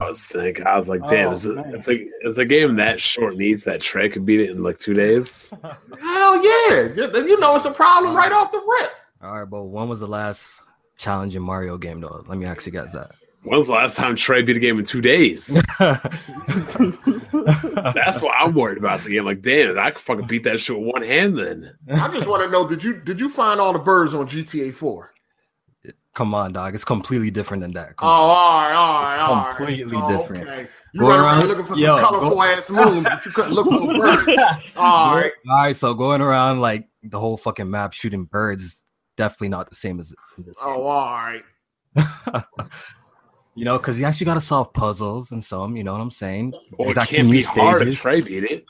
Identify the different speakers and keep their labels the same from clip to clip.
Speaker 1: I was thinking, I was like, damn,
Speaker 2: Oh,
Speaker 1: is, it,
Speaker 2: man.
Speaker 1: is, a, is a game that short needs that Trey could beat it in like two days?
Speaker 3: Hell yeah. You you know it's a
Speaker 4: Mm.
Speaker 3: problem right off the rip.
Speaker 4: All right, but when was the last challenging Mario game though? Let me actually guess
Speaker 1: When's the last time Trey beat a game in two days?
Speaker 4: that.
Speaker 1: That's what I'm worried about. The game, like, damn, I could fucking beat that shit with one hand. Then
Speaker 3: I just want to know did you did you find all the birds on GTA 4?
Speaker 4: Come on, dog. It's completely different than that.
Speaker 3: Oh,
Speaker 4: Come on.
Speaker 3: all right, all right, all right.
Speaker 4: completely
Speaker 3: Oh,
Speaker 4: different.
Speaker 3: Okay. You
Speaker 4: Go
Speaker 3: were
Speaker 4: around-
Speaker 3: looking for
Speaker 4: yo,
Speaker 3: some colorful
Speaker 4: go-
Speaker 3: ass moons, but you couldn't look for a bird. All right.
Speaker 4: All right, so going around like the whole fucking map shooting birds is definitely not the same as this
Speaker 3: Oh, all right.
Speaker 4: you know, because you actually got to solve puzzles and some. You know what I'm saying?
Speaker 1: or
Speaker 4: There's
Speaker 1: it
Speaker 4: actually
Speaker 1: can't
Speaker 4: new
Speaker 1: be hard if
Speaker 4: stages.
Speaker 1: Trey beat it.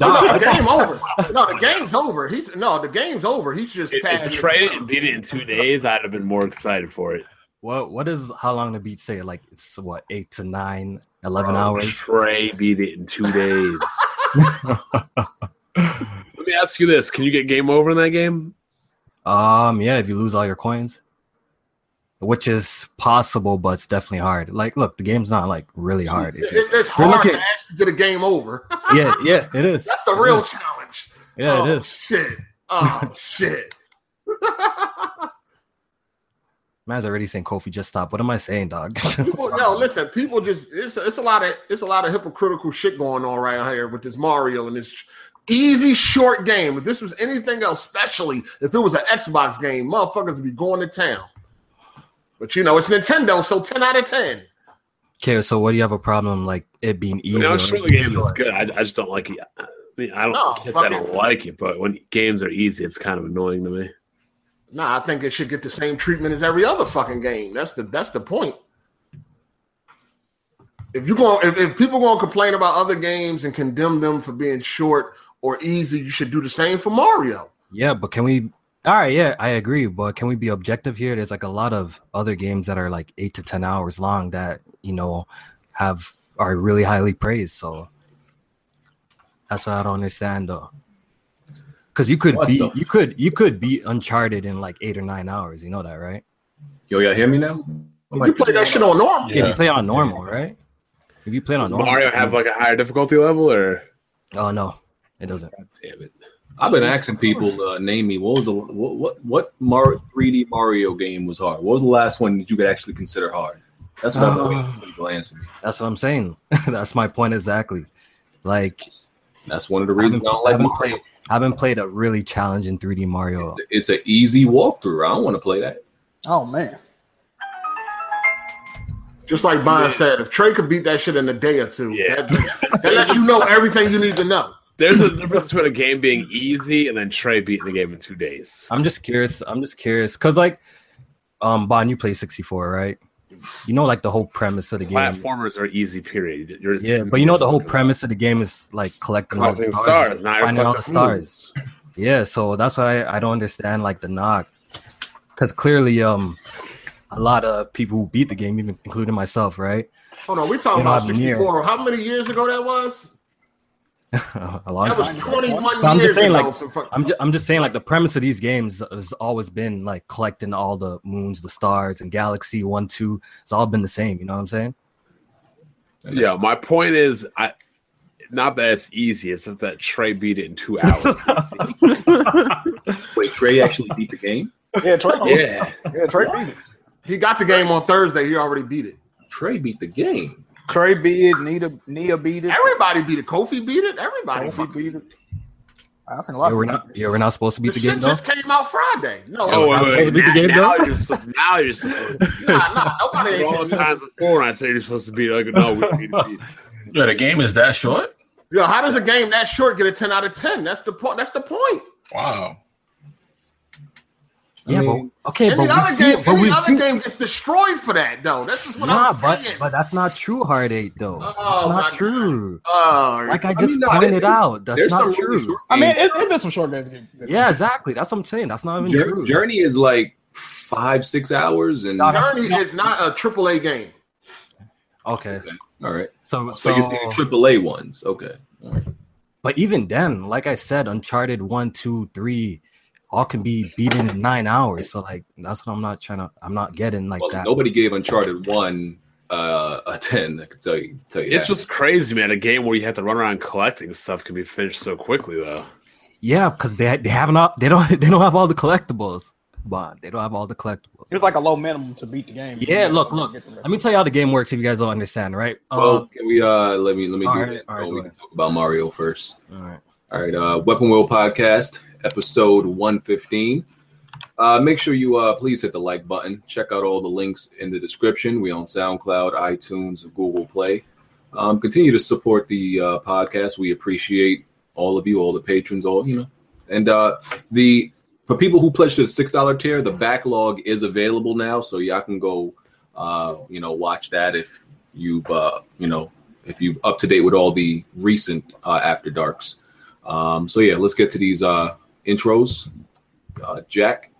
Speaker 3: No,
Speaker 4: Nah,
Speaker 3: no, the game over. No, the game's over. He's no, the game's over. He's just
Speaker 1: If, if
Speaker 3: passing.
Speaker 1: Trey didn't beat it in two days, I'd have been more excited for it.
Speaker 4: What what is how long the beat say? Like it's what eight to nine, eleven
Speaker 3: Um,
Speaker 1: Bro,
Speaker 4: hours.
Speaker 1: Trey beat it in two days. Let me ask you this: Can you get game over in that game?
Speaker 4: Um, yeah, if you lose all your coins, which is possible, but it's definitely hard. Like, look, the game's not like really hard.
Speaker 3: It-
Speaker 4: If you-
Speaker 3: it- it's
Speaker 4: We're
Speaker 3: hard
Speaker 4: looking-
Speaker 3: to actually get a game over.
Speaker 4: yeah, yeah, it is.
Speaker 3: That's the real challenge.
Speaker 4: Yeah,
Speaker 3: oh,
Speaker 4: it is.
Speaker 3: Shit. Oh shit.
Speaker 4: Man's already saying Kofi, just stop. What am I saying, dog?
Speaker 3: People, yo, listen. People just it's it's a lot of it's a lot of hypocritical shit going on right here with this Mario and this sh- easy short game. If this was anything else, especially if it was an Xbox game, motherfuckers would be going to town. But you know, it's Nintendo, so ten out of ten.
Speaker 4: okay, so what do you have a problem like it being
Speaker 1: I
Speaker 4: easy?
Speaker 1: mean,
Speaker 4: or
Speaker 1: I'm sure the
Speaker 4: being
Speaker 1: game is
Speaker 4: short?
Speaker 1: good. I, I just don't like it. I mean, I don't.
Speaker 3: No,
Speaker 1: I guess
Speaker 3: fuck
Speaker 1: I don't
Speaker 3: it.
Speaker 1: like it, but when games are easy, it's kind of annoying to me.
Speaker 3: Nah, I think it should get the same treatment as every other fucking game. That's the that's the point. If you going if, if people gonna complain about other games and condemn them for being short or easy, you should do the same for Mario.
Speaker 4: Yeah, but can we? All right, yeah, I agree, but can we be objective here? There's like a lot of other games that are like eight to ten hours long that you know have are really highly praised. So that's what I don't understand though. Because you could
Speaker 5: What
Speaker 4: be
Speaker 5: the-
Speaker 4: you could you could be Uncharted in like eight or nine hours. You know that, right?
Speaker 5: Yo, y'all hear me now? I'm
Speaker 3: You play that shit on normal.
Speaker 4: If you play on normal, right? If you play on
Speaker 1: Does
Speaker 4: normal,
Speaker 1: Mario have like a higher difficulty level, or
Speaker 4: oh no, it doesn't.
Speaker 1: God damn it,
Speaker 5: I've been asking people, uh, name me. What was the what what what Mar- 3D Mario game was hard? What was the last one that you could actually consider hard? That's what
Speaker 4: Uh.
Speaker 5: I'm waiting for people to answer me.
Speaker 4: That's what I'm saying. that's my point exactly. Like
Speaker 5: That's one of the reasons I, don't
Speaker 4: I
Speaker 5: like
Speaker 4: haven't
Speaker 5: Mario.
Speaker 4: played I haven't played a really challenging 3D Mario.
Speaker 5: It's an easy walkthrough. I don't want to play that.
Speaker 2: Oh man.
Speaker 3: Just like Bond said, if Trey could beat that shit in a day or two,
Speaker 1: Yeah.
Speaker 3: that, that lets you know everything you need to know.
Speaker 1: there's a difference between a game being easy and then Trey beating the game in two days.
Speaker 4: I'm just curious. I'm just curious because like, um, Bon, you play 64, right? You know, like the whole premise of the game.
Speaker 1: Platformers are easy, period. You're
Speaker 4: Yeah, but you know the whole premise of the game is like collecting all the
Speaker 1: Collecting
Speaker 4: stars,
Speaker 1: stars, now you're
Speaker 4: finding all the
Speaker 1: collecting
Speaker 4: stars.
Speaker 1: moons.
Speaker 4: Yeah, so that's why I, I don't understand like the knock, because clearly, um, a lot of people who beat the game, even including myself, right?
Speaker 3: Hold on, we're talking
Speaker 4: You know,
Speaker 3: about
Speaker 4: I'm near.
Speaker 3: 64. How many years ago that was?
Speaker 4: a long
Speaker 3: That was
Speaker 4: time. ago.
Speaker 3: 21
Speaker 4: But I'm just
Speaker 3: years
Speaker 4: saying,
Speaker 3: ago.
Speaker 4: like,
Speaker 3: so fuck-
Speaker 4: I'm just, I'm just saying, like the premise of these games has always been like collecting all the moons, the stars, and galaxy one, two. It's all been the same. You know what I'm saying?
Speaker 1: Yeah, my point is, I not that it's easy. It's just that Trey beat it in two hours.
Speaker 5: Wait, Trey actually beat the game.
Speaker 2: Yeah, Trey.
Speaker 1: yeah,
Speaker 2: Oh, Yeah, Trey beat it.
Speaker 3: he got the game on Thursday. He already beat it.
Speaker 5: Trey beat the game.
Speaker 2: Trey beat it. Nia, Nia beat it.
Speaker 3: Everybody beat it. Kofi beat it. Everybody
Speaker 2: Kofi
Speaker 3: fucking-
Speaker 2: beat it. I seen a
Speaker 4: Yeah,
Speaker 2: lot.
Speaker 4: we're
Speaker 2: of
Speaker 4: not. Yeah, we're not supposed to beat
Speaker 3: the
Speaker 4: the
Speaker 3: shit
Speaker 4: game though.
Speaker 3: just came out Friday. No,
Speaker 1: Oh,
Speaker 4: I'm
Speaker 1: wait,
Speaker 4: supposed to
Speaker 1: wait,
Speaker 4: beat the
Speaker 1: now-
Speaker 4: game,
Speaker 1: now
Speaker 4: though?
Speaker 1: you're sup- now you're supposed
Speaker 3: nah, nah, nobody
Speaker 1: to.
Speaker 3: ain't.
Speaker 1: All the times before, and I said you're supposed to beat. it, Like, no, we beat it.
Speaker 6: Yo, the game is that short?
Speaker 3: Yo, how does a game that short get a ten out of ten? That's the point. That's the point.
Speaker 6: Wow.
Speaker 4: Yeah,
Speaker 5: mean-
Speaker 4: but okay,
Speaker 3: Any
Speaker 4: but
Speaker 3: other
Speaker 4: we
Speaker 3: game,
Speaker 4: see, but
Speaker 3: any
Speaker 4: we
Speaker 3: other
Speaker 4: see,
Speaker 3: game gets destroyed for that though. That's just what
Speaker 4: nah,
Speaker 3: I'm
Speaker 4: but
Speaker 3: saying.
Speaker 4: but that's not true, heartache though. That's
Speaker 3: Oh, my
Speaker 4: not
Speaker 3: God.
Speaker 4: true.
Speaker 3: Oh,
Speaker 4: Like I
Speaker 5: I
Speaker 4: just
Speaker 5: mean, no,
Speaker 4: pointed
Speaker 5: there's-
Speaker 4: out, that's
Speaker 5: there's some
Speaker 4: not
Speaker 5: really
Speaker 4: true.
Speaker 5: short
Speaker 2: I mean,
Speaker 5: games.
Speaker 2: it, it been some short games.
Speaker 4: yeah, exactly. That's what I'm saying. That's not even
Speaker 5: Jour-
Speaker 4: true.
Speaker 5: Journey is like five, six hours, and all
Speaker 4: that's-
Speaker 3: Journey is not a triple A game.
Speaker 4: Okay,
Speaker 5: right.
Speaker 4: so
Speaker 5: So,
Speaker 4: so,
Speaker 5: you're saying AAA ones? Okay. All right.
Speaker 4: but even then, like I said, Uncharted one, two, three, all can be beaten in nine hours. So like that's what I'm not trying to. I'm not getting like
Speaker 5: Well,
Speaker 4: that.
Speaker 5: nobody gave Uncharted one a uh, a ten. I can tell you. Tell you
Speaker 1: It's
Speaker 5: that.
Speaker 1: just crazy, man. A game where you have to run around collecting stuff can be finished so quickly, though.
Speaker 4: Yeah, because they they haven't all- they don't they don't have all the collectibles. Bond, they don't have all the collectibles.
Speaker 2: It's like a low minimum to beat the game.
Speaker 4: Yeah, look, look.
Speaker 2: Get the rest
Speaker 4: Let me tell you how the game works if you guys don't understand, right?
Speaker 5: well, can we uh, let me let me do
Speaker 4: um, all right,
Speaker 5: that.
Speaker 4: all right,
Speaker 5: Oh,
Speaker 4: go
Speaker 5: we
Speaker 4: ahead.
Speaker 5: can talk about Mario first.
Speaker 4: all right.
Speaker 5: All right, uh, Weapon Wheel Podcast, episode 115. Uh, make sure you uh, please hit the like button. Check out all the links in the description. We on SoundCloud, iTunes, Google Play. Um, continue to support the uh, podcast. We appreciate all of you, all the patrons, all you know. And uh, the for people who pledged to the six dollar tier, the backlog is available now, so y'all can go, uh, you know, watch that if you've uh, you know if you up to date with all the recent uh, After Darks. Um, so yeah, let's get to these uh, intros. Uh, Jack,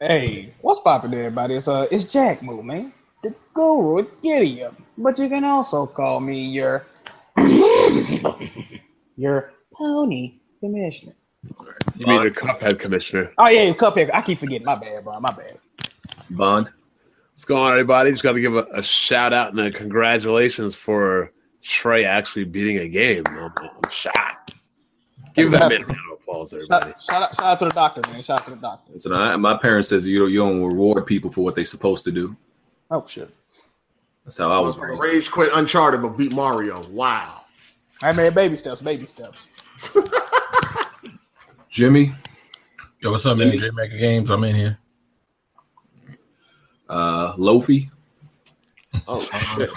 Speaker 2: Hey, what's poppin', everybody? It's uh, it's Jack Moo, man, the guru of giddy up. But you can also call me your your pony commissioner.
Speaker 1: You mean the Cuphead Commissioner?
Speaker 2: Oh yeah, Cuphead. I keep forgetting. My bad, bro. My bad.
Speaker 5: Bond,
Speaker 1: What's going on, everybody? Just got to give a, a shout out and a congratulations for Trey actually beating a game. I'm, I'm shocked. Give that man a round of applause, everybody.
Speaker 2: Shout, shout out, shout out to the doctor, man. Shout out to the doctor.
Speaker 5: so I, my parents says you don't, you don't reward people for what they supposed to do.
Speaker 2: Oh shit.
Speaker 5: That's how I was raised.
Speaker 3: Rage quit Uncharted, but beat Mario. Wow.
Speaker 2: I made baby steps. Baby steps.
Speaker 5: Jimmy,
Speaker 6: Yo, what's up, man? J Maker Games, I'm in here.
Speaker 5: uh, Lofi,
Speaker 3: Oh shit.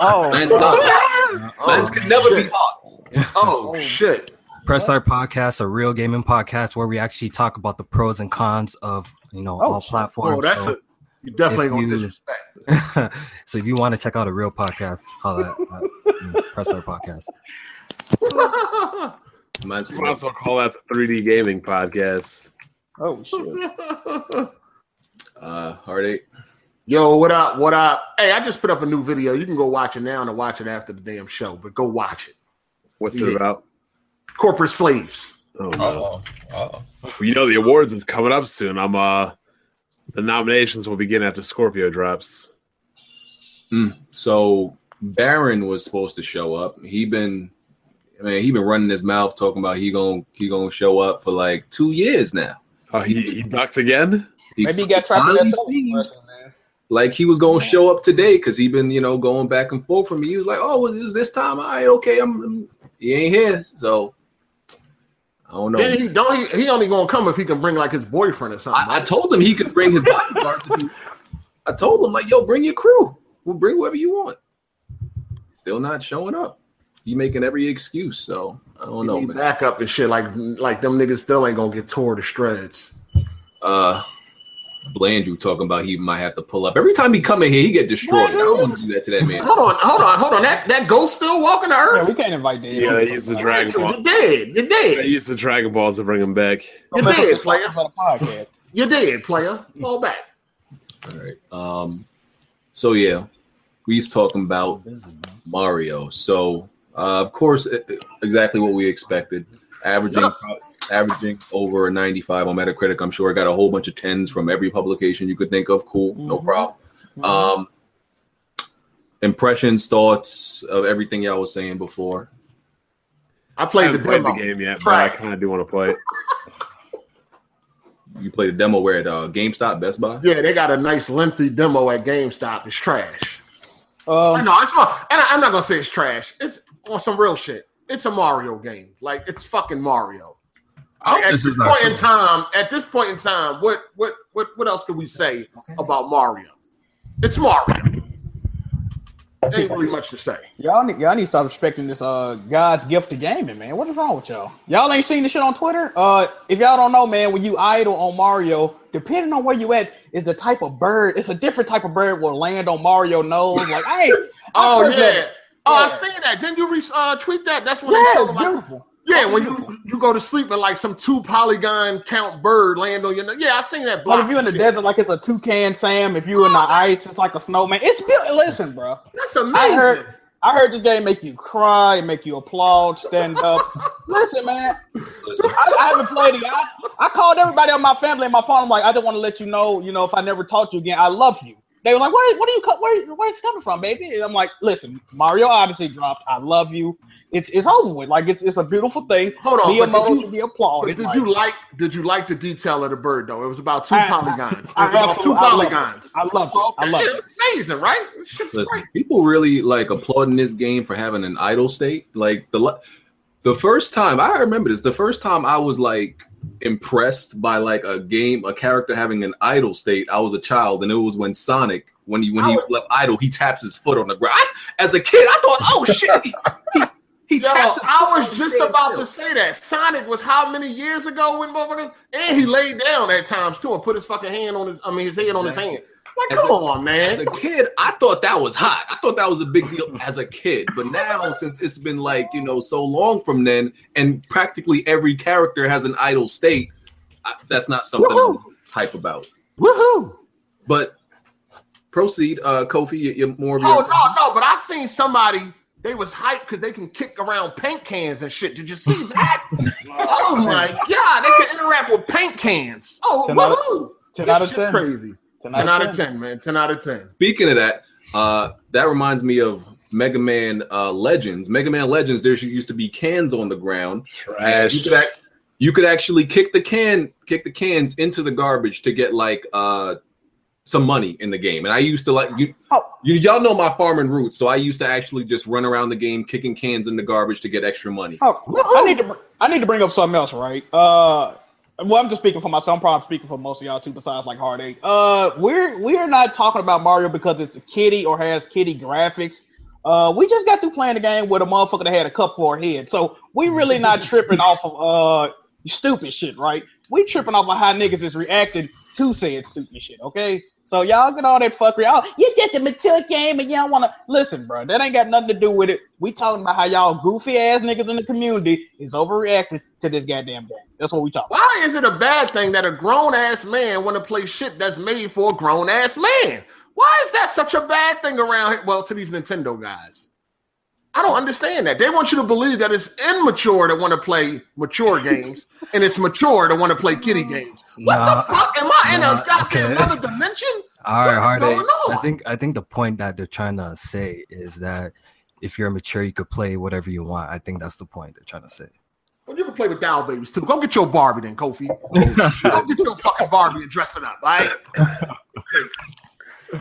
Speaker 2: Oh,
Speaker 5: man's hot. Man's
Speaker 3: Oh,
Speaker 5: can never be
Speaker 3: shit.
Speaker 5: hot.
Speaker 3: Oh shit.
Speaker 4: Press Our Podcast, a real gaming podcast where we actually talk about the pros and cons of you know
Speaker 2: Oh,
Speaker 4: all
Speaker 2: shit.
Speaker 4: platforms.
Speaker 3: Oh, that's
Speaker 4: so,
Speaker 3: a you definitely
Speaker 4: If
Speaker 3: gonna
Speaker 4: you-
Speaker 3: disrespect.
Speaker 4: so if you want to check out a real podcast, holla at, uh, Press Our Podcast.
Speaker 5: Man's
Speaker 1: Might as well call that the 3D Gaming Podcast.
Speaker 2: oh shit.
Speaker 5: uh, heartache.
Speaker 3: Yo, what up? What up? Hey, I just put up a new video. You can go watch it now and watch it after the damn show, but go watch it.
Speaker 1: What's
Speaker 3: Yeah.
Speaker 1: it about?
Speaker 3: Corporate slaves.
Speaker 1: Oh, no.
Speaker 6: Uh-oh. Uh-oh.
Speaker 1: You know, the awards is coming up soon. I'm, uh, the nominations will begin after Scorpio drops.
Speaker 5: So Baron was supposed to show up. He been, I mean, he been running his mouth talking about he gonna he gonna show up for like two years now.
Speaker 1: Oh, he, he ducked again?
Speaker 5: He
Speaker 2: Maybe he got trapped in that
Speaker 5: finally
Speaker 2: solo
Speaker 5: seen-
Speaker 2: wrestling, man.
Speaker 5: like he was gonna show up today because he been you know going back and forth from me. He was like, "Oh, was this time? All right, okay, I'm, I'm- he ain't here." So I don't know.
Speaker 3: Then he don't he, he only gonna come if he can bring like his boyfriend or something.
Speaker 5: I, I told him he could bring his bodyguard. to do- I told him like, "Yo, bring your crew. We'll bring whoever you want." Still not showing up. He making every excuse. So I don't
Speaker 3: He
Speaker 5: know,
Speaker 3: need
Speaker 5: man.
Speaker 3: backup and shit. Like like them niggas still ain't gonna get tore to shreds.
Speaker 5: Uh, Blandrew talking about he might have to pull up. Every time he come in here, he get destroyed. I don't want to do that to that man.
Speaker 3: Hold on, hold on, hold on. That that ghost still walking to
Speaker 2: Yeah,
Speaker 3: earth.
Speaker 2: we can't invite that.
Speaker 1: Yeah, he's the dragon
Speaker 3: You're
Speaker 1: ball.
Speaker 3: dead. You're
Speaker 1: They
Speaker 3: dead.
Speaker 1: used the dragon balls to bring him back.
Speaker 3: You're dead, player.
Speaker 2: player.
Speaker 3: You're dead, player. Fall back.
Speaker 5: All right. Um. So yeah, we's talking about Mario. So uh, of course, i- i- exactly what we expected. Averaging,
Speaker 3: Yup.
Speaker 5: averaging over a 95 on Metacritic. I'm sure it got a whole bunch of tens from every publication you could think of. Cool, no
Speaker 2: Mhm.
Speaker 5: problem. Um, impressions, thoughts of everything y'all was saying before.
Speaker 3: I
Speaker 1: I
Speaker 3: played the
Speaker 1: haven't played the
Speaker 3: demo.
Speaker 1: game yet, but I
Speaker 3: Try.
Speaker 1: kind of do want to play it.
Speaker 5: You played a demo where at uh, GameStop, Best Buy.
Speaker 3: Yeah, they got a nice lengthy demo at GameStop. It's trash. I
Speaker 2: Um,
Speaker 3: know it's not, and I, I'm not gonna say it's trash. It's on some real shit. It's a Mario game. Like it's fucking Mario.
Speaker 6: I hope
Speaker 3: at
Speaker 6: this
Speaker 3: this
Speaker 6: is not
Speaker 3: point in
Speaker 6: true.
Speaker 3: time, at this point in time, what what what what else could we say about Mario? It's Mario. Ain't really much to say.
Speaker 2: y'all need y'all need to stop respecting this uh God's gift to gaming, man. What is wrong with y'all? Y'all ain't seen this shit on Twitter. Uh, if y'all don't know, man, when you idle on Mario, depending on where you at, is the type of bird. It's a different type of bird will land on Mario nose. Like, hey,
Speaker 3: Oh
Speaker 2: heard that.
Speaker 3: yeah. Oh,
Speaker 2: Yeah.
Speaker 3: I seen that. Didn't you re- uh, tweet that? That's when they
Speaker 2: yeah,
Speaker 3: showed like,
Speaker 2: beautiful.
Speaker 3: yeah, when
Speaker 2: Beautiful.
Speaker 3: you you go to sleep and like some two polygon count bird land on your. neck. Yeah, I seen that.
Speaker 2: But
Speaker 3: block
Speaker 2: Oh, if you in the
Speaker 3: shit.
Speaker 2: desert, like it's a toucan, Sam. If you in the ice, it's like a snowman. It's built. Listen, bro.
Speaker 3: that's amazing.
Speaker 2: I heard I heard this game make you cry, make you applaud, stand up. Listen, man,
Speaker 5: Listen,
Speaker 2: I, I haven't played it. I, I called everybody on my family and my phone. I'm like, I just want to let you know, you know, if I never talk to you again, I love you. They were like, "Where? What are you? co- Where? Where's it coming from, baby?" And I'm like, "Listen, Mario Odyssey dropped. I love you. It's it's over with. Like it's it's a beautiful thing.
Speaker 3: Hold on, Oh, but did
Speaker 2: Miyamoto
Speaker 3: you-
Speaker 2: should be
Speaker 3: But
Speaker 2: applauded.
Speaker 3: did
Speaker 2: like,
Speaker 3: you like did you like the detail of the bird though? It was about two
Speaker 2: I- I- I
Speaker 3: polygons. It was about
Speaker 2: absolutely-
Speaker 3: two
Speaker 2: I love it.
Speaker 3: polygons.
Speaker 2: I love it. I love
Speaker 3: Okay,
Speaker 2: it.
Speaker 3: Amazing, right? Shit's
Speaker 5: Listen,
Speaker 3: great.
Speaker 5: people really like applauding this game for having an idle state. Like the la- the first time I remember this, the first time I was like impressed by like a game, a character having an idle state. I was a child, and it was when Sonic, when he when he was left idle, he taps his foot on the ground. I- as a kid, I thought, oh shit, he, he, he
Speaker 3: Yo,
Speaker 5: taps. his
Speaker 3: I
Speaker 5: foot
Speaker 3: was
Speaker 5: on the
Speaker 3: just
Speaker 5: ground.
Speaker 3: about to say that. Sonic was how many years ago when motherfuckers and he laid down at times too and put his fucking hand on his I mean his head on his hand. Like,
Speaker 5: As
Speaker 3: come
Speaker 5: a-
Speaker 3: on,
Speaker 5: As
Speaker 3: man.
Speaker 5: a kid, I thought that was hot. I thought that was a big deal as a kid. But now, since it's been like, you know, so long from then, and practically every character has an idle state, I, that's not something
Speaker 3: Woohoo.
Speaker 5: I'm hype about.
Speaker 3: Woohoo!
Speaker 5: But proceed, uh, Kofi, you- you're more of your.
Speaker 3: Oh no, no, but I seen somebody they was hyped because they can kick around paint cans and shit. Did you see that? oh my god, they can interact with paint cans. Oh,
Speaker 2: Ten out-
Speaker 3: woohoo!
Speaker 2: ten
Speaker 3: This
Speaker 2: out of
Speaker 3: shit
Speaker 2: ten.
Speaker 3: Crazy.
Speaker 2: Ten
Speaker 3: 10 out of 10, man. 10 out of 10.
Speaker 5: Speaking of that, uh, that reminds me of Mega Man uh, Legends. Mega Man Legends, there used to be cans on the ground. And you
Speaker 1: Trash.
Speaker 5: could act, you could actually kick the can kick the cans into the garbage to get like uh some money in the game. And I used to like you,
Speaker 2: Oh.
Speaker 5: you y'all know my farming roots, so I used to actually just run around the game kicking cans in the garbage to get extra money.
Speaker 2: Oh, I need to br- I need to bring up something else, right? Uh, well, I'm just speaking for myself. I'm probably speaking for most of y'all too. Besides, like heartache. Uh, we're we're not talking about Mario because it's a kitty or has kitty graphics. Uh, we just got through playing the game with a motherfucker that had a cup for a head, so we really not tripping off of uh stupid shit, right? We tripping off of how niggas is reacting to said stupid shit, okay? So y'all get all that fuckery. Oh, you just a mature game and y'all wanna listen, bro. That ain't got nothing to do with it. We talking about how y'all goofy ass niggas in the community is overreacting to this goddamn game. That's what we talking.
Speaker 3: Why is it a bad thing that a grown ass man want to play shit that's made for a grown ass man? Why is that such a bad thing around here? Well, to these Nintendo guys. I don't understand that. They want you to believe that it's immature to want to play mature games and it's mature to want to play kiddie games. What
Speaker 4: Mm-hmm. Nah.
Speaker 3: the fuck? Am I in
Speaker 4: Nah,
Speaker 3: a goddamn
Speaker 4: okay.
Speaker 3: other dimension?
Speaker 4: All right,
Speaker 3: What is
Speaker 4: heartache.
Speaker 3: going on?
Speaker 4: I think I think the point that they're trying to say is that if you're mature, you could play whatever you want. I think that's the point they're trying to say.
Speaker 3: Well, you can play with doll babies too. Go get your Barbie then, Kofi. Go get your fucking Barbie and dress it up, all right?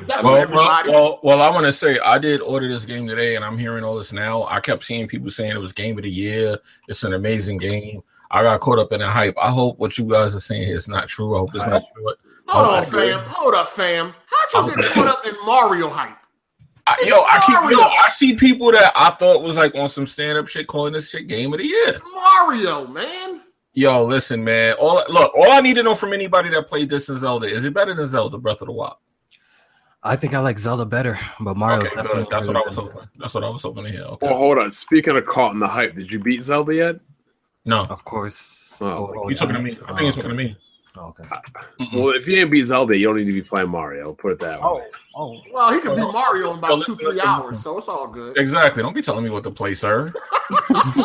Speaker 3: That's what
Speaker 6: Well, well,
Speaker 3: everybody.
Speaker 6: well, well, I want to say I did order this game today, and I'm hearing all this now. I kept seeing people saying it was game of the year. It's an amazing game. I got caught up in the hype. I hope what you guys are saying is not true. I hope it's not true.
Speaker 3: Hold
Speaker 6: Oh,
Speaker 3: on,
Speaker 6: I
Speaker 3: fam. Hold up, fam. How'd you get caught up in Mario hype?
Speaker 6: I, yo, I keep you know, I see people that I thought was like on some stand up shit calling this shit game of the year.
Speaker 3: It's Mario, man.
Speaker 6: Yo, listen, man. All look, all I need to know from anybody that played this in Zelda is it better than Zelda Breath of the Wild?
Speaker 4: I think I like Zelda better, but Mario's
Speaker 6: Okay,
Speaker 4: definitely
Speaker 6: good. That's what
Speaker 4: really
Speaker 6: I was
Speaker 4: good.
Speaker 6: hoping. That's what I was hoping to hear. Okay.
Speaker 1: Well, hold on. Speaking of caught in the hype, did you beat Zelda yet?
Speaker 6: No,
Speaker 4: Of course.
Speaker 1: Oh,
Speaker 6: you talking to me? I think you're talking to me.
Speaker 4: Oh, okay.
Speaker 6: Mm-mm.
Speaker 1: Well, if you ain't beat Zelda, you don't need to be playing Mario. I'll put it that way.
Speaker 2: About. Oh,
Speaker 3: Well, he could be
Speaker 6: Well,
Speaker 3: Mario in
Speaker 6: well,
Speaker 3: about two,
Speaker 6: listen,
Speaker 3: three
Speaker 6: listen.
Speaker 3: hours, so it's all good.
Speaker 6: Exactly. Don't be telling me what to play, sir.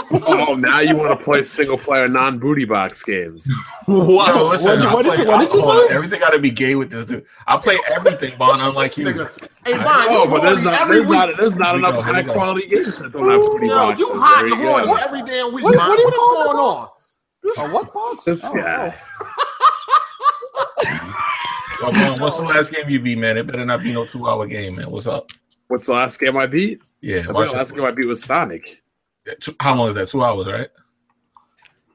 Speaker 1: Oh, now you want to play single player non booty box games.
Speaker 6: Wow. Yo,
Speaker 2: What
Speaker 6: listen,
Speaker 2: did-
Speaker 6: I
Speaker 2: what did
Speaker 6: play
Speaker 2: you- what did you
Speaker 6: alcohol.
Speaker 2: say?
Speaker 6: Everything got to be gay with this dude. I play everything, Bon, unlike you.
Speaker 3: Nigga. Hey,
Speaker 6: I
Speaker 3: Brian,
Speaker 1: No,
Speaker 3: you
Speaker 1: Oh, but there's
Speaker 3: horny
Speaker 1: not,
Speaker 3: every
Speaker 1: there's
Speaker 3: week.
Speaker 1: not, there's not
Speaker 6: Here we go,
Speaker 1: enough
Speaker 6: here we
Speaker 1: high
Speaker 6: go.
Speaker 1: quality games that don't have booty
Speaker 3: Yo,
Speaker 1: boxes.
Speaker 3: you hot
Speaker 1: There
Speaker 3: and
Speaker 1: you go.
Speaker 3: horny every damn week,
Speaker 2: What-
Speaker 3: man.
Speaker 2: what are you
Speaker 3: What is
Speaker 2: talking
Speaker 3: going on?
Speaker 2: oh what box?
Speaker 1: This
Speaker 2: oh,
Speaker 1: guy.
Speaker 6: Yo, Bon, what's the last game you beat, man? It better not be no two hour game, man. What's up?
Speaker 1: What's the last game I beat?
Speaker 6: Yeah.
Speaker 1: I
Speaker 6: watch
Speaker 1: think the last
Speaker 6: this.
Speaker 1: game I beat was Sonic.
Speaker 6: Two- How long is that? Two hours, right?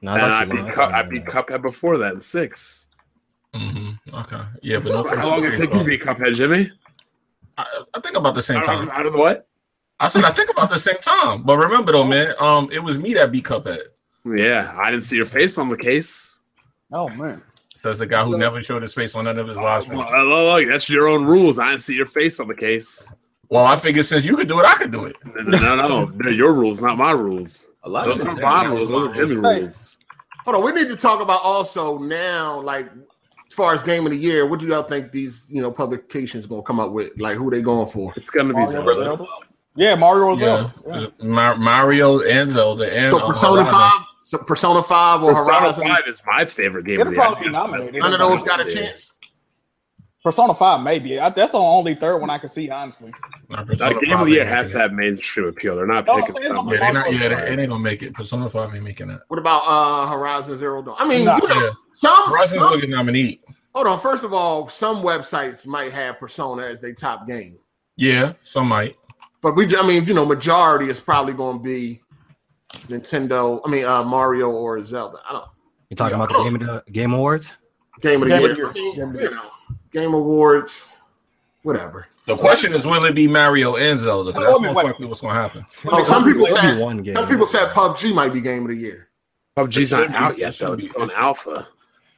Speaker 4: No,
Speaker 1: And
Speaker 4: it's
Speaker 1: I
Speaker 4: actually
Speaker 1: beat,
Speaker 4: nice.
Speaker 1: Cup, I beat Cuphead before that in six.
Speaker 6: Mm-hmm. Okay. Yeah, but no.
Speaker 1: How long did it take you to beat Cuphead, Jimmy?
Speaker 6: I, I think about the same
Speaker 1: Out of,
Speaker 6: time.
Speaker 1: out of what?
Speaker 6: I said I think about the same time. But remember though, man, um, it was me that beat Cuphead.
Speaker 1: Yeah, I didn't see your face on the case.
Speaker 2: oh man.
Speaker 6: Says the guy who never showed his face on none of his live
Speaker 1: Well,
Speaker 6: streams.
Speaker 1: look, look, that's your own rules. I didn't see your face on the case.
Speaker 6: Well, I figured since you could do it, I could do it.
Speaker 1: No, no, no, no. They're your rules, not my rules.
Speaker 5: A lot of
Speaker 1: Those
Speaker 5: it.
Speaker 1: aren't my rules. Those are Jimmy's
Speaker 2: Hey.
Speaker 1: rules.
Speaker 3: Hold on, we need to talk about also now, like as far as game of the year. What do y'all think these you know publications gonna come up with? Like who they going for?
Speaker 1: It's gonna be
Speaker 2: Mario
Speaker 1: Zelda.
Speaker 2: Zelda. Yeah, Mario was
Speaker 6: Yeah.
Speaker 2: Zelda. Yeah.
Speaker 6: Ma- Mario and Zelda and
Speaker 3: So
Speaker 6: uh,
Speaker 3: Persona
Speaker 6: Horizon.
Speaker 3: Five, so Persona Five or
Speaker 1: Persona
Speaker 3: Horizon.
Speaker 1: Five is my favorite game. of
Speaker 2: It'll
Speaker 1: the year.
Speaker 2: probably be nominated.
Speaker 3: None of those got a chance.
Speaker 2: Persona Five, maybe. I, that's the only third one I can see, honestly.
Speaker 6: Not
Speaker 1: That
Speaker 6: Persona
Speaker 1: game of
Speaker 6: 5
Speaker 1: the year
Speaker 6: ain't
Speaker 1: has to
Speaker 6: making it.
Speaker 1: have mainstream appeal. They're not
Speaker 2: Oh,
Speaker 1: picking
Speaker 2: it's on
Speaker 1: something.
Speaker 6: Yeah, they
Speaker 2: Also
Speaker 6: not, yeah,
Speaker 2: five.
Speaker 6: they, it ain't gonna make it. Persona Five ain't making it.
Speaker 3: What about uh Horizon Zero Dawn? I mean,
Speaker 2: Nah.
Speaker 3: you know,
Speaker 6: Yeah.
Speaker 3: some,
Speaker 6: Horizon's
Speaker 3: some
Speaker 6: looking nominee.
Speaker 3: hold on. First of all, some websites might have Persona as their top game,
Speaker 6: Yeah, some might.
Speaker 3: but we, I mean, you know, majority is probably going to be Nintendo. I mean, uh Mario or Zelda. I don't
Speaker 4: You talking about the game of the game awards?
Speaker 3: Game of the
Speaker 2: Game of
Speaker 3: Year.
Speaker 2: the Year.
Speaker 3: I mean, you know, Game Awards, whatever.
Speaker 6: The question is, will it be Mario and Zelda? 'Cause
Speaker 2: Wait a
Speaker 6: That's
Speaker 2: minute,
Speaker 6: most likely what's gonna happen.
Speaker 3: Oh, some people
Speaker 4: It'll be
Speaker 3: said
Speaker 4: one game.
Speaker 3: some people said PUBG might be Game of the Year.
Speaker 1: PUBG's
Speaker 6: It
Speaker 1: not
Speaker 6: should be-
Speaker 1: out
Speaker 6: it
Speaker 1: yet
Speaker 6: should
Speaker 1: though.
Speaker 6: be-
Speaker 1: It's on
Speaker 6: it's-
Speaker 1: alpha.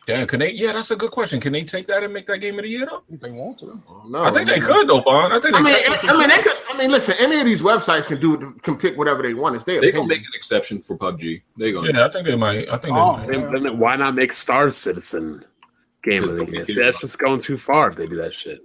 Speaker 6: Damn, can they? Yeah, that's a good question. Can they take that and make that game of the year though?
Speaker 2: If they want to.
Speaker 3: I don't know.
Speaker 6: I think they could though, Bond. I think they
Speaker 3: Oh, I mean,
Speaker 6: could.
Speaker 3: I mean, they could. I mean, listen. Any of these websites can do can pick whatever they want. It's their
Speaker 5: They gonna
Speaker 3: opinion.
Speaker 5: make an exception for PUBG. They gonna.
Speaker 6: yeah, I think they might. I think they
Speaker 2: Oh,
Speaker 6: might.
Speaker 1: Then,
Speaker 2: Yeah.
Speaker 1: then why not make Star Citizen game of
Speaker 5: Just
Speaker 1: the
Speaker 5: don't
Speaker 1: year?
Speaker 5: make it
Speaker 1: See, that's
Speaker 5: fun.
Speaker 1: just going too far if they do that shit.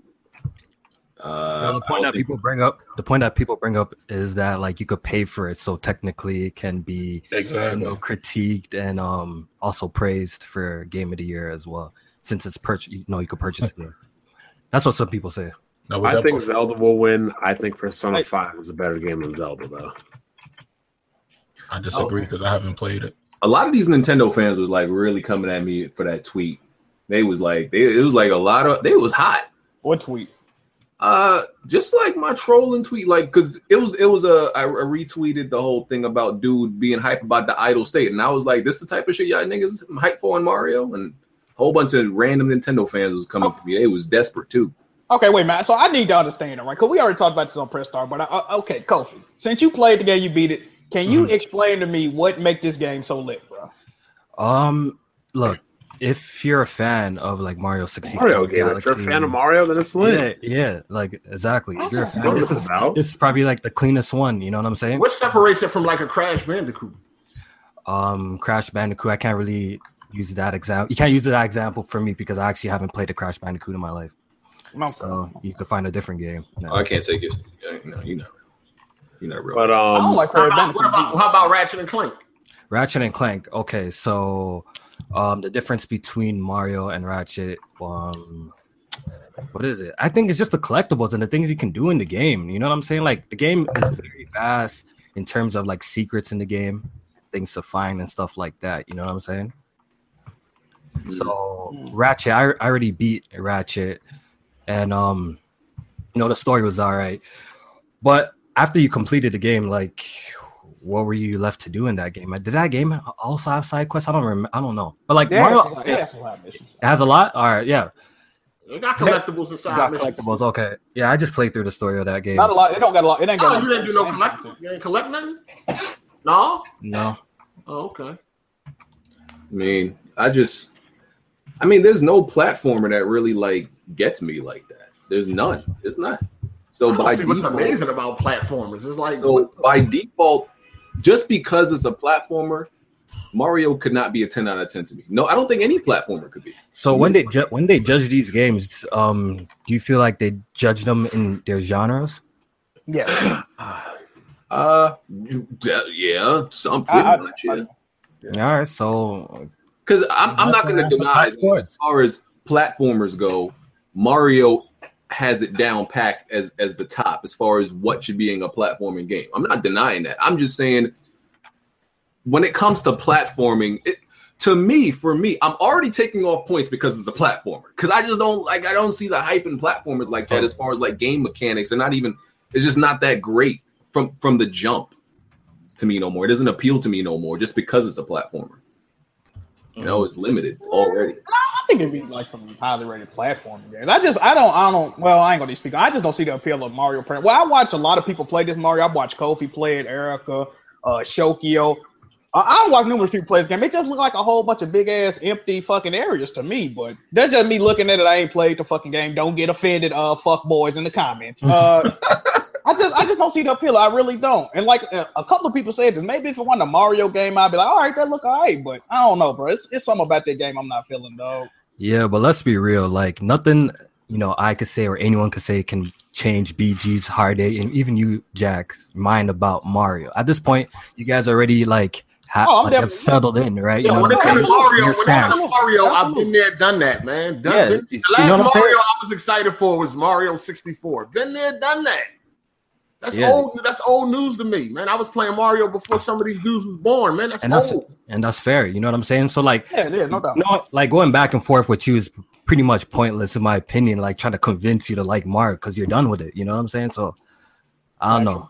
Speaker 5: Uh,
Speaker 4: Well, Uh, the
Speaker 5: I
Speaker 4: point that
Speaker 5: don't think-
Speaker 4: people bring up, the point that people bring up is that like you could pay for it, so technically it can be you
Speaker 6: Exactly.
Speaker 4: know, critiqued and um also praised for game of the year as well, since it's purchase. You know, you could purchase it. That's what some people say.
Speaker 6: Now, with
Speaker 1: I
Speaker 6: that
Speaker 1: think
Speaker 6: perf-
Speaker 1: Zelda will win. I think Persona Five is a better game than Zelda though.
Speaker 6: I
Speaker 2: Oh.
Speaker 6: disagree because I haven't played it.
Speaker 5: a lot of these Nintendo fans was like really coming at me for that tweet. They was like, they, it was like a lot of, they was hot.
Speaker 2: What tweet?
Speaker 5: Uh, just like my trolling tweet, like because it was it was a I I retweeted the whole thing about dude being hype about the idle state, and I was like, this the type of shit y'all niggas hype for on Mario, and a whole bunch of random Nintendo fans was coming for me. They was desperate too.
Speaker 2: Okay, wait, Matt. So I need to understand it, right? Because we already talked about this on Press Star, but I, uh, okay, Kofi, since you played the game, you beat it. Can you explain to me what make this game so lit, bro?
Speaker 4: Um, look, if you're a fan of like Mario 64,
Speaker 1: Mario game. If you're a fan of Mario, then it's lit.
Speaker 4: yeah, yeah, like exactly. If you're a fan,
Speaker 1: What
Speaker 4: this
Speaker 1: is
Speaker 4: is
Speaker 1: it about?
Speaker 4: this is probably like the cleanest one. You know what I'm saying?
Speaker 3: What separates it from like a Crash Bandicoot?
Speaker 4: um Crash Bandicoot. I can't really use that example. You can't use that example for me because I actually haven't played a Crash Bandicoot in my life.
Speaker 1: Oh.
Speaker 4: So you could find a different game.
Speaker 5: Oh, I can't take it. Yeah, No, you know, you know, real.
Speaker 1: But
Speaker 2: I
Speaker 1: um,
Speaker 2: don't like
Speaker 3: How
Speaker 2: Crash
Speaker 3: about, what
Speaker 2: Bandicoot.
Speaker 3: about how about Ratchet and Clank?
Speaker 4: Ratchet and Clank. Okay, so um the difference between Mario and Ratchet, um what is it? I think it's just the collectibles and the things you can do in the game. You know what I'm saying? Like the game is very vast in terms of like secrets in the game, things to find and stuff like that. You know what I'm saying? So
Speaker 2: Mm.
Speaker 4: Ratchet, I, I already beat Ratchet, and um, you know the story was all right, but after you completed the game, like, what were you left to do in that game? Did that game also have side quests? I don't remember. I don't know. But like
Speaker 2: Yeah,
Speaker 4: Mario,
Speaker 2: it's like- yeah,
Speaker 4: it,
Speaker 2: it's a lot of issues.
Speaker 4: it has a lot. All right, yeah,
Speaker 3: They got collectibles
Speaker 4: you
Speaker 3: inside.
Speaker 4: got
Speaker 3: missions.
Speaker 4: collectibles. Okay, yeah, I just played through the story of that game.
Speaker 2: Not a lot. It don't got a lot. It ain't got. a
Speaker 3: Oh,
Speaker 2: lot
Speaker 3: you didn't do no
Speaker 2: of
Speaker 3: collectibles. You didn't collect nothing. No.
Speaker 4: No,
Speaker 3: Oh, okay.
Speaker 5: I mean, I just, I mean, there's no platformer that really like gets me like that. There's none. There's none. So
Speaker 3: I don't
Speaker 5: by
Speaker 3: see what's
Speaker 5: default-
Speaker 3: amazing about platformers. It's like
Speaker 5: So by default, just because it's a platformer, Mario could not be a 10 out of 10 to me. No, I don't think any platformer could be.
Speaker 4: So when they ju- when they judge these games, um, do you feel like they judge them in their genres?
Speaker 2: Yeah.
Speaker 5: Uh, you- yeah, yeah, some pretty
Speaker 2: I- I-
Speaker 5: much, yeah.
Speaker 4: All right, so
Speaker 5: Because I'm, I'm not going to deny,
Speaker 4: That's
Speaker 5: as
Speaker 4: a top scores.
Speaker 5: far as platformers go, Mario has it down packed as as the top as far as what should be in a platforming game. I'm not denying that. I'm just saying when it comes to platforming, it, to me, for me, I'm already taking off points because it's a platformer. Because I just don't like I don't see the hype in platformers like that as far as like game mechanics. They're not even it's just not that great from from the jump to me no more. It doesn't appeal to me no more just because it's a platformer. You know, it's limited already.
Speaker 2: I think it'd be like some highly rated platform games. I just I don't I don't well I ain't gonna speak. I just don't see the appeal of Mario. Party. Well, I watch a lot of people play this Mario. I watch Kofi play it, Erica, uh, Shokio. I, I watch numerous people play this game. It just look like a whole bunch of big ass empty fucking areas to me. But that's just me looking at it. I ain't played the fucking game. Don't get offended, uh, fuck boys in the comments. Uh, I just I just don't see the appeal. I really don't. And like a a couple of people said, this maybe if it wasn't a Mario game, I'd be like, all right, that look all right. But I don't know, bro. It's, it's something about that game I'm not feeling, dog.
Speaker 4: Yeah, but let's be real. Like nothing, you know, I could say or anyone could say can change BG's heartache and even you, Jack's mind about Mario. At this point, you guys already like ha-
Speaker 2: Oh, I'm
Speaker 4: like, have
Speaker 2: definitely-
Speaker 4: settled in, right?
Speaker 3: Yeah,
Speaker 4: you
Speaker 3: when
Speaker 4: know what
Speaker 3: it came
Speaker 4: I'm
Speaker 3: to
Speaker 4: saying?
Speaker 3: Mario,
Speaker 4: Your
Speaker 3: when it came to
Speaker 4: stance.
Speaker 3: Mario, I've been there, done that, man. Done,
Speaker 4: Yeah,
Speaker 3: been-
Speaker 4: you
Speaker 3: the
Speaker 4: know
Speaker 3: last
Speaker 4: what I'm
Speaker 3: Mario
Speaker 4: saying?
Speaker 3: I was excited for was Mario 64. Been there, done that. That's
Speaker 4: Yeah.
Speaker 3: old. That's old news to me, man. I was playing Mario before some of these dudes was born, man. That's
Speaker 4: And that's
Speaker 3: old.
Speaker 4: and that's fair. You know what I'm saying? So like
Speaker 2: Yeah, yeah, no doubt.
Speaker 4: No, like going back and forth with you is pretty much pointless in my opinion. Like trying to convince you to like Mark because you're done with it. You know what I'm saying? So I don't know.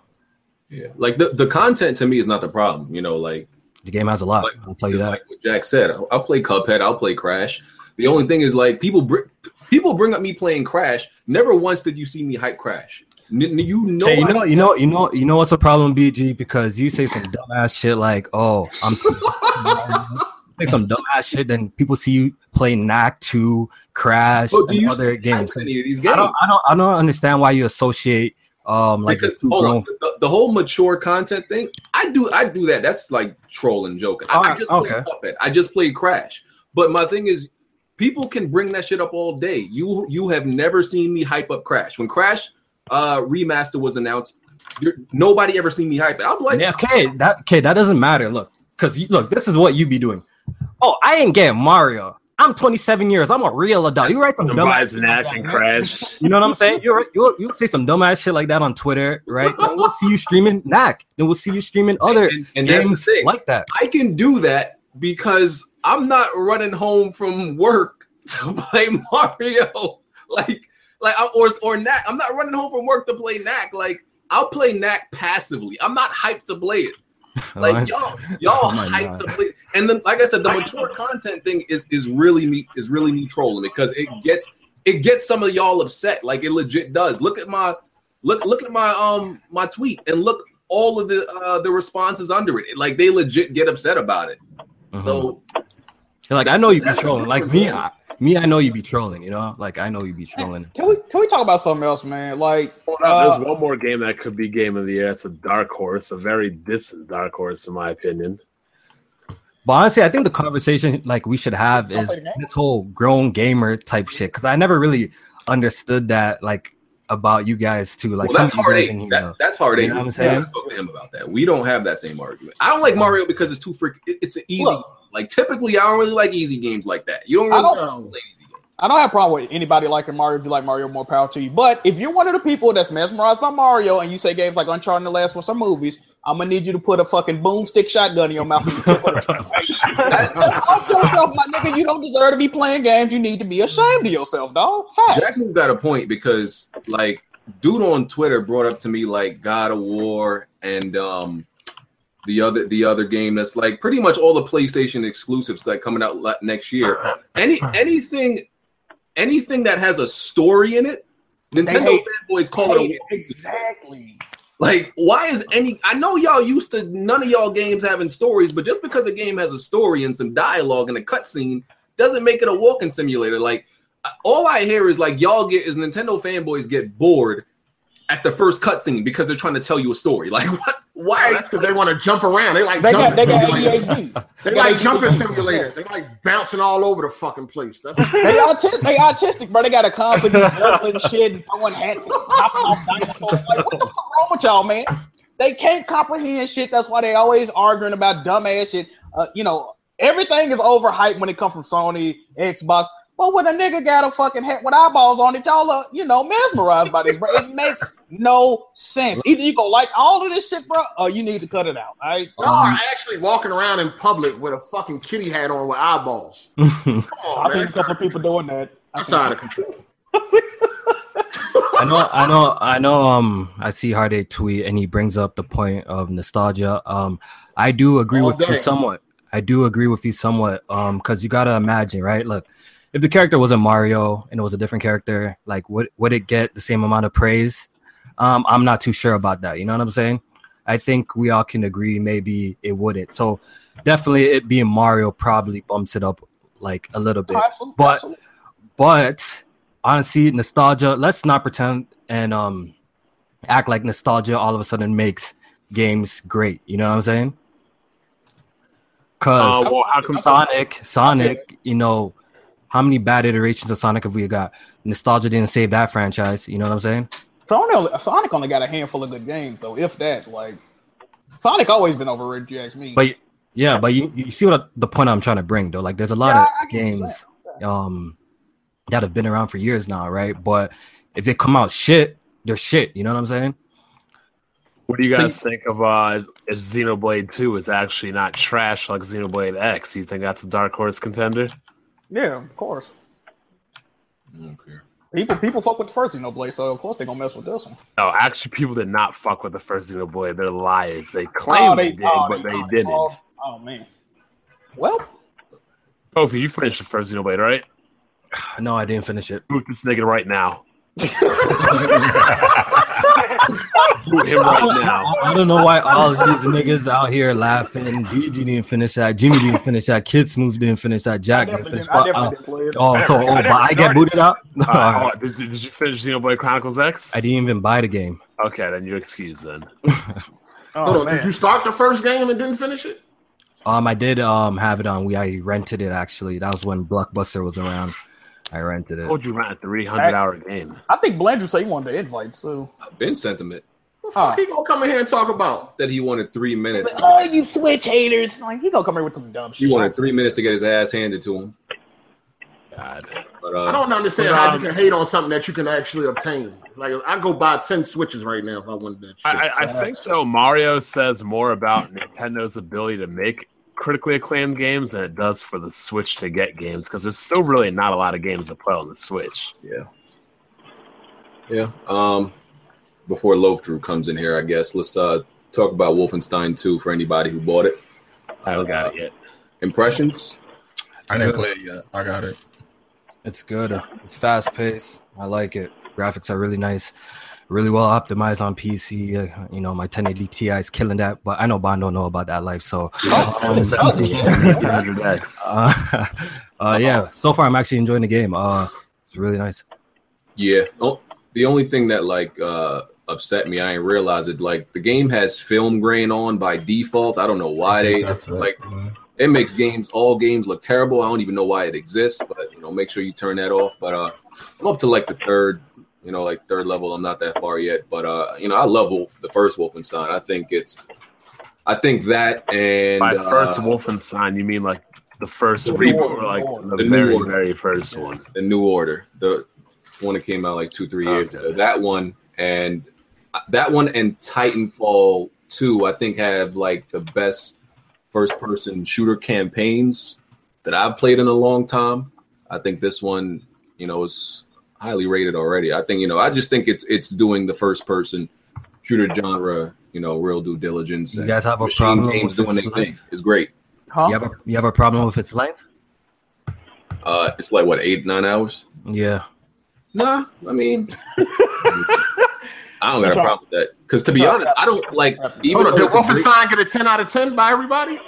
Speaker 5: Yeah, like the, the content to me is not the problem. You know, like
Speaker 4: The game has a lot.
Speaker 5: Like-
Speaker 4: I'll tell you that.
Speaker 5: like what Jack said, I'll, I'll play Cuphead, I'll play Crash. The only thing is like people br- people bring up me playing Crash. Never once did you see me hype Crash. N- n- you know,
Speaker 4: Hey, you
Speaker 5: I-
Speaker 4: know, you know, you know, you know what's the problem, BG? Because you say some dumbass shit like, "Oh, I'm." Say some dumbass shit, then people see you play Knack 2, Crash,
Speaker 5: Oh, do
Speaker 4: and
Speaker 5: you
Speaker 4: other
Speaker 5: see hype
Speaker 4: games.
Speaker 5: in any of these
Speaker 4: I
Speaker 5: games?
Speaker 4: don't, I don't, I don't understand why you associate um like
Speaker 5: because
Speaker 4: two
Speaker 5: hold on,
Speaker 4: grown
Speaker 5: the, the whole mature content thing, I do, I do that. That's like trolling, joking. I, I
Speaker 4: Alright,
Speaker 5: just
Speaker 4: okay.
Speaker 5: played Cuphead. I just played Crash. But my thing is, people can bring that shit up all day. You, you have never seen me hype up Crash. When Crash uh remaster was announced, you're, nobody ever seen me hype it. I'm like,
Speaker 4: Yeah, okay, that okay, that doesn't matter. Look, because look, this is what you be doing. Oh, I ain't getting Mario. I'm 27 years. I'm a real adult. You write some dumb
Speaker 1: Somebody's
Speaker 4: ass
Speaker 1: an action crash.
Speaker 4: You know what I'm saying? You're, you'll you'll say some dumb ass shit like that on Twitter, right? Then we'll see you streaming Knack. Then we'll see you streaming other
Speaker 5: and, and that's the
Speaker 4: games
Speaker 5: thing.
Speaker 4: like that.
Speaker 5: I can do that because I'm not running home from work to play Mario. Like, like I- or or Knack. I'm not running home from work to play Knack. Like, I'll play Knack passively. I'm not hyped to play it. Like
Speaker 4: Alright?
Speaker 5: y'all, y'all
Speaker 4: Oh my
Speaker 5: hyped to
Speaker 4: God.
Speaker 5: play. And then, like I said, the mature content thing is is really me is really me trolling because it gets it gets some of y'all upset. Like it legit does. Look at my look look at my um my tweet and look all of the uh the responses under it. Like they legit get upset about it.
Speaker 4: Mhm.
Speaker 5: So
Speaker 4: You're like I know you be
Speaker 5: that's the
Speaker 4: trolling. Like me,
Speaker 5: difference,
Speaker 4: I, me, I know you be trolling. You know, like I know you be trolling.
Speaker 2: Can we can we talk about something else, man? Like
Speaker 1: Hold on,
Speaker 2: Uh,
Speaker 1: there's one more game that could be game of the year. It's a dark horse, a very distant dark horse, in my opinion.
Speaker 4: But honestly, I think the conversation like we should have is this whole grown gamer type shit. Cause I never really understood that like about you guys too. Like
Speaker 5: well, that's
Speaker 4: some of you guys
Speaker 5: heartache.
Speaker 4: in here.
Speaker 5: That, that's heartache.
Speaker 4: You know what I'm
Speaker 5: We
Speaker 4: saying?
Speaker 5: gotta Talk to him about that. We don't have that same argument. I don't like Mario because it's too freak. it- It's an easy.
Speaker 3: Look.
Speaker 5: like typically, I don't really like easy games like that. You don't
Speaker 2: I
Speaker 5: really
Speaker 2: don't-
Speaker 5: play easy games.
Speaker 2: I don't have a problem with anybody liking Mario. If you like Mario, more power to you. But if you're one of the people that's mesmerized by Mario and you say games like Uncharted and The Last One Us are movies, I'm gonna need you to put a fucking boomstick shotgun in your mouth. Off yourself, my nigga. You don't deserve to be playing games. You need to be ashamed of yourself, dog. Facts.
Speaker 5: Jackson's got a point because like dude on Twitter brought up to me like God of War and um the other the other game that's like pretty much all the PlayStation exclusives like coming out la- next year. Any anything anything that has a story in it, Nintendo
Speaker 2: hate-
Speaker 5: fanboys call it a war.
Speaker 2: exactly.
Speaker 5: Like, why is any? I know y'all used to none of y'all games having stories, but just because a game has a story and some dialogue and a cutscene doesn't make it a walking simulator. Like, I- all I hear is like y'all get is Nintendo fanboys get bored at the first cutscene because they're trying to tell you a story. Like, what? Why?
Speaker 3: That's because they want to jump around. They like
Speaker 2: They got
Speaker 3: jumping
Speaker 2: they got
Speaker 3: simulators.
Speaker 2: ADHD.
Speaker 3: They
Speaker 2: got
Speaker 3: like
Speaker 2: ADHD.
Speaker 3: jumping simulators. They like bouncing all over the fucking place. That's
Speaker 2: They autistic. They autistic, bro. They got a confidence jumping shit and throwing hats and popping off dinosaurs. Like, what the fuck wrong with y'all, man? They can't comprehend shit. That's why they always arguing about dumbass shit. Uh, you know, everything is overhyped when it comes from Sony, Xbox. But when a nigga got a fucking hat with eyeballs on it, y'all are, you know, mesmerized by this, bro. It makes no sense. Either you go like all of this shit, bro, or you need to cut it out. All right.
Speaker 3: y'all are actually walking around in public with a fucking kitty hat on with eyeballs. Come on,
Speaker 2: I've seen
Speaker 3: man.
Speaker 2: a couple of people doing that. I
Speaker 3: That's
Speaker 2: seen-
Speaker 3: out of control.
Speaker 4: I know, I know, I know. Um, I see Hardy tweet, and he brings up the point of nostalgia. Um, I do agree
Speaker 3: All
Speaker 4: with you
Speaker 3: day.
Speaker 4: somewhat. I do agree with you somewhat. Um, because you gotta imagine, right? Look, if the character wasn't Mario and it was a different character, like would would it get the same amount of praise? Um, I'm not too sure about that. You know what I'm saying? I think we all can agree maybe it wouldn't. So definitely, it being Mario probably bumps it up like a little bit.
Speaker 2: Absolutely.
Speaker 4: But-
Speaker 2: absolutely.
Speaker 4: But honestly, nostalgia, let's not pretend and um act like nostalgia all of a sudden makes games great. You know what I'm saying? Cause
Speaker 1: Uh, well, how come
Speaker 4: Sonic, Sonic, you know, how many bad iterations of Sonic have we got? Nostalgia didn't save that franchise. You know what I'm saying?
Speaker 2: Sonic only, Sonic only got a handful of good games, though, if that. Like, Sonic always been overrated, if you ask me.
Speaker 4: But Yeah, but you, you see what the point I'm trying to bring though. Like there's a lot
Speaker 2: Yeah, I
Speaker 4: of
Speaker 2: get what you're
Speaker 4: games um that have been around for years now, right? But if they come out shit, they're shit. You know what I'm saying?
Speaker 1: What do you
Speaker 4: So
Speaker 1: guys think of uh, if Xenoblade Two is actually not trash like Xenoblade X? You think that's a dark horse contender?
Speaker 2: Yeah, of course.
Speaker 5: Okay.
Speaker 2: People people fuck with the first Xenoblade, so of course they're gonna mess with this one.
Speaker 1: No, actually, people did not fuck with the first Xenoblade. They're liars. They claim they, did,
Speaker 2: oh,
Speaker 1: but they,
Speaker 2: oh,
Speaker 1: didn't.
Speaker 2: Oh, oh, man. Well,
Speaker 1: Kofi, you finished the first Xenoblade, right?
Speaker 4: No, I didn't finish it.
Speaker 1: Boot this nigga right now. Boot him right now.
Speaker 4: I don't know why all these niggas out here laughing. BG didn't finish that. Jimmy didn't finish that. Kid Smooth didn't finish that.
Speaker 2: I
Speaker 4: Jack didn't
Speaker 2: definitely
Speaker 4: finish.
Speaker 2: didn't, I
Speaker 4: but, uh,
Speaker 2: definitely didn't play it.
Speaker 4: oh, so oh, but I get booted out.
Speaker 1: Uh, hold on. did, did you finish Xenoblade Chronicles X?
Speaker 4: I didn't even buy the game.
Speaker 1: Okay, then you're excused then.
Speaker 3: Hold
Speaker 2: Oh,
Speaker 3: on, did you
Speaker 2: man.
Speaker 3: start the first game and didn't finish it?
Speaker 4: Um, I did um have it on. We I rented it actually. That was when Blockbuster was around. I rented
Speaker 1: I
Speaker 4: it.
Speaker 1: told you around a 300 hour game.
Speaker 2: I think Blandrew said he wanted to invite, so.
Speaker 5: I've been sentiment
Speaker 3: What the
Speaker 2: Oh.
Speaker 3: fuck he gonna come in here and talk about?
Speaker 5: that he wanted three minutes. To,
Speaker 2: Oh, you Switch haters. Like, he gonna come here with some dumb
Speaker 5: he
Speaker 2: shit.
Speaker 5: wanted three minutes to get his ass handed to him.
Speaker 1: God.
Speaker 5: But
Speaker 3: I
Speaker 5: uh,
Speaker 3: don't understand how you can hate on something that you can actually obtain. Like I go buy ten switches right now if I wanted that. Shit.
Speaker 1: I, I, I think so. Mario says more about Nintendo's ability to make critically acclaimed games than it does for the Switch to get games because there's still really not a lot of games to play on the Switch.
Speaker 5: yeah. Um, before Loaf Drew comes in here, I guess let's uh talk about Wolfenstein 2 for anybody who bought it.
Speaker 1: I don't got it yet.
Speaker 5: Impressions?
Speaker 4: It's
Speaker 6: I didn't
Speaker 4: good.
Speaker 6: play it yet. I got it.
Speaker 4: It's good. It's fast paced. I like it. Graphics are really nice. Really well optimized on PC. Uh, you know, my 1080 Ti is killing that. But I know Bond don't know about that life. So
Speaker 2: Oh,
Speaker 4: um, uh, uh, yeah. So far, I'm actually enjoying the game. Uh, it's really nice.
Speaker 5: Yeah. Oh, the only thing that like uh upset me, I didn't realize it. Like the game has film grain on by default. I don't know why they
Speaker 6: That's it.
Speaker 5: like it makes games all games look terrible. I don't even know why it exists, but you know, make sure you turn that off. But uh I'm up to like the third, you know, like third level. I'm not that far yet, but uh, you know, I love Wolf, the first Wolfenstein. I think it's, I think that and
Speaker 1: By
Speaker 5: uh,
Speaker 1: first Wolfenstein, you mean like the first
Speaker 2: The
Speaker 1: reboot,
Speaker 2: new
Speaker 1: or like
Speaker 2: one.
Speaker 1: the,
Speaker 5: The new
Speaker 1: very,
Speaker 5: one.
Speaker 1: very first one?
Speaker 5: the New Order, the one that came out like two, three years
Speaker 1: Okay.
Speaker 5: ago. That one and uh, that one and Titanfall two, I think have like the best first person shooter campaigns that I've played in a long time. I think this one, you know, is highly rated already. I think, you know, I just think it's it's doing the first person shooter genre, you know, real due diligence.
Speaker 4: You
Speaker 5: and
Speaker 4: guys have a
Speaker 5: machine
Speaker 4: problem
Speaker 5: games
Speaker 4: with
Speaker 5: doing
Speaker 4: its
Speaker 5: their thing.
Speaker 4: length?
Speaker 5: It's great.
Speaker 2: Huh?
Speaker 4: You have a you have a problem with its length?
Speaker 5: Uh it's like what, eight, nine hours?
Speaker 4: Yeah.
Speaker 5: Nah, I mean, I don't got a
Speaker 2: That's all.
Speaker 5: problem with that. Because to be honest, I don't like even
Speaker 3: Hold
Speaker 2: Oh,
Speaker 3: on,
Speaker 5: though
Speaker 3: did
Speaker 5: it's a great-
Speaker 3: Wolfenstein get a ten out of ten by everybody?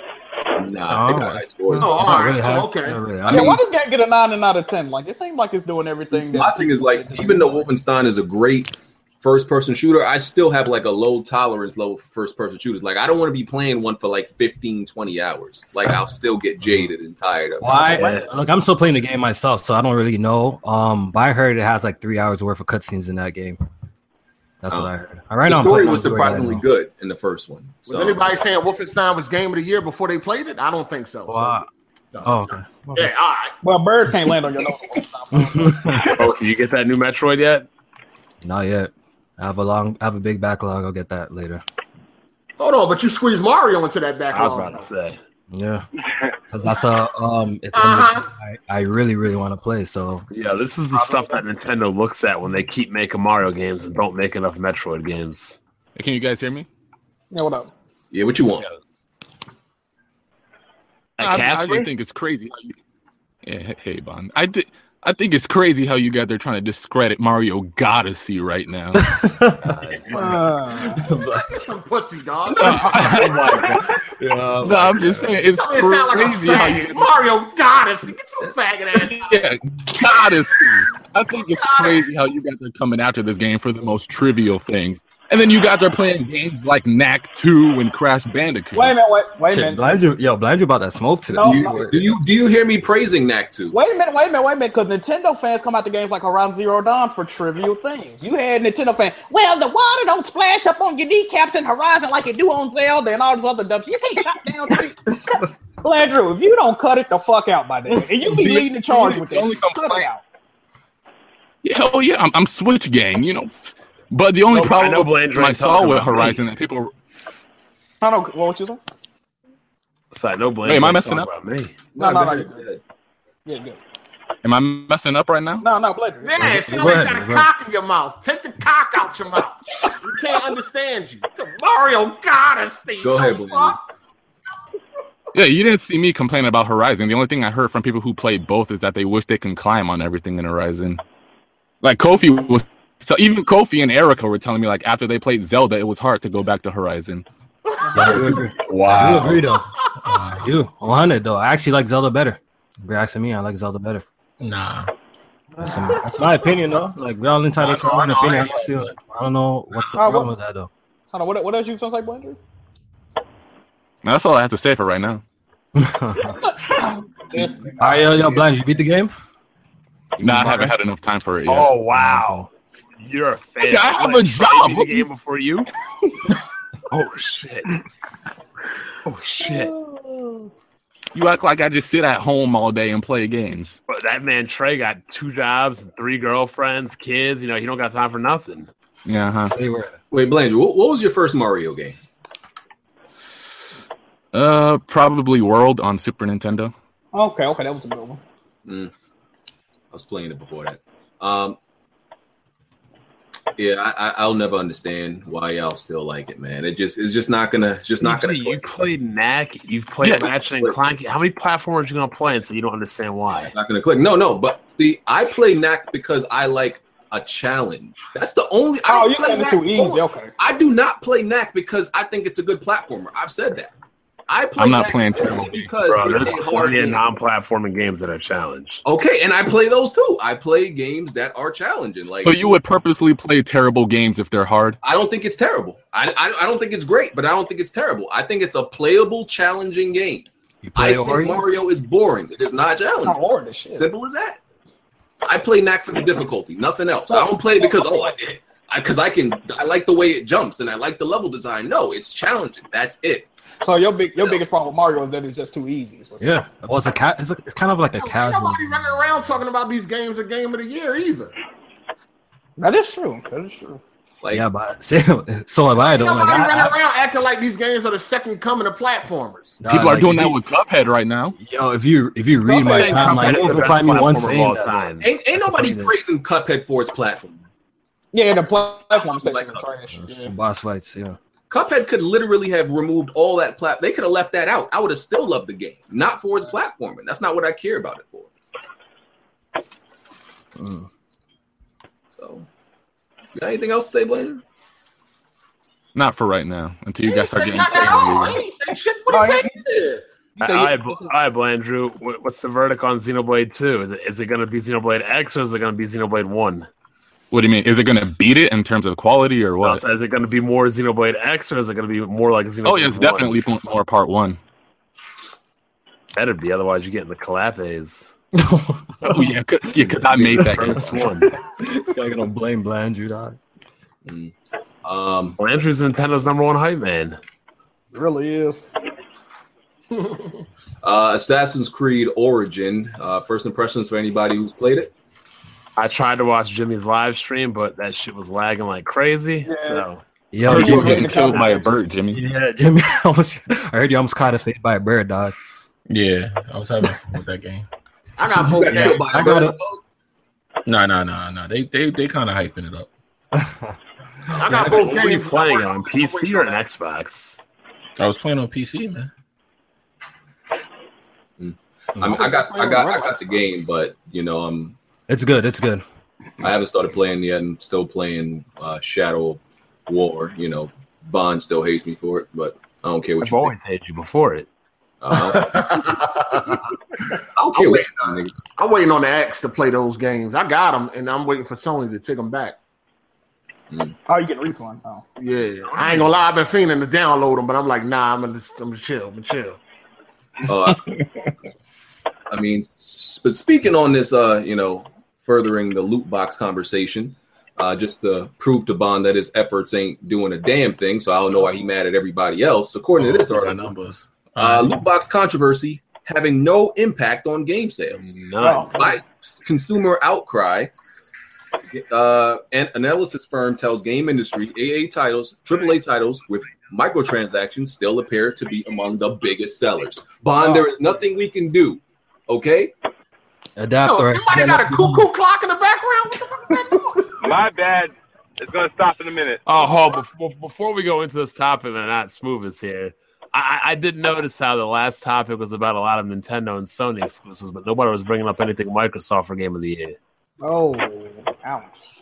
Speaker 5: Nah, they got high scores.
Speaker 3: Oh, all
Speaker 4: Not
Speaker 3: right.
Speaker 4: really
Speaker 3: Oh,
Speaker 4: high-
Speaker 3: okay.
Speaker 4: not really. I
Speaker 2: I
Speaker 4: mean,
Speaker 2: why does guy get a 9 and out of 10? Like, it seems like it's doing everything.
Speaker 5: My thing is like, even though Wolfenstein is a great first-person shooter, I still have like a low tolerance level for first-person shooters. Like, I don't want to be playing one for like 15, 20 hours. Like, I'll still get jaded and tired of. it.
Speaker 4: Why?
Speaker 1: Yeah.
Speaker 4: Look, I'm still playing the game myself, so I don't really know. Um, but I heard it has like three hours worth of cutscenes in that game. That's
Speaker 5: Oh.
Speaker 4: what I heard. All right,
Speaker 5: The
Speaker 4: now I'm
Speaker 5: story
Speaker 4: playing
Speaker 5: was
Speaker 4: the right
Speaker 5: surprisingly
Speaker 4: now.
Speaker 5: good in the first one.
Speaker 3: Was
Speaker 5: So,
Speaker 3: anybody saying Wolfenstein was game of the year before they played it? I don't think so. so-
Speaker 4: Wow. Oh, okay.
Speaker 3: Yeah, all right.
Speaker 2: Well, birds can't land on your nose.
Speaker 1: Oh, did you get that new Metroid yet?
Speaker 4: Not yet. I have a long, I have a big backlog. I'll get that later.
Speaker 3: Hold on, but you squeezed Mario into
Speaker 1: I
Speaker 3: that
Speaker 1: was
Speaker 3: backlog.
Speaker 1: about to say.
Speaker 4: Yeah, 'Cause that's a um. It's
Speaker 3: Uh-huh.
Speaker 4: I, I really, really want to play. So
Speaker 1: Yeah, this is the stuff that Nintendo looks at when they keep making Mario games and don't make enough Metroid games.
Speaker 7: Can you guys hear me?
Speaker 2: yeah, what up?
Speaker 5: yeah, what you want?
Speaker 7: I,
Speaker 1: At
Speaker 7: I
Speaker 1: Casper?
Speaker 7: just think it's crazy. How you, yeah, he- hey, Bond. I thi- I think it's crazy how you guys are trying to discredit Mario Goddessy right now.
Speaker 2: Uh,
Speaker 3: That's some pussy, dog.
Speaker 5: Yeah,
Speaker 7: no, I'm just saying it's
Speaker 3: Don't it sound like a
Speaker 7: crazy how
Speaker 3: faggot?
Speaker 7: you.
Speaker 3: Mario got us. Get your faggot ass. out.
Speaker 7: Yeah, Goddessy. I think it's crazy how you guys are coming after this game for the most trivial things. And then you guys are playing games like Knack 2 and Crash Bandicoot.
Speaker 2: Wait a minute. Wait, wait a
Speaker 4: Shit,
Speaker 2: minute.
Speaker 4: blind you, yo, blind you about that smoke today.
Speaker 3: Oh.
Speaker 2: No,
Speaker 4: You-
Speaker 2: no.
Speaker 5: Do you do you hear me praising Knack 2?
Speaker 2: Wait a minute, wait a minute, wait a minute, because Nintendo fans come out the games like Horizon Zero Dawn for trivial things. You had Nintendo fan, well, the water don't splash up on your kneecaps in Horizon like it do on Zelda and all this other dumb shit. You can't chop down trees. Landrew, if you don't cut it the fuck out by then, and you be
Speaker 7: The-
Speaker 2: leading the charge with
Speaker 7: the
Speaker 2: this,
Speaker 7: only
Speaker 2: cut it
Speaker 7: complaint-
Speaker 2: out.
Speaker 7: Yeah, oh yeah, I'm, I'm Switch gang, you know. But the only
Speaker 1: No, I
Speaker 7: problem
Speaker 1: know Blandrew
Speaker 7: I
Speaker 1: ain't
Speaker 7: saw
Speaker 1: talking
Speaker 7: with
Speaker 1: about me.
Speaker 7: Horizon that people
Speaker 2: I don't, what you say?
Speaker 1: Sorry, no blame.
Speaker 7: Wait, am I
Speaker 1: Don't
Speaker 7: messing
Speaker 1: talk about me.
Speaker 2: No, no, no,
Speaker 5: go ahead.
Speaker 2: yeah, good.
Speaker 7: am I messing up right now?
Speaker 2: No, no, Landrew.
Speaker 3: Yeah, it sounds like you got a cock in your mouth. Take the cock out your mouth. We can't understand you. Mario Goddess.
Speaker 5: Go ahead, Blaine.
Speaker 7: Yeah, you didn't see me complaining about Horizon. The only thing I heard from people who played both is that they wish they can climb on everything in Horizon. Like Kofi was so even Kofi and Erica were telling me like after they played Zelda, it was hard to go back to Horizon.
Speaker 4: Yeah, you agree. You agree though.
Speaker 6: Wow.
Speaker 4: You 100 though. I actually like Zelda better. If you're asking me, I like Zelda better.
Speaker 6: Nah.
Speaker 4: That's, that's my opinion though. Like we all entitled to our own
Speaker 6: I know, I know,
Speaker 4: opinion.
Speaker 6: I know.
Speaker 4: I, still, I don't know what's the
Speaker 2: Uh,
Speaker 4: problem
Speaker 2: what-
Speaker 4: with that though.
Speaker 2: Hold on, what, what else you supposed to say, Landrew?
Speaker 7: Now, that's all I have to say for right now.
Speaker 2: This,
Speaker 4: All right, yo, yo, blind, you beat the game.
Speaker 7: Nah, I haven't had enough time for it yet.
Speaker 1: Oh wow, you're a fan.
Speaker 7: Yeah, I have
Speaker 1: What,
Speaker 7: a
Speaker 1: Trey
Speaker 7: job.
Speaker 1: beat The game before you. oh shit. Oh shit.
Speaker 7: You act like I just sit at home all day and play games.
Speaker 1: But that man Trey got two jobs, three girlfriends, kids. You know he don't got time for nothing.
Speaker 7: Yeah, huh?
Speaker 4: Say where.
Speaker 5: Wait, Blandrew, what, what was your first Mario game?
Speaker 7: Uh, probably World on Super Nintendo.
Speaker 2: okay, okay, that was a good one.
Speaker 5: I was playing it before that. Um, yeah, I, I, I'll never understand why y'all still like it, man. It just it's just not gonna it's just not gonna.
Speaker 1: You
Speaker 5: click.
Speaker 1: E played Knack. You've played
Speaker 7: Yeah.
Speaker 1: Ratchet and Clank. How many platforms you gonna play? And so you don't understand why.
Speaker 5: It's not gonna click. No, no. But see, I play Knack because I like a challenge. That's the only. I
Speaker 2: Oh,
Speaker 5: don't
Speaker 2: you
Speaker 5: play
Speaker 2: saying it's
Speaker 5: Knack-
Speaker 2: too easy, okay.
Speaker 5: I do not play Knack because I think it's a good platformer. I've said that. I play
Speaker 7: I'm not
Speaker 5: Knack
Speaker 7: playing
Speaker 5: simply
Speaker 7: terrible games,
Speaker 5: because
Speaker 1: Bro,
Speaker 5: it's
Speaker 1: there's
Speaker 5: a hard
Speaker 1: plenty of
Speaker 5: game.
Speaker 1: non-platforming games that are challenged.
Speaker 5: Okay, and I play those too. I play games that are challenging. Like
Speaker 7: So you would purposely play terrible games if they're hard.
Speaker 5: I don't think it's terrible. I, I, I don't think it's great, but I don't think it's terrible. I think it's a playable, challenging game.
Speaker 4: You
Speaker 5: I
Speaker 4: play
Speaker 5: think
Speaker 4: Ori?
Speaker 5: Mario is boring. It is not
Speaker 2: How
Speaker 5: challenging.
Speaker 2: hard this shit.
Speaker 5: Simple as that. I play Knack for the difficulty, nothing else. I don't play because oh I did it. I because I can I like the way it jumps and I like the level design. No, it's challenging. That's it.
Speaker 2: So your big, your biggest problem with Mario is that it's just too easy. is what you're
Speaker 4: Yeah. Well, it's a cat. It's, a, it's kind of like a
Speaker 3: Oh,
Speaker 4: casual.
Speaker 3: Nobody
Speaker 4: game.
Speaker 3: running around talking about these games of game of the year either.
Speaker 2: That is true. That is true.
Speaker 5: Like
Speaker 4: Yeah, but see, so have I though.
Speaker 3: Nobody
Speaker 4: Like, I,
Speaker 3: running
Speaker 4: I,
Speaker 3: around acting like these games are the second coming of platformers.
Speaker 4: nah,
Speaker 7: People are
Speaker 4: like,
Speaker 7: doing
Speaker 4: if
Speaker 7: that
Speaker 4: you-
Speaker 7: with Cuphead right now.
Speaker 4: Yo, if you if you read my
Speaker 1: And Cuphead
Speaker 4: timeline,
Speaker 1: is
Speaker 4: you
Speaker 1: the
Speaker 4: will
Speaker 1: best
Speaker 4: find me one
Speaker 1: platformer of
Speaker 4: saying
Speaker 1: all
Speaker 4: that.
Speaker 1: time.
Speaker 5: ain't ain't nobody
Speaker 4: Yeah.
Speaker 5: praising Cuphead for its platform.
Speaker 2: Yeah, the platform section
Speaker 5: Like,
Speaker 2: is trash.
Speaker 4: though.
Speaker 2: Yeah.
Speaker 4: Boss fights, yeah.
Speaker 5: Cuphead could literally have removed all that plat. They could have left that out. I would have still loved the game, not for its platforming. That's not what I care about it for.
Speaker 4: Mm.
Speaker 5: So, you got anything else to say, Blaine?
Speaker 7: Not for right now. Until you
Speaker 3: He
Speaker 7: guys
Speaker 3: ain't
Speaker 7: start
Speaker 3: say
Speaker 7: getting
Speaker 3: nothing at all. He
Speaker 7: terrible.
Speaker 3: ain't say shit. What do
Speaker 2: Oh,
Speaker 3: you think?
Speaker 2: You
Speaker 1: All
Speaker 2: say-
Speaker 1: right, Bl- all right, Blandrew. What- What's the verdict on Xenoblade Two? Is it, is it going to be Xenoblade X or is it going to be Xenoblade One?
Speaker 7: What do you mean? Is it going to beat it in terms of quality or what?
Speaker 1: Also, Is it going to be more Xenoblade X or is it going to be more like Xenoblade?
Speaker 7: Oh yeah, it's
Speaker 1: 1?
Speaker 7: definitely po- more part one.
Speaker 1: Better be, otherwise you get in the collapes.
Speaker 7: Oh yeah, because I made that
Speaker 1: Premise
Speaker 7: game.
Speaker 1: one.
Speaker 4: This guy gonna blame Blandrew, dog.
Speaker 5: Um,
Speaker 1: Landry's Nintendo's number one hype man.
Speaker 2: It really is.
Speaker 5: uh, Assassin's Creed Origin. Uh, first impressions for anybody who's played it.
Speaker 1: I tried to watch Jimmy's live stream, but that shit was lagging like crazy.
Speaker 2: Yeah.
Speaker 1: So
Speaker 4: Yo,
Speaker 7: I heard you were
Speaker 4: Jimmy,
Speaker 7: getting killed by a bird, Jimmy.
Speaker 4: yeah, Jimmy. I almost, I heard you almost caught a fade by a bird, dog.
Speaker 6: Yeah. I was having fun with that game.
Speaker 3: I
Speaker 5: So
Speaker 3: got
Speaker 5: you
Speaker 3: hope.
Speaker 5: got
Speaker 6: yeah,
Speaker 5: killed by a
Speaker 4: I got
Speaker 5: bird.
Speaker 6: No, no, no, no. They they they kind of hyping it up.
Speaker 3: I got both
Speaker 1: what
Speaker 3: games.
Speaker 1: were you playing
Speaker 3: I'm
Speaker 1: on
Speaker 3: waiting
Speaker 1: PC
Speaker 3: for
Speaker 1: or an
Speaker 3: that.
Speaker 1: Xbox?
Speaker 6: I was playing on PC, man.
Speaker 5: I, mean, I got, I got, I got the game, but you know, um,
Speaker 4: It's good. It's good.
Speaker 5: I haven't started playing yet. I'm still playing uh, Shadow War. You know, Bond still hates me for it, but I don't care what
Speaker 1: I've
Speaker 5: you think.
Speaker 1: always hated you before it.
Speaker 5: Uh, I don't care what you think.
Speaker 3: I'm waiting on the X to play those games. I got them, and I'm waiting for Sony to take them back.
Speaker 2: Oh, you get a refund. Oh.
Speaker 3: Yeah, I ain't gonna lie. I've been fiending to download them, but I'm like, nah, I'm gonna, I'm gonna chill, I'm gonna chill.
Speaker 5: Uh, I mean, s- but speaking on this, uh, you know, furthering the loot box conversation, uh, just to prove to Bond that his efforts ain't doing a damn thing. So I don't know why he mad at everybody else. According to this
Speaker 6: our
Speaker 5: article,
Speaker 6: numbers.
Speaker 5: uh, loot box controversy having no impact on game sales.
Speaker 2: Uh,
Speaker 1: None.
Speaker 2: Oh.
Speaker 5: By consumer outcry, uh, an analysis firm tells game industry AA titles, AAA titles with microtransactions still appear to be among the biggest sellers. Bond, there is nothing we can do. Okay,
Speaker 4: Adapt
Speaker 3: Yo,
Speaker 4: or
Speaker 3: somebody got a cuckoo clock in the background. What the fuck is that? noise?
Speaker 8: My bad. It's gonna stop in a minute.
Speaker 1: Oh, hold before, before we go into this topic and not smooth is here. I, I I did notice how the last topic was about a lot of Nintendo and Sony exclusives, but nobody was bringing up anything Microsoft for Game of the Year.
Speaker 2: Oh, ouch.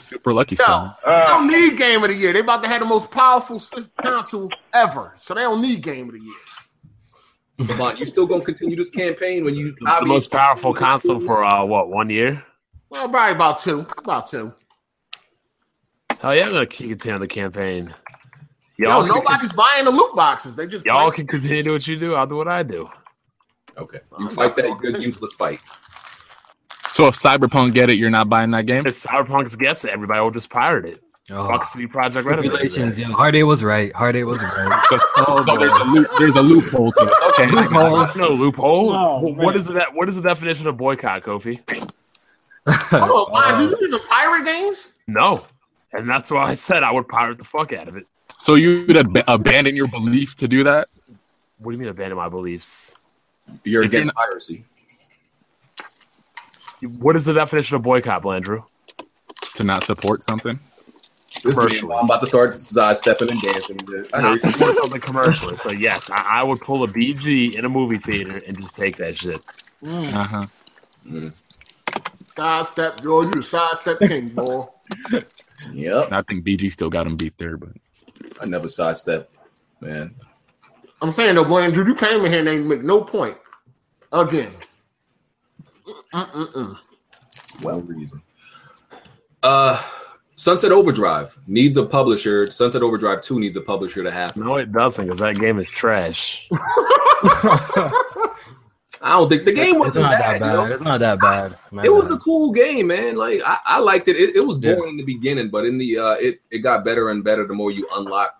Speaker 7: Super lucky
Speaker 3: Yo,
Speaker 7: stone.
Speaker 3: they
Speaker 8: Uh,
Speaker 3: don't need game of the year. They about to have the most powerful s- console ever, so they don't need game of the year.
Speaker 5: Bond, you still gonna continue this campaign when you
Speaker 1: The, the most powerful console for uh, what one year?
Speaker 3: Well, probably about two. About two.
Speaker 1: Hell yeah, I'm gonna continue on the campaign.
Speaker 3: Yo,
Speaker 1: Y'all, can,
Speaker 3: nobody's buying the loot boxes. They just
Speaker 1: y'all can continue what you do. I'll do what I do.
Speaker 5: Okay, you fight that good useless fight.
Speaker 7: So if Cyberpunk get it, you're not buying that game.
Speaker 1: If Cyberpunk's gets it, everybody will just pirate it.
Speaker 4: Oh,
Speaker 1: Fuck City Project Red.
Speaker 4: stipulations. Yo, Hardy was right. Hardy was right.
Speaker 7: So, so there's, a loop, there's a loophole to it. Okay, I got it.
Speaker 1: That's no loophole.
Speaker 2: Oh,
Speaker 1: Wh- what
Speaker 2: man.
Speaker 1: is that? What is the definition of boycott, Kofi? Uh,
Speaker 3: Hold on, Bond, do you even pirate games?
Speaker 1: No, and that's why I said I would pirate the fuck out of it.
Speaker 7: so you'd ab- abandon your belief to do that?
Speaker 1: What do you mean abandon my beliefs?
Speaker 5: You're
Speaker 7: If you're
Speaker 5: against piracy.
Speaker 1: What is the definition of boycott, Blandrew?
Speaker 7: To not support something?
Speaker 5: This man,
Speaker 1: Commercially.
Speaker 5: I'm about to start sidestepping and dancing. I hear
Speaker 1: Not
Speaker 5: you.
Speaker 1: support something commercially. So yes, I, I would pull a BG in a movie theater and just take that shit.
Speaker 2: Mm.
Speaker 7: Uh huh.
Speaker 3: Sidestep, yo, you a sidestep king, boy.
Speaker 5: Yep,
Speaker 7: I think BG still got him beat there, but
Speaker 5: I never sidestep, man.
Speaker 3: I'm saying though, Blaine, Drew, you came in here and they make no point. Again. Mm-mm-mm.
Speaker 5: Well reason. Uh, Sunset Overdrive needs a publisher. Sunset Overdrive Two needs a publisher to happen.
Speaker 1: No, it doesn't, because that game is trash.
Speaker 5: I don't think the game
Speaker 4: it's
Speaker 5: wasn't
Speaker 4: not
Speaker 5: bad.
Speaker 4: that
Speaker 5: you know?
Speaker 4: bad. It's not that bad. man.
Speaker 5: It was a cool game, man. Like I, I liked it. it. It was
Speaker 4: Yeah.
Speaker 5: boring in the beginning, but in the uh, it it got better and better the more you unlock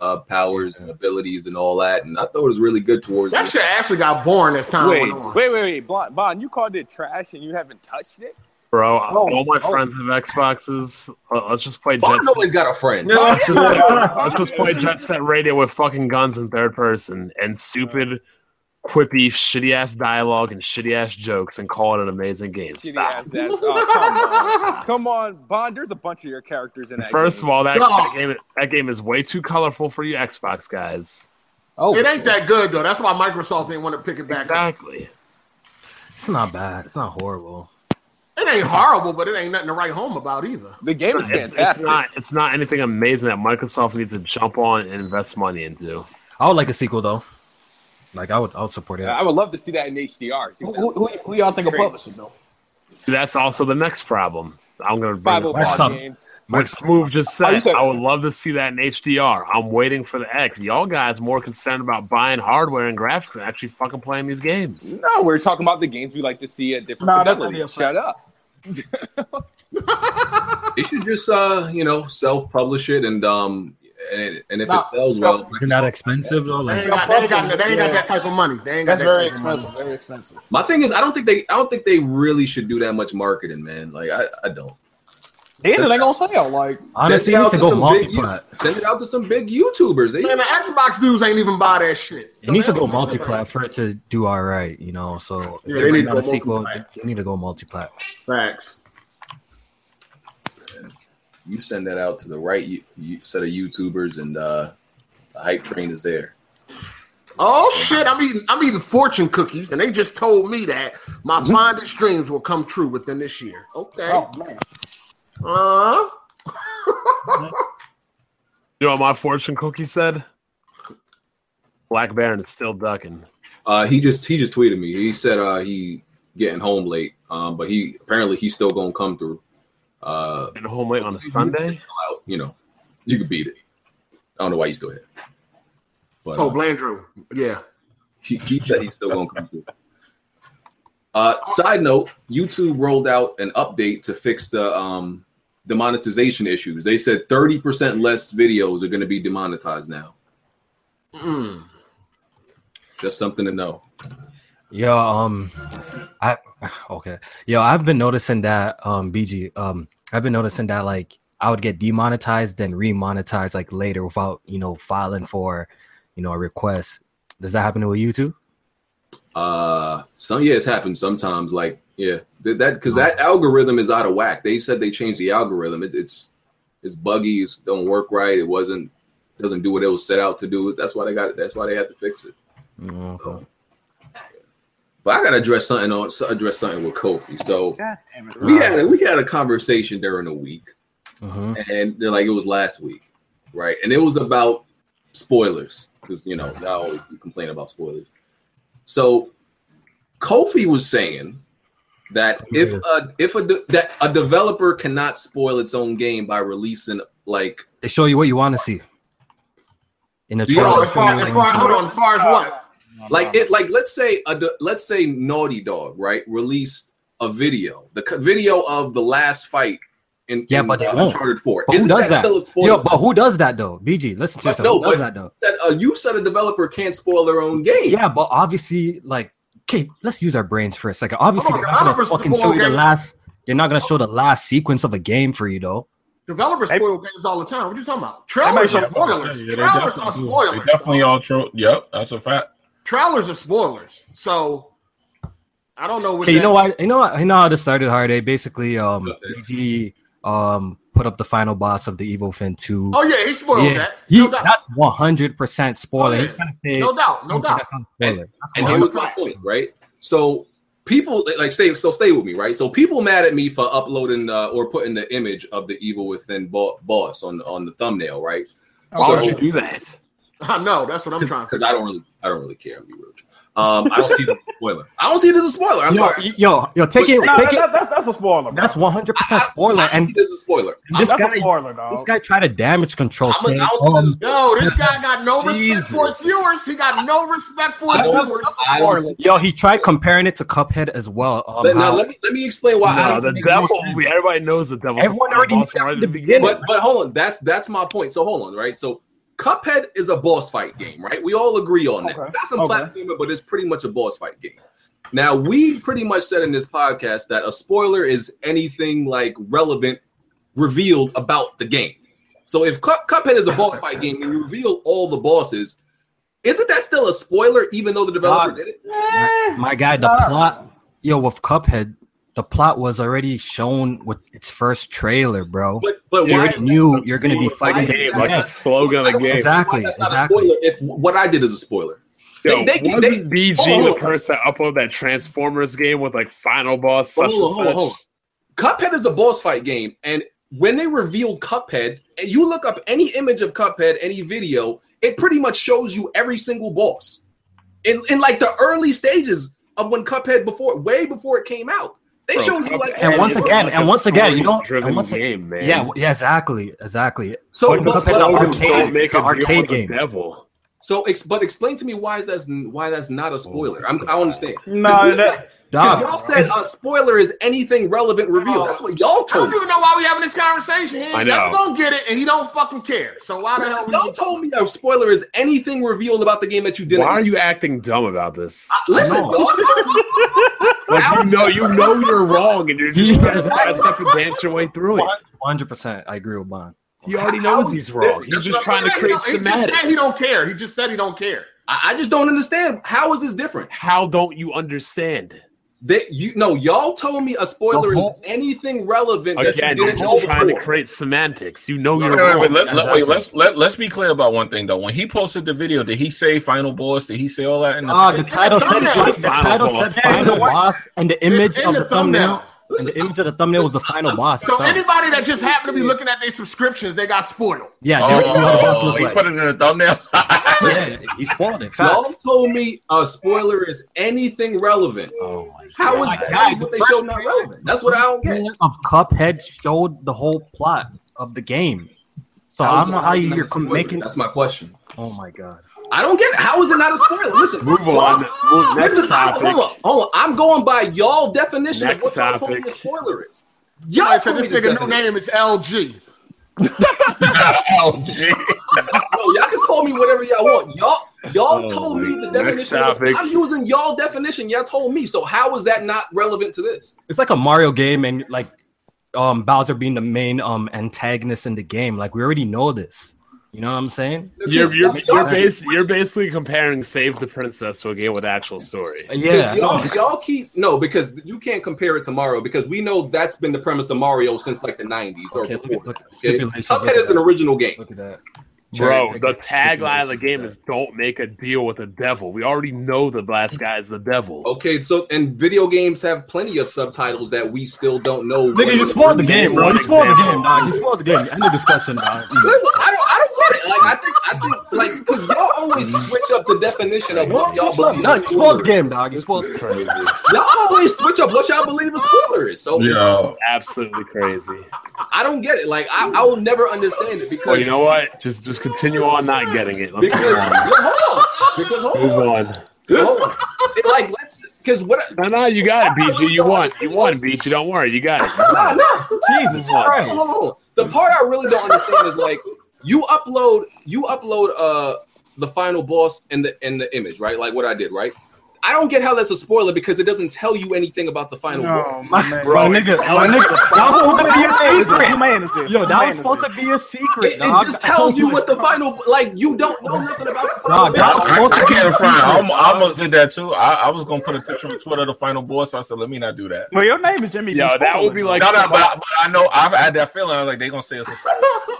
Speaker 5: uh powers and abilities and all that. And I thought it was really good towards.
Speaker 3: That
Speaker 5: the-
Speaker 3: shit actually got boring as time
Speaker 8: wait,
Speaker 3: went
Speaker 8: wait,
Speaker 3: on.
Speaker 8: wait, wait, Bond, Bond, you called it trash and you haven't touched it.
Speaker 1: Bro,
Speaker 8: Oh,
Speaker 1: all my
Speaker 8: oh.
Speaker 1: friends have Xboxes. Uh, let's just play Jet
Speaker 5: Bond always got a friend.
Speaker 2: Oh,
Speaker 1: Let's just, let's just play Jet Set Radio with fucking guns in third person and stupid, quippy, shitty ass dialogue and shitty ass jokes and call it an amazing game.
Speaker 8: Shitty
Speaker 1: Stop.
Speaker 8: ass dad. Oh, come, on. come on, Bond. There's a bunch of your characters in that.
Speaker 1: First of
Speaker 8: game.
Speaker 1: all, that,
Speaker 3: No.
Speaker 1: that game that game is way too colorful for you Xbox guys.
Speaker 2: Oh,
Speaker 3: It ain't that good though. That's why Microsoft didn't want to pick it back up.
Speaker 1: Exactly.
Speaker 4: It's not bad. It's not horrible.
Speaker 3: It ain't horrible, but it ain't nothing to write home about either.
Speaker 8: the game is
Speaker 1: It's,
Speaker 8: fantastic.
Speaker 1: it's not it's not anything amazing that Microsoft needs to jump on and invest money into.
Speaker 4: I would like a sequel though. Like I would, I would support it.
Speaker 8: I would love to see that in HDR. See
Speaker 2: who,
Speaker 8: what
Speaker 2: who, who, who y'all think will
Speaker 8: Crazy.
Speaker 2: publish it though?
Speaker 1: That's also the next problem. I'm gonna bring
Speaker 8: Bible
Speaker 1: it
Speaker 4: Microsoft.
Speaker 8: Bond oh games.
Speaker 1: What Smooth just
Speaker 8: Oh, you
Speaker 1: said,
Speaker 8: said-
Speaker 1: I would love to see that in HDR. I'm waiting for the X. Y'all guys more concerned about buying hardware and graphics than actually fucking playing these games.
Speaker 8: No, we're talking about the games we like to see at different
Speaker 2: Nah, that's
Speaker 8: fidelity.
Speaker 2: not it.
Speaker 8: Shut up.
Speaker 5: They should just uh you know self publish it and um and, and if
Speaker 2: Nah,
Speaker 5: it sells
Speaker 2: self-
Speaker 5: well.
Speaker 4: Isn't that expensive though?
Speaker 3: They ain't got,
Speaker 4: Like,
Speaker 3: they ain't got, they ain't got that type of money. They ain't got
Speaker 2: That's
Speaker 3: that
Speaker 2: very
Speaker 3: type of money.
Speaker 2: expensive. Very expensive.
Speaker 5: My thing is, I don't think they I don't think they really should do that much marketing, man. Like I, I don't.
Speaker 2: Then it ain't gonna sell. Like
Speaker 4: honestly, it
Speaker 5: Send
Speaker 4: needs to go
Speaker 5: it out to some big
Speaker 4: multi-plat.
Speaker 5: Send it out to some big YouTubers. They,
Speaker 3: Man, the Xbox dudes ain't even buy that shit.
Speaker 4: It needs to go multi-plat for it to do all right. You know, so if
Speaker 3: Yeah,
Speaker 4: they're
Speaker 3: they need to
Speaker 4: bringing out
Speaker 3: go
Speaker 4: a sequel. They
Speaker 3: multi-plat.
Speaker 4: they need to go multi-plat.
Speaker 3: Facts.
Speaker 5: you send that out to the right you, you set of YouTubers, and uh, the hype train is there.
Speaker 3: Oh shit! I'm eating. I'm eating fortune cookies, and they just told me that my fondest dreams will come true within this year. Okay.
Speaker 2: oh man,
Speaker 3: Uh,
Speaker 1: You know what my fortune cookie said? Black Baron is still ducking.
Speaker 5: Uh, he just he just tweeted me. He said uh, he getting home late, um, but he apparently he's still gonna come through. Uh,
Speaker 1: and home late on a Sunday.
Speaker 5: you know, you could beat it. I don't know why you still here. But,
Speaker 3: Oh,
Speaker 5: uh,
Speaker 3: Blandrew. Yeah.
Speaker 5: He, he said he's still going to come through. Uh, side note: YouTube rolled out an update to fix the um, the monetization issues. They said thirty percent less videos are going to be demonetized now.
Speaker 3: Mm.
Speaker 5: Just something to know.
Speaker 4: Yo, um, I okay. Yo, I've been noticing that um BG um I've been noticing that like I would get demonetized then remonetized like later without you know filing for you know a request. Does that happen with you too?
Speaker 5: Uh, some yeah, it's happened sometimes. Like yeah, th- that because that algorithm is out of whack. They said they changed the algorithm. It, it's it's buggy. It don't work right. It wasn't doesn't do what it was set out to do. That's why they got. That's why they had to fix it.
Speaker 4: Okay.
Speaker 5: But I gotta address something on so- address something with Kofi. So
Speaker 2: God damn it.
Speaker 5: we had a, we had a conversation during the week,
Speaker 4: Mhm.
Speaker 5: and they're like it was last week, right? And it was about spoilers because you know I always complain about spoilers. So Kofi was saying that if a if a de- that a developer cannot spoil its own game by releasing like
Speaker 4: They show you what you want to see in a
Speaker 5: Do you
Speaker 3: Oh,
Speaker 4: trailer.
Speaker 5: know-
Speaker 3: as far, as far, hold on. As far as what?
Speaker 5: like it like let's say a de- let's say naughty dog right released a video the co- video of the last fight in,
Speaker 4: Yeah,
Speaker 5: in,
Speaker 4: but they
Speaker 5: uh,
Speaker 4: won't.
Speaker 5: uncharted 4
Speaker 4: But who
Speaker 5: Isn't
Speaker 4: does that?
Speaker 5: still a spoiler
Speaker 4: Yo, but who does that though? BG, listen to
Speaker 5: But
Speaker 4: yourself.
Speaker 5: no,
Speaker 4: who does
Speaker 5: but-
Speaker 4: that though?
Speaker 5: that, uh, you said a developer can't spoil their own game
Speaker 4: Yeah, but obviously, like, okay, let's use our brains for a second. Obviously,
Speaker 3: Hold on,
Speaker 4: they're not gonna
Speaker 3: developers
Speaker 4: fucking
Speaker 3: spoil
Speaker 4: show you the
Speaker 3: games.
Speaker 4: last. They're not gonna show the last sequence of a game for you though.
Speaker 3: Developers
Speaker 8: Hey.
Speaker 3: spoil games all the time. What are you talking about? Trailers are spoilers.
Speaker 6: Yeah, they
Speaker 3: Trailers are
Speaker 6: definitely do. They
Speaker 3: spoilers.
Speaker 6: definitely all true. Yep, that's a fact.
Speaker 3: Trailers are spoilers. So I don't know what.
Speaker 4: Okay, you
Speaker 3: that-
Speaker 4: know why? You know, what- you know how this started, Hardy. Basically, um,
Speaker 5: Okay.
Speaker 4: BG, um, put up the final boss of the Evil Fin Two.
Speaker 3: Oh yeah, he spoiled
Speaker 4: yeah,
Speaker 3: that.
Speaker 4: he,
Speaker 3: no doubt.
Speaker 4: that's one hundred percent spoiler.
Speaker 3: Oh, yeah.
Speaker 4: He kinda said-
Speaker 3: No doubt. No
Speaker 4: Okay,
Speaker 3: doubt.
Speaker 4: That's not a spoiler. That's
Speaker 5: and
Speaker 4: one
Speaker 5: here was
Speaker 4: hundred-
Speaker 5: Oh, my point right so people like stay so stay with me right so people mad at me for uploading uh, or putting the image of the evil within bo- boss on on the thumbnail right
Speaker 1: Why
Speaker 5: So-
Speaker 2: Oh,
Speaker 1: would you do that?
Speaker 3: I know. That's what I'm trying to.
Speaker 5: because I don't really, I don't really care. I'll be rude. Um, I don't see it as a spoiler. I don't see it as a spoiler. I'm
Speaker 4: yo,
Speaker 5: sorry.
Speaker 4: yo, yo, take it,
Speaker 8: No,
Speaker 4: take
Speaker 8: that,
Speaker 4: it.
Speaker 8: that, that's, that's a spoiler. Bro.
Speaker 4: That's one hundred percent spoiler.
Speaker 5: I don't see
Speaker 4: And
Speaker 5: it as a spoiler.
Speaker 4: this
Speaker 8: that's
Speaker 4: guy,
Speaker 8: a spoiler,
Speaker 4: this
Speaker 8: dog.
Speaker 4: guy tried to damage control.
Speaker 5: I'm a-
Speaker 4: saying,
Speaker 5: I don't see it
Speaker 4: um,
Speaker 5: as a
Speaker 3: Yo, this guy got no respect for his
Speaker 1: Jesus.
Speaker 3: viewers. He got no respect for his
Speaker 5: I don't-
Speaker 3: viewers.
Speaker 5: um, I don't see-
Speaker 4: Yo, he tried comparing it to Cuphead as well. Um,
Speaker 5: Let- now
Speaker 4: how-
Speaker 5: let me let me explain why. I
Speaker 1: No, the
Speaker 5: don't think-
Speaker 1: devil. we- Everybody knows the devil.
Speaker 4: Everyone already knew
Speaker 1: right
Speaker 4: that
Speaker 1: at
Speaker 4: from
Speaker 1: the
Speaker 4: the
Speaker 1: beginning.
Speaker 5: But but hold on, that's that's my point. So hold on, right? So Cuphead is a boss fight game, right? We all agree on that.
Speaker 8: Okay.
Speaker 5: That's a
Speaker 8: Okay.
Speaker 5: platformer, but it's pretty much a boss fight game. Now we pretty much said in this podcast that a spoiler is anything like relevant revealed about the game. So if Cup- Cuphead is a boss fight game and you reveal all the bosses, isn't that still a spoiler? Even though the developer
Speaker 4: Not-
Speaker 5: did it,
Speaker 4: my guy, the plot, yo, with Cuphead, the plot was already shown with its first trailer, bro.
Speaker 5: but but
Speaker 4: You
Speaker 5: why?
Speaker 4: already knew you're gonna be fighting.
Speaker 1: game,
Speaker 4: the
Speaker 1: like a
Speaker 4: yes.
Speaker 1: slogan of the game.
Speaker 4: Exactly,
Speaker 5: why that's not a
Speaker 4: exactly.
Speaker 5: spoiler. If what I did is a spoiler,
Speaker 1: Yo,
Speaker 5: They- they-
Speaker 1: wasn't BG
Speaker 5: hold
Speaker 1: the
Speaker 5: on.
Speaker 1: person that uploaded that Transformers game with like final boss? Such
Speaker 5: Hold on,
Speaker 1: and
Speaker 5: hold on,
Speaker 1: such?
Speaker 5: hold on. Cuphead is a boss fight game, and when they reveal Cuphead, and you look up any image of Cuphead, any video, it pretty much shows you every single boss. In in like the early stages of when Cuphead before, way before it came out, they
Speaker 1: Bro,
Speaker 5: showed you like.
Speaker 1: Cuphead
Speaker 4: And once
Speaker 1: is
Speaker 4: again-
Speaker 1: like
Speaker 4: and
Speaker 1: a
Speaker 4: once again, you know-
Speaker 1: story-driven
Speaker 4: and once ag-
Speaker 1: game, man.
Speaker 4: Yeah, yeah, exactly, exactly.
Speaker 5: so,
Speaker 1: Like, the
Speaker 5: but-
Speaker 4: Cuphead's an
Speaker 5: but-
Speaker 1: slogans
Speaker 4: arcade-
Speaker 1: don't make
Speaker 4: it's an
Speaker 1: a deal
Speaker 4: arcade
Speaker 1: with the
Speaker 4: game.
Speaker 1: devil.
Speaker 5: so, ex, but explain to me why is that's why that's not a spoiler. I'm, I understand.
Speaker 8: No,
Speaker 5: Because
Speaker 8: that,
Speaker 5: y'all
Speaker 4: Dog,
Speaker 5: said a spoiler is anything relevant revealed. That's what y'all
Speaker 3: I
Speaker 5: told
Speaker 3: don't
Speaker 5: me.
Speaker 3: even know why we having this conversation. He ain't
Speaker 1: I know.
Speaker 3: never gonna get it, and he don't fucking care. So why the hell?
Speaker 5: Y'all told me a spoiler is anything revealed about the game that you didn't.
Speaker 1: Why are you acting dumb about this?
Speaker 5: Listen, dog.
Speaker 1: Like you know, you know you're wrong, and you're just trying to sidestep and dance your way through it.
Speaker 4: hundred percent. I agree with Bond.
Speaker 1: He already knows he's wrong. He's just trying to
Speaker 3: Yeah, he
Speaker 1: create
Speaker 3: don't- He just said he
Speaker 1: semantics.
Speaker 3: don't care. He just said he don't care.
Speaker 5: I, I just don't understand. How is this different?
Speaker 1: How don't you understand?
Speaker 5: That you no, y'all told me a spoiler
Speaker 4: The whole-
Speaker 5: is anything relevant that
Speaker 1: Again,
Speaker 5: you
Speaker 1: you're
Speaker 5: didn't know
Speaker 1: just trying to
Speaker 5: before.
Speaker 1: create semantics. You know you're
Speaker 6: Wait, wait, wait,
Speaker 1: wrong.
Speaker 6: let, let, wait, let's let, let's be clear about one thing though. When he posted the video, did he say final boss? Did he say all that in the
Speaker 4: Dog, the title said
Speaker 3: thumbnail.
Speaker 4: the title
Speaker 1: Final
Speaker 4: said
Speaker 1: boss.
Speaker 4: final boss, and the image
Speaker 3: It's in
Speaker 4: of the thumbnail. And the image of the thumbnail was the final boss.
Speaker 3: So
Speaker 4: itself.
Speaker 3: anybody that just happened to be looking at their subscriptions, they got spoiled.
Speaker 4: Yeah,
Speaker 6: Oh,
Speaker 4: dude, you know what the boss
Speaker 6: he
Speaker 4: looked
Speaker 6: put
Speaker 4: like.
Speaker 6: it in the thumbnail.
Speaker 4: Yeah, he spoiled it. Fact.
Speaker 5: Y'all told me a spoiler is anything relevant.
Speaker 4: Oh my
Speaker 5: How is
Speaker 4: God.
Speaker 5: that what they showed not relevant? That's what I don't get.
Speaker 4: Of Cuphead showed the whole plot of the game. So I
Speaker 5: How's
Speaker 4: don't
Speaker 5: it-
Speaker 4: know how
Speaker 5: how's it not
Speaker 4: you're
Speaker 5: a spoiler?
Speaker 4: making.
Speaker 5: That's my question.
Speaker 4: Oh my god!
Speaker 5: I don't get it. How is it not a spoiler? Listen,
Speaker 1: Move on. Move
Speaker 5: This
Speaker 1: next
Speaker 5: is, I- hold
Speaker 1: topic.
Speaker 5: on, hold on. I'm going by y'all definition
Speaker 1: Next
Speaker 5: of what y'all told me
Speaker 1: topic.
Speaker 5: a spoiler is.
Speaker 3: I
Speaker 5: Y'all
Speaker 3: said
Speaker 5: told me
Speaker 3: this
Speaker 5: this
Speaker 3: nigga new
Speaker 5: definition.
Speaker 3: name is LG.
Speaker 5: No, Oh, y'all can call me whatever y'all want. Y'all, y'all
Speaker 1: Oh,
Speaker 5: told
Speaker 1: man.
Speaker 5: me
Speaker 1: Next
Speaker 5: the definition. of this.
Speaker 1: topic.
Speaker 5: I'm using y'all definition. Y'all told me. So how is that not relevant to this?
Speaker 4: It's like a Mario game, and like um Bowser being the main um antagonist in the game. Like we already know this. You know what I'm saying?
Speaker 1: You're
Speaker 5: Just-
Speaker 1: you're,
Speaker 5: y'all-
Speaker 1: you're, bas- you're basically comparing Save the Princess to a game with actual story.
Speaker 5: because
Speaker 4: Yeah.
Speaker 5: Y'all, y'all keep no because you can't compare it to Mario because we know that's been the premise of Mario since like the 90s or
Speaker 4: Okay, look
Speaker 5: before.
Speaker 4: at, look at
Speaker 5: okay?
Speaker 4: stipulations. Look
Speaker 5: Cuphead
Speaker 4: at
Speaker 5: is an
Speaker 4: that.
Speaker 5: original game.
Speaker 4: Look at that.
Speaker 1: Bro,
Speaker 4: Cherry
Speaker 1: the
Speaker 4: pick
Speaker 1: tagline of the
Speaker 4: stipulations.
Speaker 1: game is "Don't make a deal with the devil." We already know the last guy is the devil.
Speaker 5: Okay, so and video games have plenty of subtitles that we still don't know. what-
Speaker 4: Nigga, you spoiled the game, bro. You
Speaker 1: One
Speaker 4: spoiled the
Speaker 1: example.
Speaker 4: game, dog. You spoiled the game. End of discussion, dog.
Speaker 5: Listen, I don't, I don't get it. Like, I think, I think, like, because y'all always
Speaker 4: Mm-hmm.
Speaker 5: switch up the definition of what y'all believe.
Speaker 4: No,
Speaker 5: a
Speaker 4: you spoiled the
Speaker 5: spoiler is.
Speaker 4: game, dog. You spoiled the game.
Speaker 5: Y'all always switch up what y'all believe a spoiler is. So
Speaker 6: Yeah.
Speaker 1: Absolutely crazy.
Speaker 5: I don't get it. Like, I, I will never understand it because
Speaker 1: Well, you know what? Just just continue on not getting it. Let's
Speaker 5: because
Speaker 1: move on.
Speaker 5: Yeah, hold on, because hold on,
Speaker 1: Move on.
Speaker 5: hold on. It, like let's because what
Speaker 1: No, no, you got it, BG. You won. You won, BG. Don't worry, you got it.
Speaker 5: nah, nah,
Speaker 4: Jesus
Speaker 5: Hold on,
Speaker 4: Christ.
Speaker 5: hold on. The part I really don't understand is like you upload you upload uh the final boss and the and the image, right? Like what I did, right? I don't get how that's a spoiler because it doesn't tell you anything about the final boss.
Speaker 8: Oh, man.
Speaker 4: Bro, nigga, my nigga, that was supposed to be a secret.
Speaker 8: Who man is this?
Speaker 4: Yo,
Speaker 8: Who
Speaker 4: that
Speaker 8: man
Speaker 4: was
Speaker 8: is
Speaker 4: supposed
Speaker 8: this?
Speaker 4: to be a secret.
Speaker 5: It, it
Speaker 4: dog.
Speaker 5: just
Speaker 4: I told
Speaker 5: tells you
Speaker 4: it.
Speaker 5: what the final like you don't know nothing about the final
Speaker 4: Nah, that
Speaker 5: boss.
Speaker 4: was
Speaker 6: I,
Speaker 4: supposed
Speaker 6: I
Speaker 4: to be a
Speaker 6: can't front. I
Speaker 4: secret.
Speaker 6: almost, I almost did that too. I, I was gonna put a picture on Twitter of the final boss. I said, let me not do that.
Speaker 8: Well, your name is Jimmy.
Speaker 1: Yo,
Speaker 8: Dean
Speaker 1: that
Speaker 8: Spoiler,
Speaker 1: would be
Speaker 8: though.
Speaker 1: like-
Speaker 6: No, no, but I, but I know I've had that feeling. I was like, they gonna say it's a spoiler.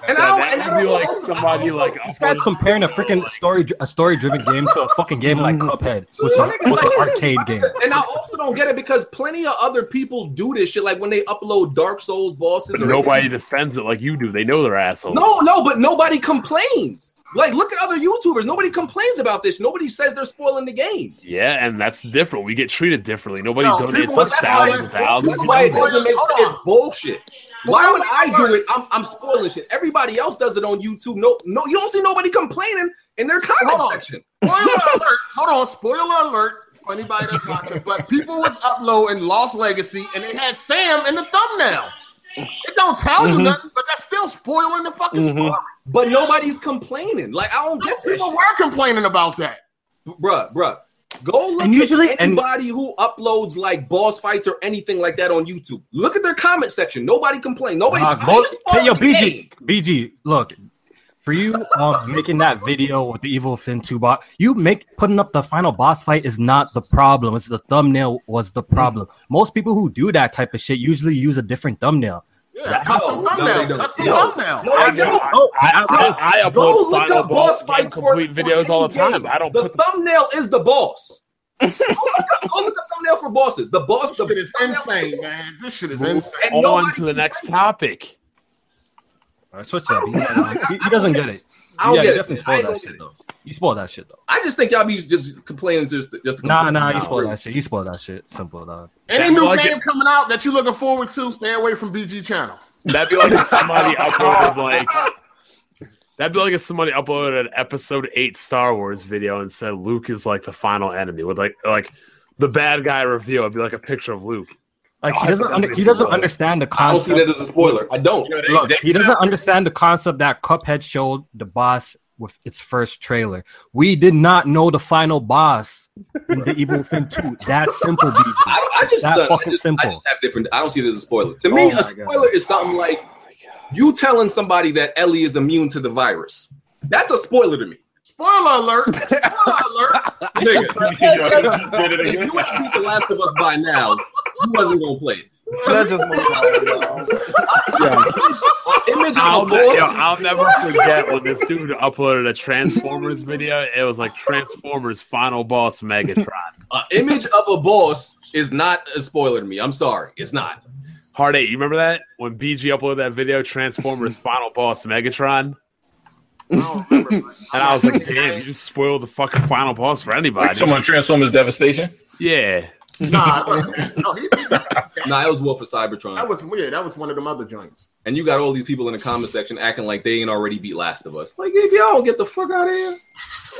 Speaker 5: And I
Speaker 1: Yeah,
Speaker 5: don't,
Speaker 1: that
Speaker 5: and I
Speaker 1: would be
Speaker 5: don't
Speaker 1: like
Speaker 5: also- I
Speaker 1: somebody
Speaker 5: also-
Speaker 1: like oh,
Speaker 4: This guy's comparing a freaking story, a story-driven game to a fucking game like Cuphead, which Mm. is
Speaker 5: Like,
Speaker 4: was an
Speaker 5: like,
Speaker 4: arcade game.
Speaker 5: And I also don't get it because plenty of other people do this shit. Like when they upload Dark Souls bosses. or-
Speaker 1: nobody defends it like you do. They know they're assholes.
Speaker 5: No, no, but nobody complains. Like look at other YouTubers. Nobody complains about this. Nobody says they're spoiling the game.
Speaker 1: Yeah, and that's different. We get treated differently. Nobody
Speaker 3: No,
Speaker 1: donates
Speaker 3: people-
Speaker 1: us
Speaker 3: that's
Speaker 1: thousands
Speaker 3: why-
Speaker 1: and thousands.
Speaker 5: That's why it
Speaker 1: You know that.
Speaker 5: doesn't make sense.
Speaker 3: Hold on.
Speaker 5: It's bullshit. Why
Speaker 3: Wait,
Speaker 5: would
Speaker 3: wait,
Speaker 5: I
Speaker 3: wait.
Speaker 5: do it? I'm, I'm spoiling shit. Everybody else does it on YouTube. No, no, you don't see nobody complaining in their comment
Speaker 3: Hold on.
Speaker 5: section.
Speaker 3: Spoiler alert. Hold on. Spoiler alert for anybody that's watching. But people was uploading Lost Legacy and it had Sam in the thumbnail. It don't tell
Speaker 5: Mm-hmm.
Speaker 3: you nothing, but that's still spoiling the fucking story.
Speaker 5: But nobody's complaining. Like I don't get this.
Speaker 3: People were complaining about that.
Speaker 5: bruh, bruh. Go look
Speaker 4: And usually-
Speaker 5: at
Speaker 4: and-
Speaker 5: anybody who uploads like boss fights or anything like that on YouTube. Look at their comment section. Nobody complained. Nobody.
Speaker 4: Dog,
Speaker 5: "How
Speaker 4: most-
Speaker 5: you spoiling
Speaker 4: yo,
Speaker 5: the
Speaker 4: BG,
Speaker 5: game?"
Speaker 4: BG, look, for you um, making that video with the Evil Finn two bot, you make putting up the final boss fight is not the problem. It's the thumbnail was the problem. Most people who do that type of shit usually use a different thumbnail.
Speaker 3: Yeah, custom
Speaker 5: no, they
Speaker 3: thumbnail.
Speaker 5: don't.
Speaker 3: custom
Speaker 5: No.
Speaker 3: thumbnail.
Speaker 5: No, I don't.
Speaker 1: I, I, I
Speaker 5: Go
Speaker 1: upload
Speaker 5: Oh, look
Speaker 1: final
Speaker 5: up
Speaker 1: boss
Speaker 5: boss fights
Speaker 1: game complete
Speaker 5: for- for
Speaker 1: videos all the
Speaker 5: any
Speaker 1: time.
Speaker 5: game.
Speaker 1: I don't
Speaker 5: The
Speaker 1: put
Speaker 5: thumbnail is the boss. go, look up, go look up thumbnail for bosses. The boss. The
Speaker 3: This shit is
Speaker 5: thumbnail-
Speaker 3: insane, man. This shit is
Speaker 1: Move
Speaker 3: insane.
Speaker 5: and
Speaker 1: on
Speaker 5: nobody
Speaker 1: to the next topic.
Speaker 4: All right, switch that. BG. He, he doesn't get it.
Speaker 5: I don't
Speaker 4: yeah,
Speaker 5: get
Speaker 4: you
Speaker 5: it.
Speaker 4: definitely
Speaker 5: I
Speaker 4: spoiled
Speaker 5: don't
Speaker 4: that
Speaker 5: get
Speaker 4: shit
Speaker 5: it.
Speaker 4: though. You spoiled that shit though.
Speaker 5: I just think y'all be just complaining just just. to
Speaker 4: Nah,
Speaker 5: complain.
Speaker 4: nah, you
Speaker 5: No.
Speaker 4: spoiled that shit. You spoiled that shit. Simple dog.
Speaker 3: Any new
Speaker 1: Like it.
Speaker 3: game coming out that you're looking forward to, stay away from BG channel.
Speaker 1: That'd be like if somebody uploaded like that'd be like if somebody uploaded an episode eight Star Wars video and said Luke is like the final enemy with like like the bad guy reveal. It'd be like a picture of Luke.
Speaker 4: Like he
Speaker 1: I
Speaker 4: doesn't
Speaker 1: forgot
Speaker 4: under,
Speaker 1: that
Speaker 4: he
Speaker 1: he
Speaker 4: doesn't
Speaker 1: was.
Speaker 4: understand the
Speaker 5: I don't see that
Speaker 4: concept.
Speaker 5: as a spoiler. I don't.
Speaker 4: Look, he doesn't understand the concept that Cuphead showed the boss with its first trailer. We did not know the final boss in the Evil Within 2. That simple,
Speaker 5: I,
Speaker 4: BG.
Speaker 5: don't- I just,
Speaker 4: That
Speaker 5: son,
Speaker 4: fucking
Speaker 5: I just,
Speaker 4: simple.
Speaker 5: I just have different. I don't see it as a spoiler. To
Speaker 4: Oh
Speaker 5: me,
Speaker 4: my
Speaker 5: a spoiler
Speaker 4: God. Oh
Speaker 5: is something like you telling somebody that Ellie is immune to the virus. That's a spoiler to me,
Speaker 3: Spoiler alert. Spoiler alert.
Speaker 5: nigga.
Speaker 6: did it
Speaker 5: if you
Speaker 6: again.
Speaker 5: would have beat The Last of Us by now, you wasn't gonna play it.
Speaker 8: That's just my
Speaker 5: Image
Speaker 1: I'll,
Speaker 5: of
Speaker 1: ne- yo,
Speaker 5: the
Speaker 1: I'll never forget when this dude uploaded a Transformers video. It was like Transformers Final Boss Megatron.
Speaker 5: boss, a image of a boss is not a spoiler to me. I'm sorry, it's not.
Speaker 1: Heart eight, you remember that when BG uploaded that video Transformers Final Boss Megatron? And I was like, damn, you just spoiled the fucking final boss for anybody.
Speaker 6: Someone Transformers Devastation.
Speaker 1: Yeah.
Speaker 3: Nah, no, he,
Speaker 5: Nah, it was Wolf of Cybertron.
Speaker 3: that was yeah, that was one of them other joints.
Speaker 5: and you got all these people in the comment section acting like they ain't already beat Last of Us. Like, if y'all don't get the fuck out of here,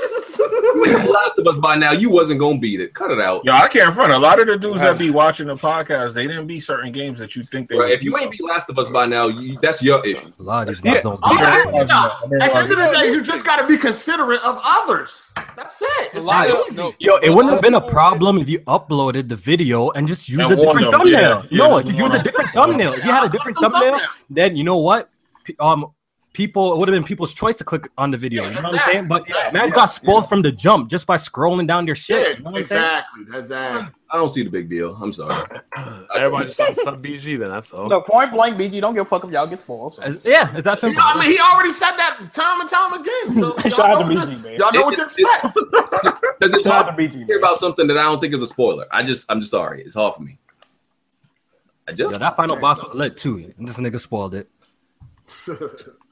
Speaker 5: you ain't beat Last of Us by now, you wasn't gonna beat it. Cut it out.
Speaker 6: Yo, I can't front. A lot of the dudes that be watching the podcast, they didn't be certain games that you think they.
Speaker 5: Bruh,
Speaker 6: would
Speaker 5: if you ain't beat Last of Us by now, you, that's your issue.
Speaker 4: A lot of these
Speaker 8: Yeah,
Speaker 4: guys don't
Speaker 3: I'm
Speaker 4: beat
Speaker 3: not-
Speaker 4: it.
Speaker 6: I've-
Speaker 3: nah,
Speaker 6: I've never
Speaker 3: At the end of the
Speaker 6: watched
Speaker 3: day, you just got to be considerate of others. That's it. It's
Speaker 4: lot
Speaker 3: not
Speaker 4: of-
Speaker 3: easy.
Speaker 8: no.
Speaker 4: Yo, it wouldn't have been a problem if you uploaded the video and just used
Speaker 6: And
Speaker 4: a different
Speaker 6: warned them, yeah.
Speaker 4: thumbnail.
Speaker 6: Yeah,
Speaker 4: no,
Speaker 6: just
Speaker 4: if you
Speaker 6: warn
Speaker 4: use a
Speaker 6: them.
Speaker 4: different thumbnail. If you had a different thumbnail, then you know what? P- um, people it would have been people's choice to click on the video. You know what I'm saying? But
Speaker 3: Yeah,
Speaker 4: man's
Speaker 3: yeah,
Speaker 4: got spoiled from the jump just by scrolling down their
Speaker 3: Yeah,
Speaker 4: shit. you know what I'm saying?
Speaker 3: exactly. That's that.
Speaker 5: I don't see the big deal. I'm sorry.
Speaker 1: Everybody just on sub BG, then that's all.
Speaker 2: No, point blank, BG, don't give a fuck if y'all get spoiled. So.
Speaker 4: As- Yeah, it's that
Speaker 3: You know,
Speaker 4: simple.
Speaker 3: I mean, he already said that time and time again. So
Speaker 2: Shout
Speaker 3: y'all
Speaker 2: out
Speaker 3: know,
Speaker 2: to
Speaker 3: what
Speaker 2: BG,
Speaker 3: to,
Speaker 2: man.
Speaker 3: y'all know what
Speaker 5: It-
Speaker 3: to
Speaker 5: it-
Speaker 3: expect.
Speaker 5: Because it's
Speaker 2: Shout
Speaker 5: hard
Speaker 2: out
Speaker 5: to
Speaker 2: to BG,
Speaker 5: hear
Speaker 2: man.
Speaker 5: about something that I don't think is a spoiler. I just, I'm just sorry. It's hard for me. I
Speaker 4: Yo,
Speaker 5: just,
Speaker 4: that final boss was lit too. This nigga spoiled it.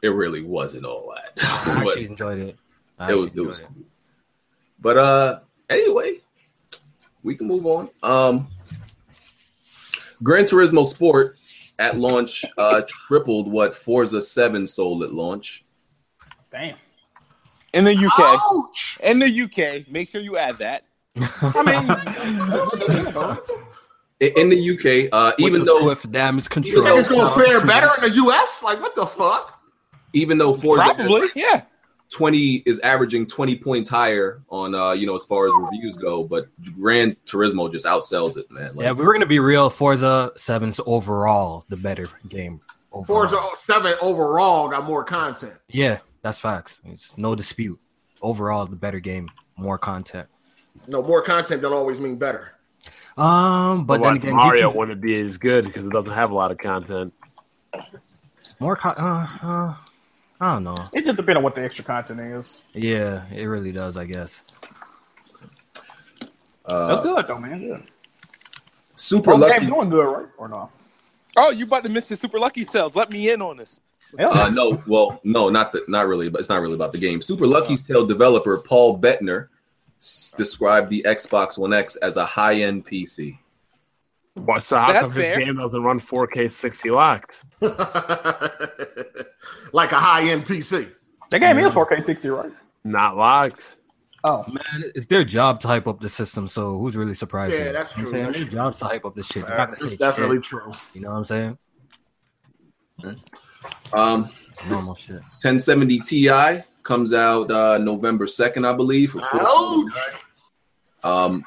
Speaker 5: it really wasn't all
Speaker 4: I
Speaker 5: that.
Speaker 4: actually
Speaker 5: but,
Speaker 4: enjoyed it. I
Speaker 5: it was,
Speaker 4: actually
Speaker 5: it was
Speaker 4: enjoyed
Speaker 5: cool. But uh, anyway, we can move on. Um, Gran Turismo Sport at launch uh tripled what Forza Seven sold at launch.
Speaker 2: Damn.
Speaker 8: In the UK.
Speaker 3: Ouch.
Speaker 8: In the UK, make sure you add that.
Speaker 5: I- In the UK, uh,
Speaker 4: With
Speaker 5: even
Speaker 4: the
Speaker 5: though
Speaker 4: swift damage
Speaker 5: Even
Speaker 3: You
Speaker 4: control.
Speaker 3: think it's gonna
Speaker 4: Uh,
Speaker 3: fare better in the US? Like what the fuck?
Speaker 5: even though Forza
Speaker 8: Probably, yeah.
Speaker 5: twenty is averaging twenty points higher on uh you know as far as reviews go, but Gran Turismo just outsells it, man. Like,
Speaker 4: Yeah, if we were gonna be real. Forza 7's overall the better game. Overall.
Speaker 3: Forza 7 overall got more content.
Speaker 4: Yeah, that's facts. It's no dispute. Overall, the better game, more content.
Speaker 3: No, more content don't always mean better.
Speaker 4: Um, but then
Speaker 1: Otherwise,
Speaker 4: again,
Speaker 1: Mario
Speaker 4: GT's
Speaker 1: wouldn't be as good because it doesn't have a lot of content.
Speaker 4: more. Con- uh, uh, I don't know.
Speaker 2: It just depends on what the extra content is.
Speaker 4: Yeah, it really does. I guess.
Speaker 2: That's
Speaker 5: uh,
Speaker 2: good though, man. Yeah.
Speaker 5: super
Speaker 2: Bro,
Speaker 5: lucky.
Speaker 2: doing good, right? Or no?
Speaker 8: Oh, you about to miss the super lucky cells. Let me in on this.
Speaker 5: Uh, no, well, no, not the, not really, but it's not really about the game. Super Lucky's Tale developer Paul Bettner s- described the Xbox One X as a high-end PC.
Speaker 1: Why- So how
Speaker 8: That's
Speaker 1: come this
Speaker 8: fair.
Speaker 1: game doesn't run 4K 60 locked?
Speaker 3: like a high end PC.
Speaker 2: That game is 4K 60, right?
Speaker 1: Not locked.
Speaker 2: Oh,
Speaker 4: Man, it's their job to hype up the system. So who's really surprised?
Speaker 3: Yeah,
Speaker 4: here?
Speaker 3: that's true,
Speaker 4: You know what I'm saying
Speaker 3: that's
Speaker 4: their
Speaker 3: true.
Speaker 4: job to hype up this shit. They're not gonna
Speaker 3: That's
Speaker 4: say
Speaker 3: definitely
Speaker 4: shit.
Speaker 3: true.
Speaker 4: You know what I'm saying?
Speaker 5: Um,
Speaker 4: Normal shit.
Speaker 5: 1070 Ti comes out uh, November 2nd, I believe. for
Speaker 3: Ouch.
Speaker 5: 449. Um,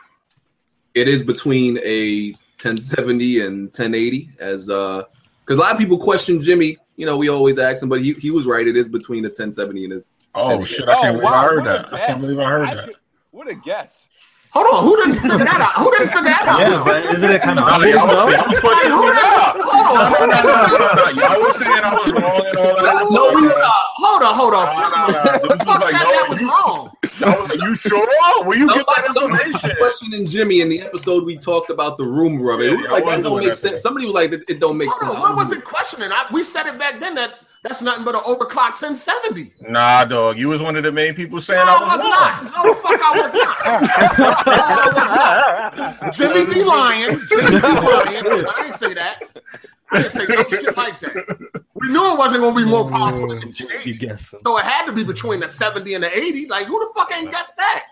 Speaker 5: it is between a 1070 and 1080, as because a lot of people question Jimmy. You know, we always ask him, but he, he was right. It is between a 1070 and a
Speaker 6: Oh shit! I can't believe I heard that. I can't believe I heard that.
Speaker 8: What a guess.
Speaker 3: Hold on, who didn't figure that out? Who didn't figure that out?
Speaker 4: Yeah, but isn't it kind of
Speaker 6: Nah,
Speaker 4: obvious
Speaker 6: y'all was-
Speaker 4: though?
Speaker 6: y'all was putting-
Speaker 3: Like, who didn't- Hold on, hold on,
Speaker 6: Y'all was saying I was wrong and all that.
Speaker 5: No, we-
Speaker 3: Uh, hold on, hold on.
Speaker 6: Nah, nah, nah. Dude
Speaker 3: Who the
Speaker 6: was
Speaker 3: fuck
Speaker 6: like,
Speaker 3: said
Speaker 6: no,
Speaker 3: that was
Speaker 6: you-
Speaker 3: wrong?
Speaker 6: I was like, you sure? Where you get that
Speaker 5: Somebody, somebody was
Speaker 6: information?
Speaker 5: questioning Jimmy in the episode we talked about the rumor of it. It was
Speaker 6: Yeah,
Speaker 5: like that
Speaker 6: I wasn't
Speaker 5: don't
Speaker 6: doing
Speaker 5: make
Speaker 6: that
Speaker 5: sense.
Speaker 6: today.
Speaker 5: Somebody was like, it, it don't make sense.
Speaker 3: Hold on, what was it questioning? I, we said it back then that that's nothing but an overclock 1070.
Speaker 6: Nah, dog. You was one of the main people saying
Speaker 3: No,
Speaker 6: I
Speaker 3: I
Speaker 6: was
Speaker 3: was
Speaker 6: wrong.
Speaker 3: not. No, the fuck, I was not. No, I was not. Jimmy be lying. Jimmy be lying. I didn't say that. I didn't say no shit like that. We knew it wasn't going to be more powerful than the
Speaker 4: You
Speaker 3: 1080.
Speaker 4: guessing?
Speaker 3: So it had to be between the 70 and the 80. Like, who the fuck ain't guessed that?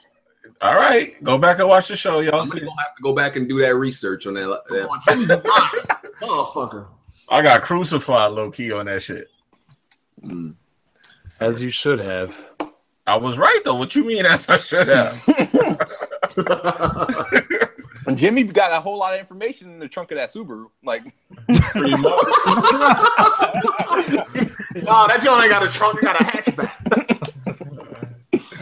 Speaker 6: All right, go back and watch the show, y'all.
Speaker 5: I'm
Speaker 6: See.
Speaker 5: gonna have to go back and do that research on that.
Speaker 3: Come on, Jimmy be lying. Motherfucker.
Speaker 6: I got crucified low key on that shit.
Speaker 5: Mm.
Speaker 1: As you should have.
Speaker 6: I was right though. What you mean? That's I should have.
Speaker 8: And Jimmy got a whole lot of information in the trunk of that Subaru. Like,
Speaker 6: Pretty much.
Speaker 3: no, that joint ain't got a trunk. It got a hatchback.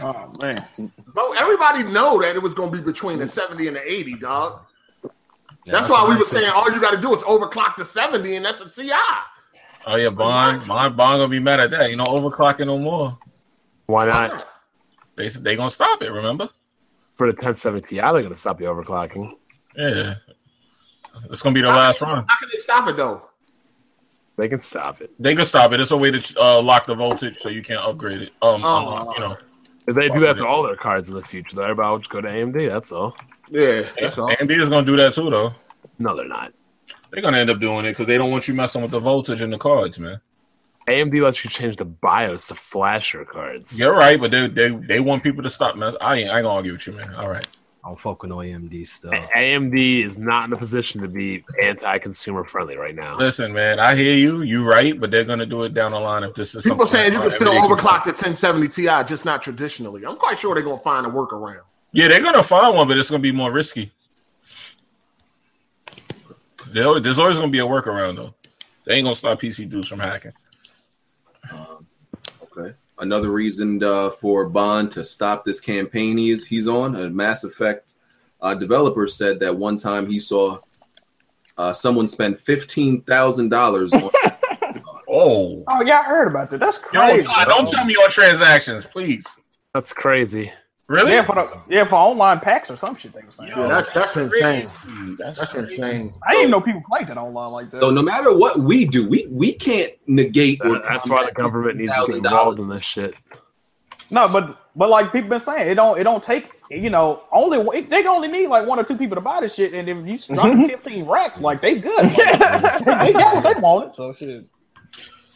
Speaker 2: oh man.
Speaker 3: Bro, everybody know that it was going to be between the 70 and the 80, dog.
Speaker 4: Yeah,
Speaker 3: That's why we
Speaker 4: what I
Speaker 3: were saying all you got to do is overclock to 70, and that's a TI.
Speaker 6: Oh yeah, Bond. Bond. Bond gonna be mad at that. You know, overclocking no more.
Speaker 1: Why not?
Speaker 6: They they gonna stop it. Remember?
Speaker 1: For the 1070, i they're going to stop the overclocking.
Speaker 6: Yeah. It's gonna be the last run.
Speaker 3: How can they stop it, though?
Speaker 1: They can stop it.
Speaker 6: They can stop it. It's a way to uh, lock the voltage so you can't upgrade it. Um,
Speaker 3: Oh.
Speaker 6: unlock, you know,
Speaker 1: If they do that to all their cards in the future, they're about to go to AMD. That's all.
Speaker 3: Yeah, that's all.
Speaker 6: AMD is going to do that too, though.
Speaker 1: No, they're not.
Speaker 6: They're going to end up doing it because they don't want you messing with the voltage in the cards, man.
Speaker 1: AMD lets you change the BIOS to flasher cards.
Speaker 6: You're right, but they they, they want people to stop mess. I ain't, I ain't gonna argue with you, man. All right,
Speaker 4: I don't fuck with no AMD still.
Speaker 1: A- AMD is not in a position to be anti-consumer friendly right now.
Speaker 6: listen, man. I hear you. You right, but they're gonna do it down the line if this is
Speaker 3: People
Speaker 6: something
Speaker 3: saying you
Speaker 6: that
Speaker 3: can still
Speaker 6: everybody
Speaker 3: overclock the 1070 Ti, just not traditionally. I'm quite sure they're gonna find a workaround.
Speaker 6: Yeah, they're gonna find one, but it's gonna be more risky. They'll- There's always gonna be a workaround though. They ain't gonna stop PC dudes from hacking.
Speaker 5: Um, okay. Another reason uh, for Bond to stop this campaign he is, he's on, a Mass Effect uh, developer said that one time he saw uh, someone spend $15,000 on.
Speaker 6: Oh,
Speaker 2: Oh, yeah, I heard about that. That's
Speaker 6: Yo,
Speaker 2: crazy.
Speaker 6: God, don't tell me your transactions, please.
Speaker 1: That's crazy.
Speaker 6: Really?
Speaker 2: yeah, for the, yeah, for online packs or some shit they were saying.
Speaker 3: Yeah, that's that's insane.
Speaker 6: Dude, that's,
Speaker 3: That's
Speaker 6: crazy.
Speaker 3: insane.
Speaker 2: I didn't even know people played that online like that.
Speaker 5: so no matter what we do, we, we can't negate. or
Speaker 1: That- That's why the
Speaker 5: combat
Speaker 1: government needs to get
Speaker 5: $15,000.
Speaker 1: involved in this shit.
Speaker 2: No, but but like people been saying, it don't it don't take you know only it, they only need like one or two people to buy this shit, and if you drop fifteen racks, like they good, Like, they got what they wanted. So shit,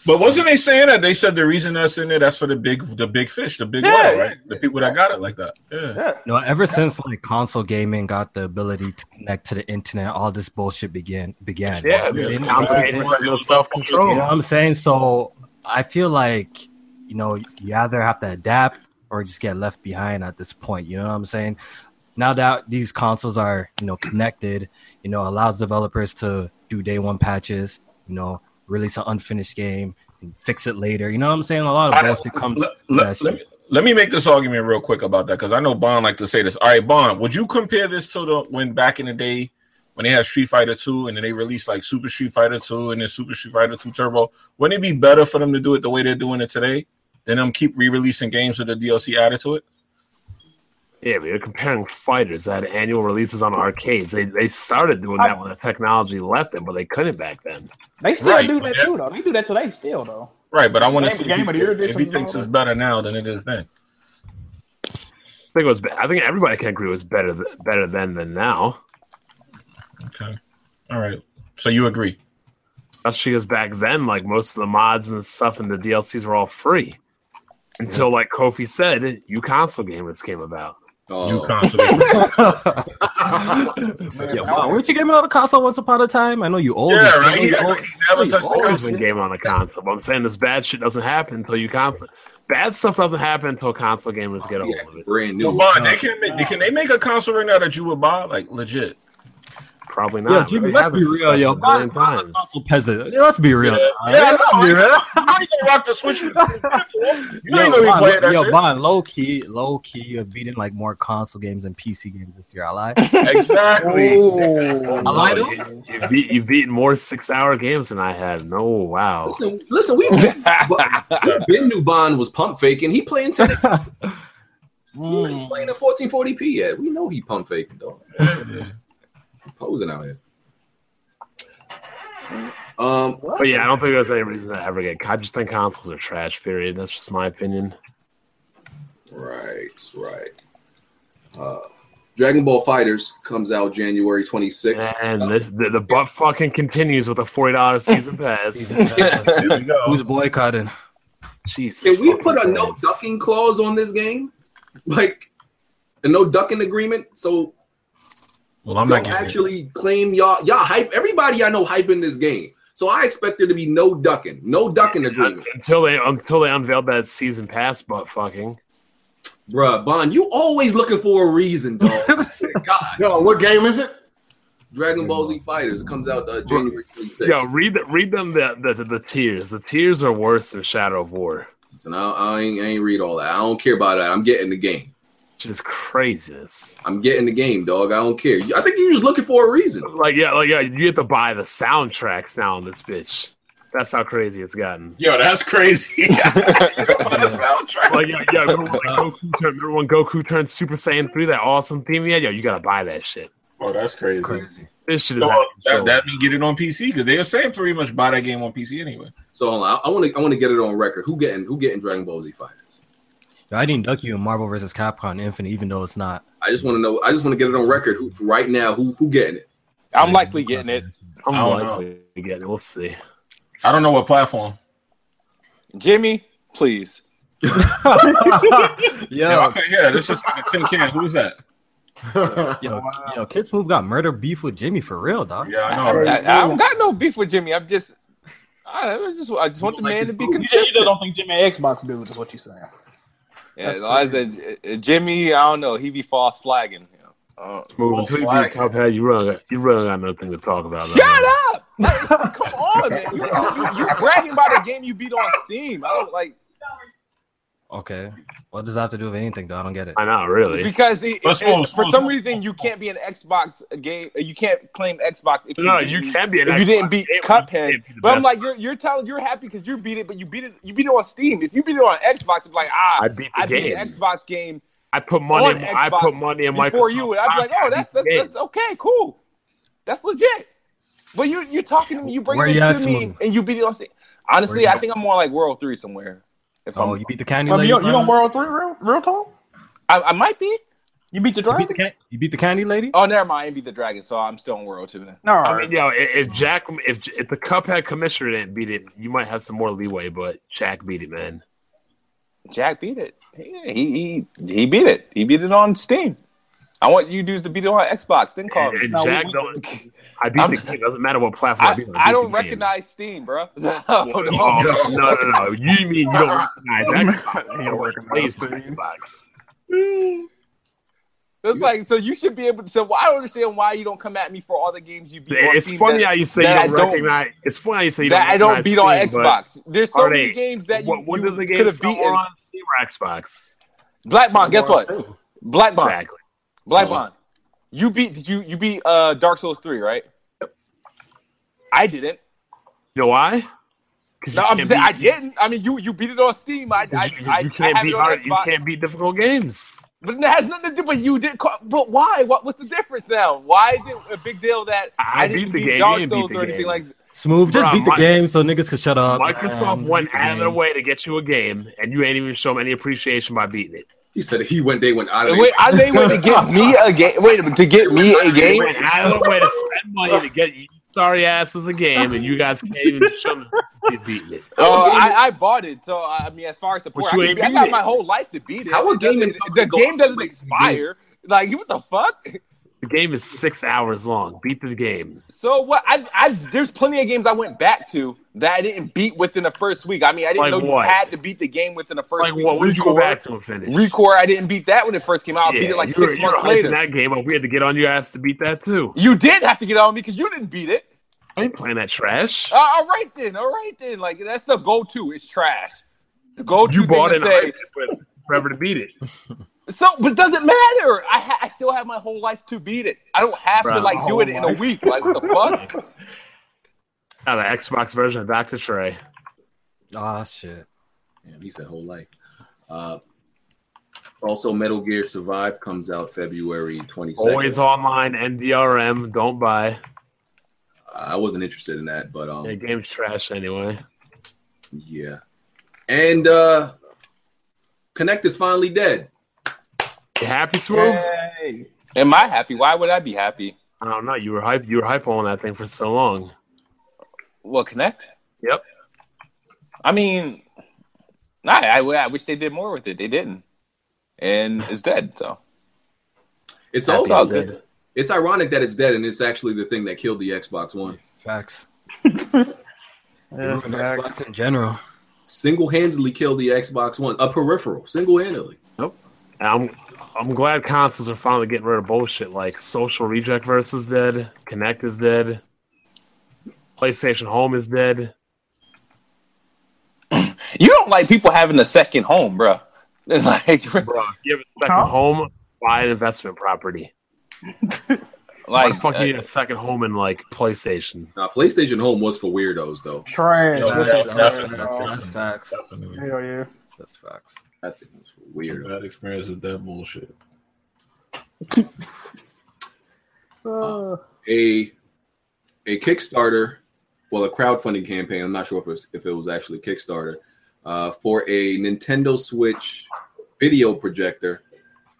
Speaker 6: But wasn't they saying that they said the reason that's in there that's for the big the big fish, the big
Speaker 2: Yeah,
Speaker 6: whale,
Speaker 2: yeah,
Speaker 6: right? The people that got it like that. Yeah.
Speaker 2: yeah.
Speaker 4: No, ever since like console gaming got the ability to connect to the internet, all this bullshit began. Began.
Speaker 1: Yeah,
Speaker 6: it's
Speaker 1: it's
Speaker 6: in-
Speaker 1: complicated
Speaker 6: it's in-
Speaker 1: with self-control.
Speaker 4: You know what I'm saying? So I feel like, you know, you either have to adapt or just get left behind at this point. You know what I'm saying? Now that these consoles are, you know, connected, you know, allows developers to do day one patches, you know, release an unfinished game and fix it later. You know what I'm saying? A lot of
Speaker 6: I-
Speaker 4: bullshit comes.
Speaker 6: Let,
Speaker 4: from
Speaker 6: let-
Speaker 4: that
Speaker 6: let
Speaker 4: shit.
Speaker 6: me, let me make this argument real quick about that because I know Bond like to say this. All right, Bond, would you compare this to the when back in the day when they had Street Fighter Two and then they released like Super Street Fighter Two and then Super Street Fighter Two Turbo? Wouldn't it be better for them to do it the way they're doing it today than them keep re-releasing games with the DLC added to it?
Speaker 1: Yeah, but you're comparing fighters that had annual releases on arcades. They they started doing that when the technology left them, but they couldn't back then.
Speaker 2: They still
Speaker 6: Right,
Speaker 2: do that
Speaker 6: yeah.
Speaker 2: too, though. They do that today still, though.
Speaker 6: Right, but I want to
Speaker 2: Game-
Speaker 6: see
Speaker 2: Game
Speaker 6: if
Speaker 2: of
Speaker 6: he,
Speaker 2: the Year
Speaker 6: if he
Speaker 2: editions and
Speaker 6: thinks
Speaker 2: all
Speaker 6: it's
Speaker 2: that.
Speaker 6: better now than it is then.
Speaker 1: I think it was. be- I think everybody can agree it was better th- better then than now.
Speaker 6: Okay, all right. So you agree?
Speaker 1: Especially because back then, like most of the mods and stuff and the DLCs were all free. Until like Kofi said, you console gamers came about.
Speaker 5: Oh,
Speaker 6: You constantly.
Speaker 4: Yeah, wow, weren't you gaming on a console once upon a time? I know you old.
Speaker 6: yeah,
Speaker 4: as-
Speaker 6: right. He,
Speaker 4: you old-
Speaker 6: he never
Speaker 4: you
Speaker 6: touched the
Speaker 1: Always
Speaker 6: console.
Speaker 1: been game on a console. But I'm saying this bad shit doesn't happen until you console. Bad stuff doesn't happen until console gamers get a
Speaker 5: yeah,
Speaker 1: hold of it.
Speaker 5: brand
Speaker 6: So
Speaker 5: new.
Speaker 6: Bond, they can make, can they make a console right now that you would buy? Like legit.
Speaker 1: Probably
Speaker 4: Yo,
Speaker 1: not.
Speaker 4: Jimmy,
Speaker 1: We've
Speaker 4: let's
Speaker 1: had
Speaker 4: be
Speaker 1: this
Speaker 4: real, yo.
Speaker 1: discussion a million
Speaker 4: Bond- Bond's a
Speaker 1: times.
Speaker 4: console peasant. Let's be real.
Speaker 6: Yeah,
Speaker 4: man.
Speaker 6: yeah, I
Speaker 4: Let's
Speaker 6: know.
Speaker 4: be real.
Speaker 6: I ain't gonna rock the switch. with you. You
Speaker 4: Yo,
Speaker 6: ain't gonna be
Speaker 4: Bond,
Speaker 6: playing that
Speaker 4: yo,
Speaker 6: shit.
Speaker 4: Bond, low key, low key, you're beating like more console games than PC games this year. I lie.
Speaker 6: Exactly.
Speaker 1: No,
Speaker 4: I lied
Speaker 1: you- you beat, you've beaten more six hour games than I have. No, wow.
Speaker 5: Listen, listen, we've been, we've been new Bond was pump faking. He playing 10 He
Speaker 2: Hmm.
Speaker 5: ain't playing at 1440p yet. We know he pump faking though. Posing out here. Um,
Speaker 1: But yeah, I don't think there's any reason to ever get. I just think consoles are trash. Period. That's just my opinion.
Speaker 5: right, right. Uh, Dragon Ball Fighters comes out January 26th.
Speaker 1: And this, the, the butt fucking continues with a forty dollars season pass.
Speaker 6: Here we go.
Speaker 4: Who's boycotting?
Speaker 1: Jesus.
Speaker 5: Can we
Speaker 1: fucking
Speaker 5: put a no
Speaker 1: Christ.
Speaker 5: ducking clause on this game? Like a no ducking agreement, so
Speaker 6: Well, I'm
Speaker 5: y'all
Speaker 6: not getting it.
Speaker 5: actually claim y'all y'all hype everybody I know hyping this game. So I expect there to be no ducking, no ducking agreement.
Speaker 1: until they until they unveiled that season pass butt fucking?
Speaker 5: Bruh, Bond, you always looking for a reason, dog. God.
Speaker 3: Yo, what game is it?
Speaker 5: Dragon Ball Z Fighters it comes out uh, January 26th.
Speaker 1: Yo, read the, read them the, the the the tears. The tears are worse than Shadow of War.
Speaker 5: Listen, I, I, ain't, I ain't read all that. I don't care about that. I'm getting the game.
Speaker 1: Just craziness.
Speaker 5: I'm getting the game, dog. I don't care. I think you're just looking for a reason.
Speaker 1: Like yeah, like yeah, you have to buy the soundtracks now on this bitch. That's how crazy it's gotten.
Speaker 6: Yo, that's crazy.
Speaker 1: Like, yeah, yeah, remember, when, like, Goku turned, remember when Goku turned Super Saiyan 3, that awesome theme he had? Yo, you gotta buy that shit.
Speaker 6: Oh, that's
Speaker 4: It's
Speaker 6: crazy.
Speaker 4: crazy.
Speaker 1: This shit is
Speaker 6: So,
Speaker 1: out of
Speaker 6: that,
Speaker 1: control.
Speaker 6: that mean get it on PC because they are saying pretty much buy that game on PC anyway.
Speaker 5: So hold on, I want to I want to get it on record. Who getting who getting Dragon Ball Z Fighters?
Speaker 4: I didn't duck you in Marvel versus Capcom Infinite, even though it's not.
Speaker 5: I just want to know. I just want to get it on record. Who right now? Who who getting it?
Speaker 4: I
Speaker 2: I'm
Speaker 4: didn't
Speaker 2: likely
Speaker 4: duck you.
Speaker 2: getting it.
Speaker 1: I'm
Speaker 6: I don't
Speaker 1: likely to get it. We'll see.
Speaker 6: I don't know what platform.
Speaker 2: Jimmy, please.
Speaker 6: Yeah,
Speaker 4: yo,
Speaker 6: okay, yeah, this is like a tin can. Who's that?
Speaker 4: yo, yo, Kids Move got murder beef with Jimmy for real, dog.
Speaker 6: Yeah, I
Speaker 2: I,
Speaker 6: know. Right?
Speaker 2: I- I don't got no beef with Jimmy. I'm just, I, I just, I just want the
Speaker 5: don't like
Speaker 2: man
Speaker 5: his
Speaker 2: to be
Speaker 5: food.
Speaker 3: You just, you
Speaker 2: consistent.
Speaker 3: don't think Jimmy a Xbox dude is what you saying?
Speaker 2: Yeah, as long as uh, uh, Jimmy, I don't know, he be false flagging. you know. Uh,
Speaker 1: Well,
Speaker 6: Well,
Speaker 1: until you
Speaker 6: flag.
Speaker 1: beat Cuphead, you really got, you really got nothing to talk about.
Speaker 2: Shut up! Like, come on, man. You, you, you bragging about a game you beat on Steam. I don't like
Speaker 4: Okay, what does that have to do with anything, though? I don't get it.
Speaker 1: I know, really.
Speaker 2: because it,
Speaker 6: Let's
Speaker 2: it-
Speaker 6: move,
Speaker 2: for
Speaker 6: let's
Speaker 2: some
Speaker 6: move.
Speaker 2: reason you can't be an Xbox game. uh, You can't claim Xbox. If
Speaker 1: No,
Speaker 2: didn't
Speaker 1: you
Speaker 2: beat-
Speaker 1: can be an
Speaker 2: if you didn't beat Cuphead. But I'm
Speaker 1: like,
Speaker 2: like, you're you're telling you're happy because you beat it, but you beat it you beat it on Steam. If you beat it on Xbox, it's like ah,
Speaker 1: I
Speaker 2: I,
Speaker 1: beat the
Speaker 2: beat
Speaker 1: game.
Speaker 2: an Xbox game
Speaker 1: I put money.
Speaker 2: on
Speaker 1: In, I put
Speaker 2: Xbox
Speaker 1: money in
Speaker 2: before
Speaker 1: Microsoft.
Speaker 2: you, and I'd be like, oh, that's that's,
Speaker 1: Game.
Speaker 2: that's okay, cool, that's legit. But you you're talking to me, you bring
Speaker 4: Where
Speaker 2: it
Speaker 4: you at,
Speaker 2: to me,
Speaker 4: Smooth?
Speaker 2: and you beat it on Steam. Honestly,
Speaker 4: Where you
Speaker 2: I think I'm more like World Three somewhere. If
Speaker 4: Oh,
Speaker 2: I'm,
Speaker 4: you beat the candy
Speaker 3: I mean,
Speaker 4: lady.
Speaker 3: you, you don't
Speaker 4: finally?
Speaker 3: World Three real real talk?
Speaker 2: I, I might be.
Speaker 3: You beat the
Speaker 4: You beat
Speaker 3: dragon?
Speaker 4: the can- you beat the candy lady.
Speaker 2: Oh, never mind. I beat the dragon, so I'm still in World Two. Then.
Speaker 3: No,
Speaker 1: I mean, yo, i- if Jack, if if the Cuphead commissioner didn't beat it, you might have some more leeway. But Jack beat it, man.
Speaker 2: Jack beat it. Yeah, he he he beat it. He beat it on Steam. I want you dudes to beat it on Xbox. Then call
Speaker 1: And,
Speaker 2: me.
Speaker 1: and
Speaker 3: No, we-
Speaker 1: Jack,
Speaker 3: we-
Speaker 1: don't, I beat
Speaker 2: I'm-
Speaker 1: the game. It doesn't matter what platform.
Speaker 2: I,
Speaker 1: beat on,
Speaker 2: I
Speaker 1: beat
Speaker 2: don't
Speaker 1: the game.
Speaker 2: recognize Steam, bro.
Speaker 1: Oh, no, no, no, no. You mean you don't recognize Xbox? You don't recognize Xbox.
Speaker 2: It's like so you should be able to. So I don't understand why you don't come at me for all the games you beat. on
Speaker 1: It's
Speaker 2: Steam
Speaker 1: funny
Speaker 2: that,
Speaker 1: how you say you
Speaker 2: that
Speaker 1: don't
Speaker 2: I don't-
Speaker 1: recognize. It's funny how you say you
Speaker 2: that I
Speaker 1: don't
Speaker 2: don't beat on
Speaker 1: recognize Steam, but-
Speaker 2: Xbox. There's so
Speaker 1: Are
Speaker 2: many
Speaker 1: they-
Speaker 2: games that you,
Speaker 1: what, what
Speaker 2: you
Speaker 1: do the
Speaker 2: could
Speaker 1: games
Speaker 2: have
Speaker 1: sell
Speaker 2: beaten.
Speaker 1: on Steam or Xbox?
Speaker 2: Black Bond. Guess what? Black Bond.
Speaker 1: Exactly.
Speaker 2: Black
Speaker 5: Oh.
Speaker 2: Bond. You beat. Did you you beat uh, Dark Souls three, right? I didn't.
Speaker 1: You know why? 'Cause
Speaker 2: No,
Speaker 1: you
Speaker 2: I'm
Speaker 1: can't
Speaker 2: saying I
Speaker 1: beat-
Speaker 2: didn't. I mean, you you beat it on Steam. I
Speaker 1: 'cause
Speaker 2: I,
Speaker 1: you, 'cause
Speaker 2: I,
Speaker 1: you
Speaker 2: I
Speaker 1: can't
Speaker 2: have
Speaker 1: beat
Speaker 2: it on
Speaker 1: hard,
Speaker 2: Xbox.
Speaker 1: you can't beat difficult games.
Speaker 2: But it has nothing to do. But you did. call- But why? What was the difference now? Why is it a big deal that
Speaker 1: I beat
Speaker 2: didn't
Speaker 1: the game, you
Speaker 2: Dark
Speaker 1: didn't beat
Speaker 2: Souls
Speaker 1: the
Speaker 2: or anything
Speaker 1: game.
Speaker 2: like?
Speaker 4: Smooth, just
Speaker 1: Bruh,
Speaker 4: beat the
Speaker 1: my-
Speaker 4: game so niggas can shut up.
Speaker 1: Microsoft
Speaker 4: Um, just
Speaker 1: went
Speaker 4: beat the
Speaker 1: out of their
Speaker 4: game.
Speaker 1: way to get you a game, and you ain't even showing any appreciation by beating it.
Speaker 5: He said he went. They went out of.
Speaker 2: Wait, I they went to get me a game. Wait, a minute, to get me a
Speaker 1: They
Speaker 2: game.
Speaker 1: went out of their way to spend money to get you sorry asses a game, and you guys can't even show them you beating it.
Speaker 2: Uh, I, I bought it, so I mean, as far as support,
Speaker 1: But
Speaker 2: I,
Speaker 1: you
Speaker 2: can-
Speaker 1: ain't
Speaker 2: I
Speaker 1: beat
Speaker 2: got
Speaker 1: it.
Speaker 2: my whole life to beat it.
Speaker 5: How a
Speaker 2: It doesn't-
Speaker 5: game is-
Speaker 2: the game doesn't expire. Like what the fuck?
Speaker 1: The game is six hours long. Beat the game.
Speaker 2: So what? I, I there's plenty of games I went back to that I didn't beat within the first week. I mean, I didn't
Speaker 1: Like
Speaker 2: know
Speaker 1: what?
Speaker 2: you had to beat the game within the first
Speaker 1: Like,
Speaker 2: week.
Speaker 1: what would you go
Speaker 2: Recore-
Speaker 1: back to and finish?
Speaker 2: Recore, I didn't beat that when it first came out. I beat it like
Speaker 1: you were-
Speaker 2: six
Speaker 1: you were
Speaker 2: months
Speaker 1: hyping
Speaker 2: later.
Speaker 1: That game, up. we had to get on your ass to beat that too.
Speaker 2: You did have to get on me because you didn't beat it.
Speaker 1: I ain't playing that trash.
Speaker 2: Uh, all right then, all right then. Like that's the go-to. It's trash. The go-to
Speaker 1: you
Speaker 2: thing
Speaker 1: bought
Speaker 2: to
Speaker 1: it
Speaker 2: say.
Speaker 1: and forever to beat it.
Speaker 2: So, but it doesn't matter. I ha- I still have my whole life to beat it. I don't have to
Speaker 1: Bruh.
Speaker 2: like do it in a week. Like what the fuck?
Speaker 1: Now the Xbox version of Dr. Trey.
Speaker 4: Ah, shit.
Speaker 5: Damn, he's that whole life. Uh, also, Metal Gear Survive comes out February twenty
Speaker 1: Always
Speaker 5: second.
Speaker 1: online, NDRM, don't buy.
Speaker 5: I wasn't interested in that, but um,
Speaker 2: Oh.
Speaker 1: Yeah, game's trash anyway.
Speaker 5: yeah. And uh, Connect is finally dead.
Speaker 1: You happy, Smooth?
Speaker 3: Yay.
Speaker 2: Am I happy? Why would I be happy?
Speaker 1: I don't know. You were hype. You were hype on that thing for so long.
Speaker 2: Well, connect.
Speaker 1: Yep.
Speaker 2: I mean, I, I I wish they did more with it. They didn't, and it's dead. So
Speaker 5: It's
Speaker 2: That's
Speaker 5: also
Speaker 2: all
Speaker 1: good.
Speaker 5: It's ironic that it's dead, and it's actually the thing that killed the Xbox One.
Speaker 4: Facts. They
Speaker 3: Yeah,
Speaker 4: ruined Xbox in general.
Speaker 5: Single handedly killed the Xbox One. A peripheral, single handedly.
Speaker 1: And I'm I'm glad consoles are finally getting rid of bullshit like Social Reject Verse is dead, Connect is dead, PlayStation Home is dead.
Speaker 2: you don't like people having a second home, bruh. like,
Speaker 1: Bro, if you have a second
Speaker 3: Huh?
Speaker 1: home, buy an investment property. Why
Speaker 2: like
Speaker 1: the fuck
Speaker 2: uh,
Speaker 1: you need a second home in like PlayStation?
Speaker 5: Now, PlayStation Home was for weirdos, though.
Speaker 3: Trash.
Speaker 6: Yeah,
Speaker 3: That's
Speaker 6: that's-
Speaker 2: uh,
Speaker 3: trash,
Speaker 6: that's-
Speaker 3: dog.
Speaker 4: That's facts.
Speaker 6: Definitely.
Speaker 3: Hell yeah.
Speaker 4: That's facts.
Speaker 5: I think it was for
Speaker 6: Some
Speaker 5: weirdos.
Speaker 6: bad experience with that bullshit.
Speaker 3: Uh,
Speaker 5: A a Kickstarter, well, a crowdfunding campaign. I'm not sure if it was, if it was actually Kickstarter uh, for a Nintendo Switch video projector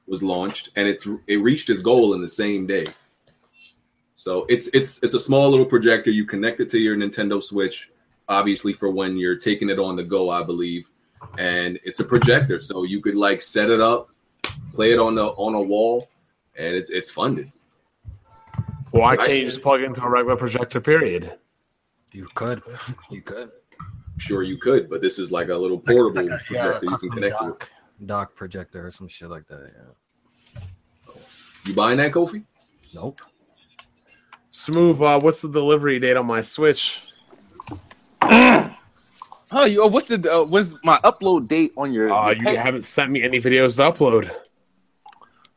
Speaker 5: was launched, and it's it reached its goal in the same day. So it's it's it's a small little projector. You connect it to your Nintendo Switch, obviously for when you're taking it on the go, I believe. And it's a projector, so you could like set it up, play it on the on a wall, and it's it's funded.
Speaker 1: Why can't you just plug into a regular projector? Period.
Speaker 4: You could, you could.
Speaker 5: Sure, you could, but this is like a little portable
Speaker 4: Like a, yeah,
Speaker 5: projector you can
Speaker 4: custom
Speaker 5: connect. With.
Speaker 4: dock, dock projector or some shit like that. Yeah.
Speaker 5: You buying that, Kofi?
Speaker 4: Nope.
Speaker 1: Smooth. Uh, what's the delivery date on my Switch?
Speaker 8: Oh, you, oh, what's the uh, what's my upload date on your?
Speaker 1: Uh,
Speaker 8: your
Speaker 1: you
Speaker 8: page?
Speaker 1: haven't sent me any videos to upload.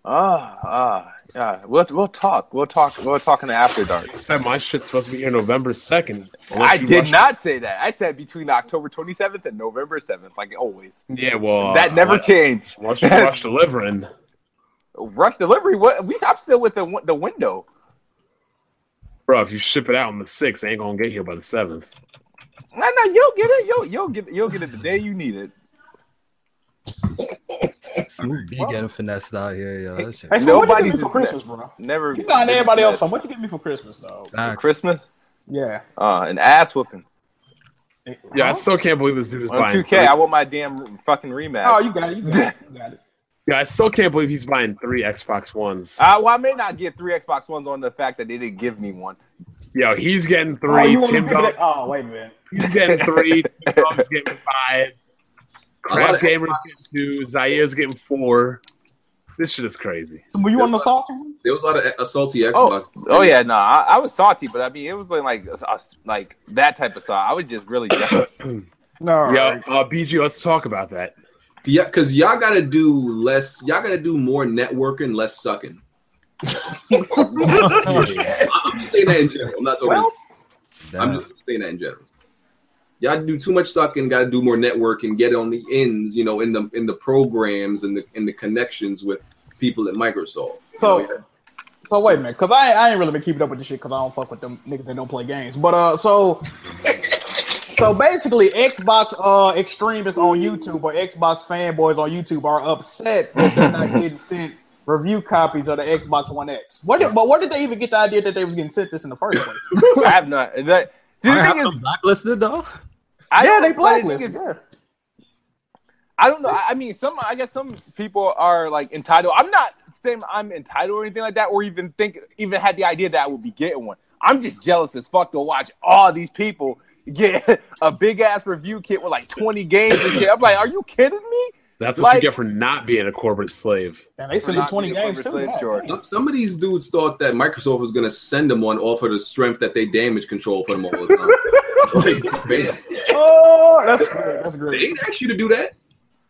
Speaker 8: Ah, ah, yeah. We'll we'll talk. We'll talk. We'll talk in the after dark.
Speaker 1: Said my shit's supposed to be here November second.
Speaker 8: I did not say that. I said between October 27th and November 7th, like always.
Speaker 1: Yeah, well, uh,
Speaker 8: that never
Speaker 1: unless-
Speaker 8: changed.
Speaker 1: Unless you rush delivering.
Speaker 8: Rush delivery. What? At least I'm still with the win- the window.
Speaker 1: Bro, if you ship it out on the sixth, ain't gonna get here by the seventh.
Speaker 8: No, no, you'll get it. You'll you'll get you'll get it the day you need it.
Speaker 4: Smooth B getting finessed out here, yo. That shit.
Speaker 2: Hey, so what you
Speaker 8: Nobody's-
Speaker 2: get me for Christmas, bro?
Speaker 8: Never.
Speaker 2: You got everybody else some. What you get me for Christmas, though?
Speaker 8: For
Speaker 4: Facts.
Speaker 8: Christmas?
Speaker 2: Yeah.
Speaker 8: Uh, an ass whooping
Speaker 1: Yeah, I
Speaker 2: Huh?
Speaker 1: still can't believe this dude is
Speaker 8: on
Speaker 1: buying.
Speaker 8: 2K. I want my damn fucking rematch.
Speaker 2: Oh, you got it. You got it. You got it.
Speaker 1: Yeah, I still can't believe he's buying three Xbox Ones.
Speaker 8: Uh, well, I may not get three Xbox Ones on the fact that they didn't give me one.
Speaker 1: Yo, he's getting
Speaker 2: Oh,
Speaker 1: three.
Speaker 2: you want me
Speaker 1: Tim
Speaker 2: to pick
Speaker 1: Dunk,
Speaker 2: that- oh, wait a minute.
Speaker 1: he's getting three. Tim Dunk's getting five.
Speaker 5: A lot
Speaker 1: Crab
Speaker 5: of
Speaker 1: Gamer's
Speaker 5: Xbox-
Speaker 1: getting two. Zaire's getting four. This shit is crazy.
Speaker 2: Were you on the salty ones?
Speaker 5: There was a lot of uh, salty Xbox.
Speaker 8: Oh, oh yeah, no, I, I was salty, but I mean, it was like like, a- a- like that type of salt. I was just really jealous.
Speaker 2: No.
Speaker 1: Yo, uh, BG, let's talk about that.
Speaker 5: Yeah, because y'all gotta do less. Y'all gotta do more networking, less sucking. I- I'm just saying that in general. I'm not talking. I'm
Speaker 4: Damn.
Speaker 5: just saying that in general. Y'all do too much sucking. Got to do more networking. Get on the ends. You know, in the in the programs and the in the connections with people at Microsoft. You
Speaker 2: So-
Speaker 5: know, yeah.
Speaker 2: So wait a minute, cause I I ain't really been keeping up with this shit, cause I don't fuck with them niggas that don't play games. But uh, so so basically, Xbox uh extremists on YouTube or Xbox fanboys on YouTube are upset that they're not getting sent review copies of the Xbox One X. What did, but where did they even get the idea that they was getting sent this in the first place?
Speaker 8: I have not. That, see, the
Speaker 4: I
Speaker 8: thing
Speaker 4: have
Speaker 8: is,
Speaker 4: them blacklisted though.
Speaker 8: I
Speaker 2: yeah,
Speaker 8: don't-
Speaker 2: they
Speaker 8: but the thing
Speaker 2: blacklisted.
Speaker 8: is,
Speaker 2: Yeah.
Speaker 8: I don't know. I I mean, some. I guess some people are like entitled. I'm not saying I'm entitled or anything like that, or even think even had the idea that I would be getting one. I'm just jealous as fuck to watch all these people get a big ass review kit with like 20 games and shit. I'm like, are you kidding me?
Speaker 1: That's what you
Speaker 8: Like-
Speaker 1: get for not being a corporate slave.
Speaker 2: And they sent
Speaker 8: Not
Speaker 2: in twenty
Speaker 8: being
Speaker 2: games too.
Speaker 8: corporate slave,
Speaker 2: Yeah.
Speaker 8: George.
Speaker 5: Some- Some of these dudes thought that Microsoft was gonna send them one off of the strength that they damage control for them all the time. Like, man,
Speaker 2: Oh, that's great. That's
Speaker 5: they
Speaker 2: great.
Speaker 5: didn't ask you to do that.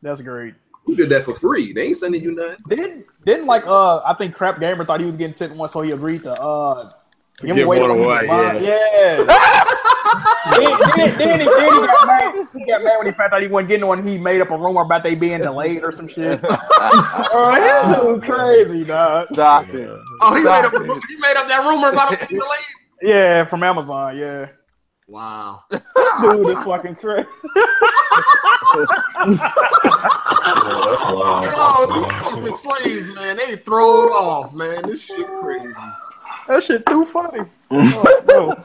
Speaker 2: That's great.
Speaker 5: Who did that for free? They ain't sending you nothing.
Speaker 2: Didn't didn't like uh I think Crap Gamer thought he was getting sent one, so he agreed to uh give,
Speaker 1: Give
Speaker 2: away
Speaker 1: one
Speaker 2: the one
Speaker 1: away,
Speaker 2: he bought. Yeah. then, then, then, he, then he got mad. He got mad when he found out he wasn't getting one. He made up a rumor about they being delayed or some shit. oh, this dude crazy, dog.
Speaker 8: Stop it.
Speaker 3: Oh, he made,
Speaker 8: Stop
Speaker 3: up, he made up that rumor about him being delayed.
Speaker 2: Yeah, from Amazon. Yeah,
Speaker 3: Wow.
Speaker 2: dude is fucking crazy.
Speaker 6: Oh, that's
Speaker 3: Yo,
Speaker 6: wild.
Speaker 3: these corporate slaves, man, they throw it off, man. This shit crazy.
Speaker 2: That shit too funny. Oh, no.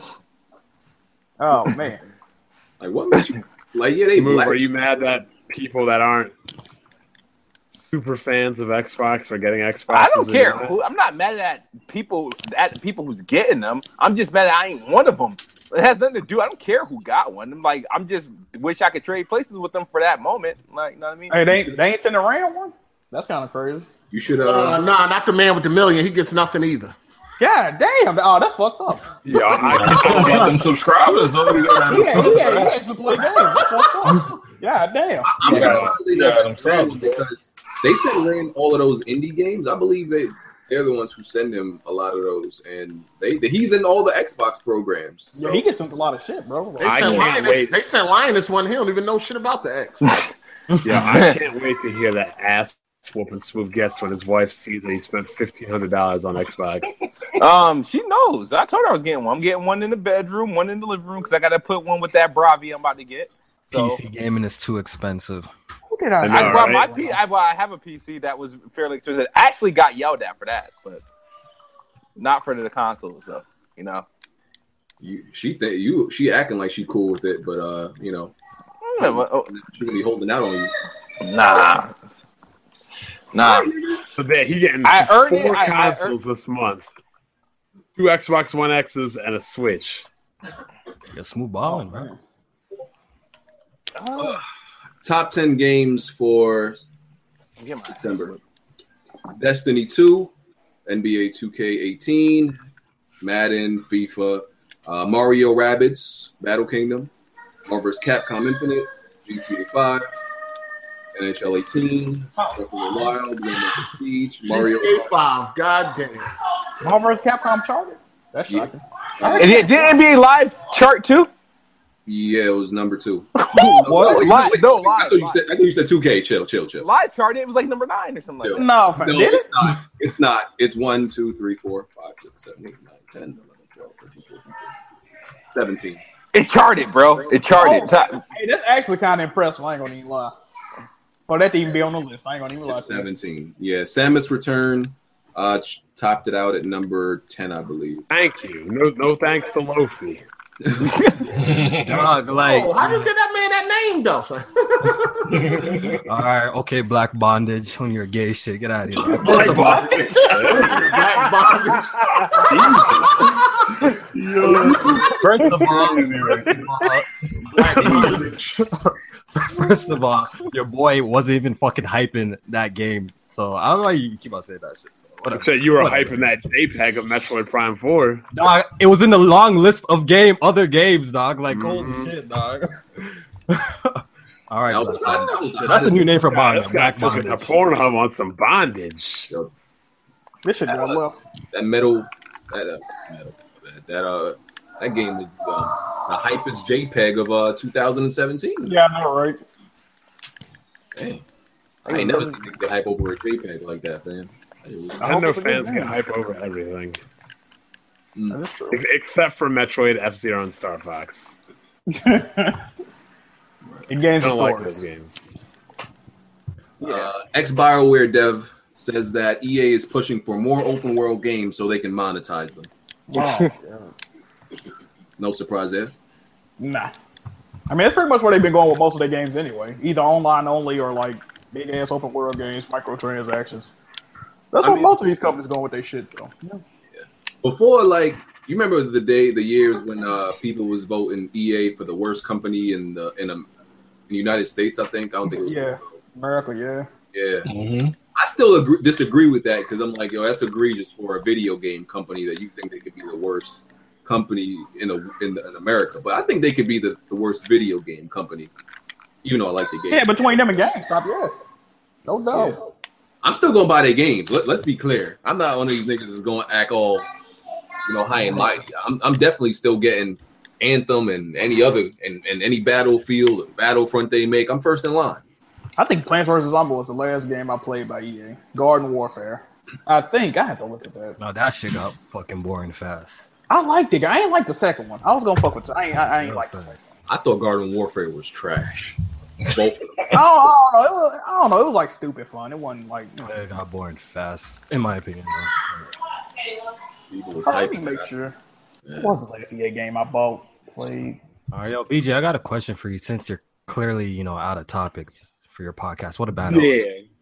Speaker 2: oh man.
Speaker 5: Like what makes you like yeah they
Speaker 1: Move,
Speaker 5: black.
Speaker 1: are you mad that people that aren't super fans of Xbox are getting Xbox?
Speaker 8: I don't care. Who, I'm not mad at people at the people who's getting them. I'm just mad that I ain't one of them. It has nothing to do. I don't care who got one. I'm like, I'm just wish I could trade places with them for that moment. Like, you know what I mean?
Speaker 2: Hey, they they ain't sent around one. That's kind of crazy.
Speaker 5: You should
Speaker 3: Uh,
Speaker 5: uh,
Speaker 3: nah, not the man with the million. He gets nothing either.
Speaker 2: God damn! Oh, that's fucked up.
Speaker 1: Yeah, I,
Speaker 6: It's all about them Uh, subscribers. Don't even have them
Speaker 2: Yeah, yeah, yeah.
Speaker 6: subscribers.
Speaker 2: That's the play game. That's what's up. God damn.
Speaker 5: I'm
Speaker 6: Yeah.
Speaker 5: surprised they
Speaker 6: Yeah,
Speaker 5: not
Speaker 6: I'm
Speaker 5: send
Speaker 6: sorry.
Speaker 5: him because they send Ren all of those indie games. I believe they they're the ones who send him a lot of those, and they he's in all the Xbox programs. So
Speaker 2: Yeah, he gets sent a lot of shit, bro.
Speaker 3: They
Speaker 1: I
Speaker 3: sent
Speaker 1: can't
Speaker 3: Linus,
Speaker 1: wait.
Speaker 3: They sent Linus one. He don't even know shit about the X.
Speaker 1: yeah, I can't wait to hear that ass Swooping smooth gets when his wife sees that he spent fifteen hundred dollars on Xbox.
Speaker 8: Um, she knows. I told her I was getting one. I'm getting one in the bedroom, one in the living room, because I gotta put one with that Bravi I'm about to get. So
Speaker 4: PC gaming is too expensive.
Speaker 2: Who did I?
Speaker 1: I know,
Speaker 8: I, well,
Speaker 1: right?
Speaker 8: my P, I, well, I have a PC that was fairly expensive. I actually got yelled at for that, but not for the console. So you know,
Speaker 5: You, she think you she acting like she cool with it, but uh, you know, Hmm.
Speaker 8: Oh,
Speaker 5: she gonna be holding out on you.
Speaker 8: nah, nah.
Speaker 1: But man, he getting
Speaker 8: I earned it.
Speaker 1: four
Speaker 8: I- I earned-
Speaker 1: consoles this month, two Xbox One X's and a Switch.
Speaker 4: You're smooth balling, bro.
Speaker 5: Top ten games for
Speaker 8: Get my ass
Speaker 5: September. Destiny 2, NBA 2K18, Madden, FIFA, uh, Mario Rabbids, Battle Kingdom, Marvel's Capcom Infinite, GTA 5, NHL 18, Breath of the Wild, Grand Theft Auto Siege, Mario.
Speaker 3: GTA 5, goddamn.
Speaker 2: Marvel vs. Capcom charted. That's
Speaker 5: Yeah.
Speaker 2: shocking.
Speaker 5: Uh,
Speaker 8: And it, did NBA Live chart too?
Speaker 5: yeah, it was number two. Oh,
Speaker 8: What?
Speaker 5: you-
Speaker 8: Live,
Speaker 5: I
Speaker 8: no, live,
Speaker 5: thought, you
Speaker 8: live.
Speaker 5: said, I thought you said 2K. Chill, chill, chill.
Speaker 8: live chart. It was like number nine or something like that.
Speaker 2: No, fam,
Speaker 5: No,
Speaker 2: did
Speaker 5: it's
Speaker 2: it?
Speaker 5: not. It's not. It's 1, 2, 3, 4, 5, 6, 7, 8, 9, 10, 11, 12, 13, 14, 17.
Speaker 8: It charted, bro. It charted.
Speaker 2: Oh, hey, that's actually kind of impressive. I ain't gonna even lie. For that to even be on the list, I ain't gonna even lie.
Speaker 5: It's
Speaker 2: to you.
Speaker 5: 17. Yeah, Samus Return uh, ch- topped it out at number 10, I believe.
Speaker 1: Thank you. No, no thanks to Lofi.
Speaker 4: Dog, like,
Speaker 3: Oh, how
Speaker 6: mm.
Speaker 3: do you get that man that name, though? son?
Speaker 4: all right, okay, black bondage when you're gay shit. Get out of here. First of all,
Speaker 3: Black bondage.
Speaker 4: First of all, first of all, first of all, your boy wasn't even fucking hyping that game. So I don't know why you keep on saying that shit. So whatever.
Speaker 1: Except you were
Speaker 4: Whatever.
Speaker 1: hyping that JPEG of Metroid Prime Four.
Speaker 4: Dog, it was in the long list of game other games, dog. Like holy shit, dog. all right, Black
Speaker 5: That was-
Speaker 4: Bondage.
Speaker 5: that was-
Speaker 4: that's a new name for
Speaker 1: God,
Speaker 4: bondage.
Speaker 1: this guy
Speaker 4: Black
Speaker 1: took it to
Speaker 4: Bondage.
Speaker 1: Pornhub on some bondage.
Speaker 2: This should go well.
Speaker 5: That metal, that, uh, metal, that, uh, that game was uh, the hypest JPEG of uh, 2017.
Speaker 2: Yeah, I know, right?
Speaker 5: Dang. I ain't never seen niggas get hype over a JPEG like that, man.
Speaker 1: I, know fans get hype over everything,
Speaker 2: That's true.
Speaker 1: Ex- except for Metroid, F Zero, and Star Fox.
Speaker 2: It gains
Speaker 1: I
Speaker 2: the
Speaker 1: don't like those games.
Speaker 2: stories.
Speaker 5: Uh, Ex BioWare dev says that EA is pushing for more open world games so they can monetize them.
Speaker 2: Oh,
Speaker 5: No surprise there.
Speaker 2: nah. I mean, that's pretty much where they've been going with most of their games anyway. Either online only or like big ass open world games, microtransactions. That's
Speaker 5: I
Speaker 2: where
Speaker 5: mean-
Speaker 2: most of these companies going with their shit. So
Speaker 5: before like you remember the day the years when uh people was voting EA for the worst company in the in, um in the United States I think I don't think it was,
Speaker 2: yeah, America, yeah.
Speaker 5: yeah
Speaker 6: Mhm.
Speaker 5: I still agree, disagree with that because I'm like yo that's egregious for a video game company that you think they could be the worst company in a in, the, in America but I think they could be the, the worst video game company even though I like the game
Speaker 2: Yeah, between them and GameStop, yeah. No doubt.
Speaker 5: Yeah. I'm still gonna buy their games let, let's be clear I'm not one of these niggas that's gonna act all you know, high and mighty. I'm, I'm definitely still getting Anthem and any other and, and any battlefield or battlefront they make. I'm first in line.
Speaker 2: I think Plants vs. Zombie was the last game I played by EA. Garden Warfare. I think I have to look at that.
Speaker 4: No, that shit got fucking boring fast.
Speaker 2: I liked it. I ain't like the second one. I was gonna fuck with. I ain't. I, I ain't
Speaker 4: Real
Speaker 2: like. the
Speaker 4: fast.
Speaker 2: second
Speaker 5: I thought Garden Warfare was trash. Both of them.
Speaker 2: one. I don't, I don't know. It was, I don't know. It was like stupid fun. It wasn't like. you know.
Speaker 4: It got boring fast, in my opinion. bro.
Speaker 5: People was
Speaker 2: Oh, let me
Speaker 5: hyping
Speaker 2: make
Speaker 5: that.
Speaker 2: sure.
Speaker 5: Yeah.
Speaker 2: What was the last EA game I bought? Played.
Speaker 4: All right, yo, BJ, I got a question for you since you're clearly, you know, out of topics for your podcast. What about us?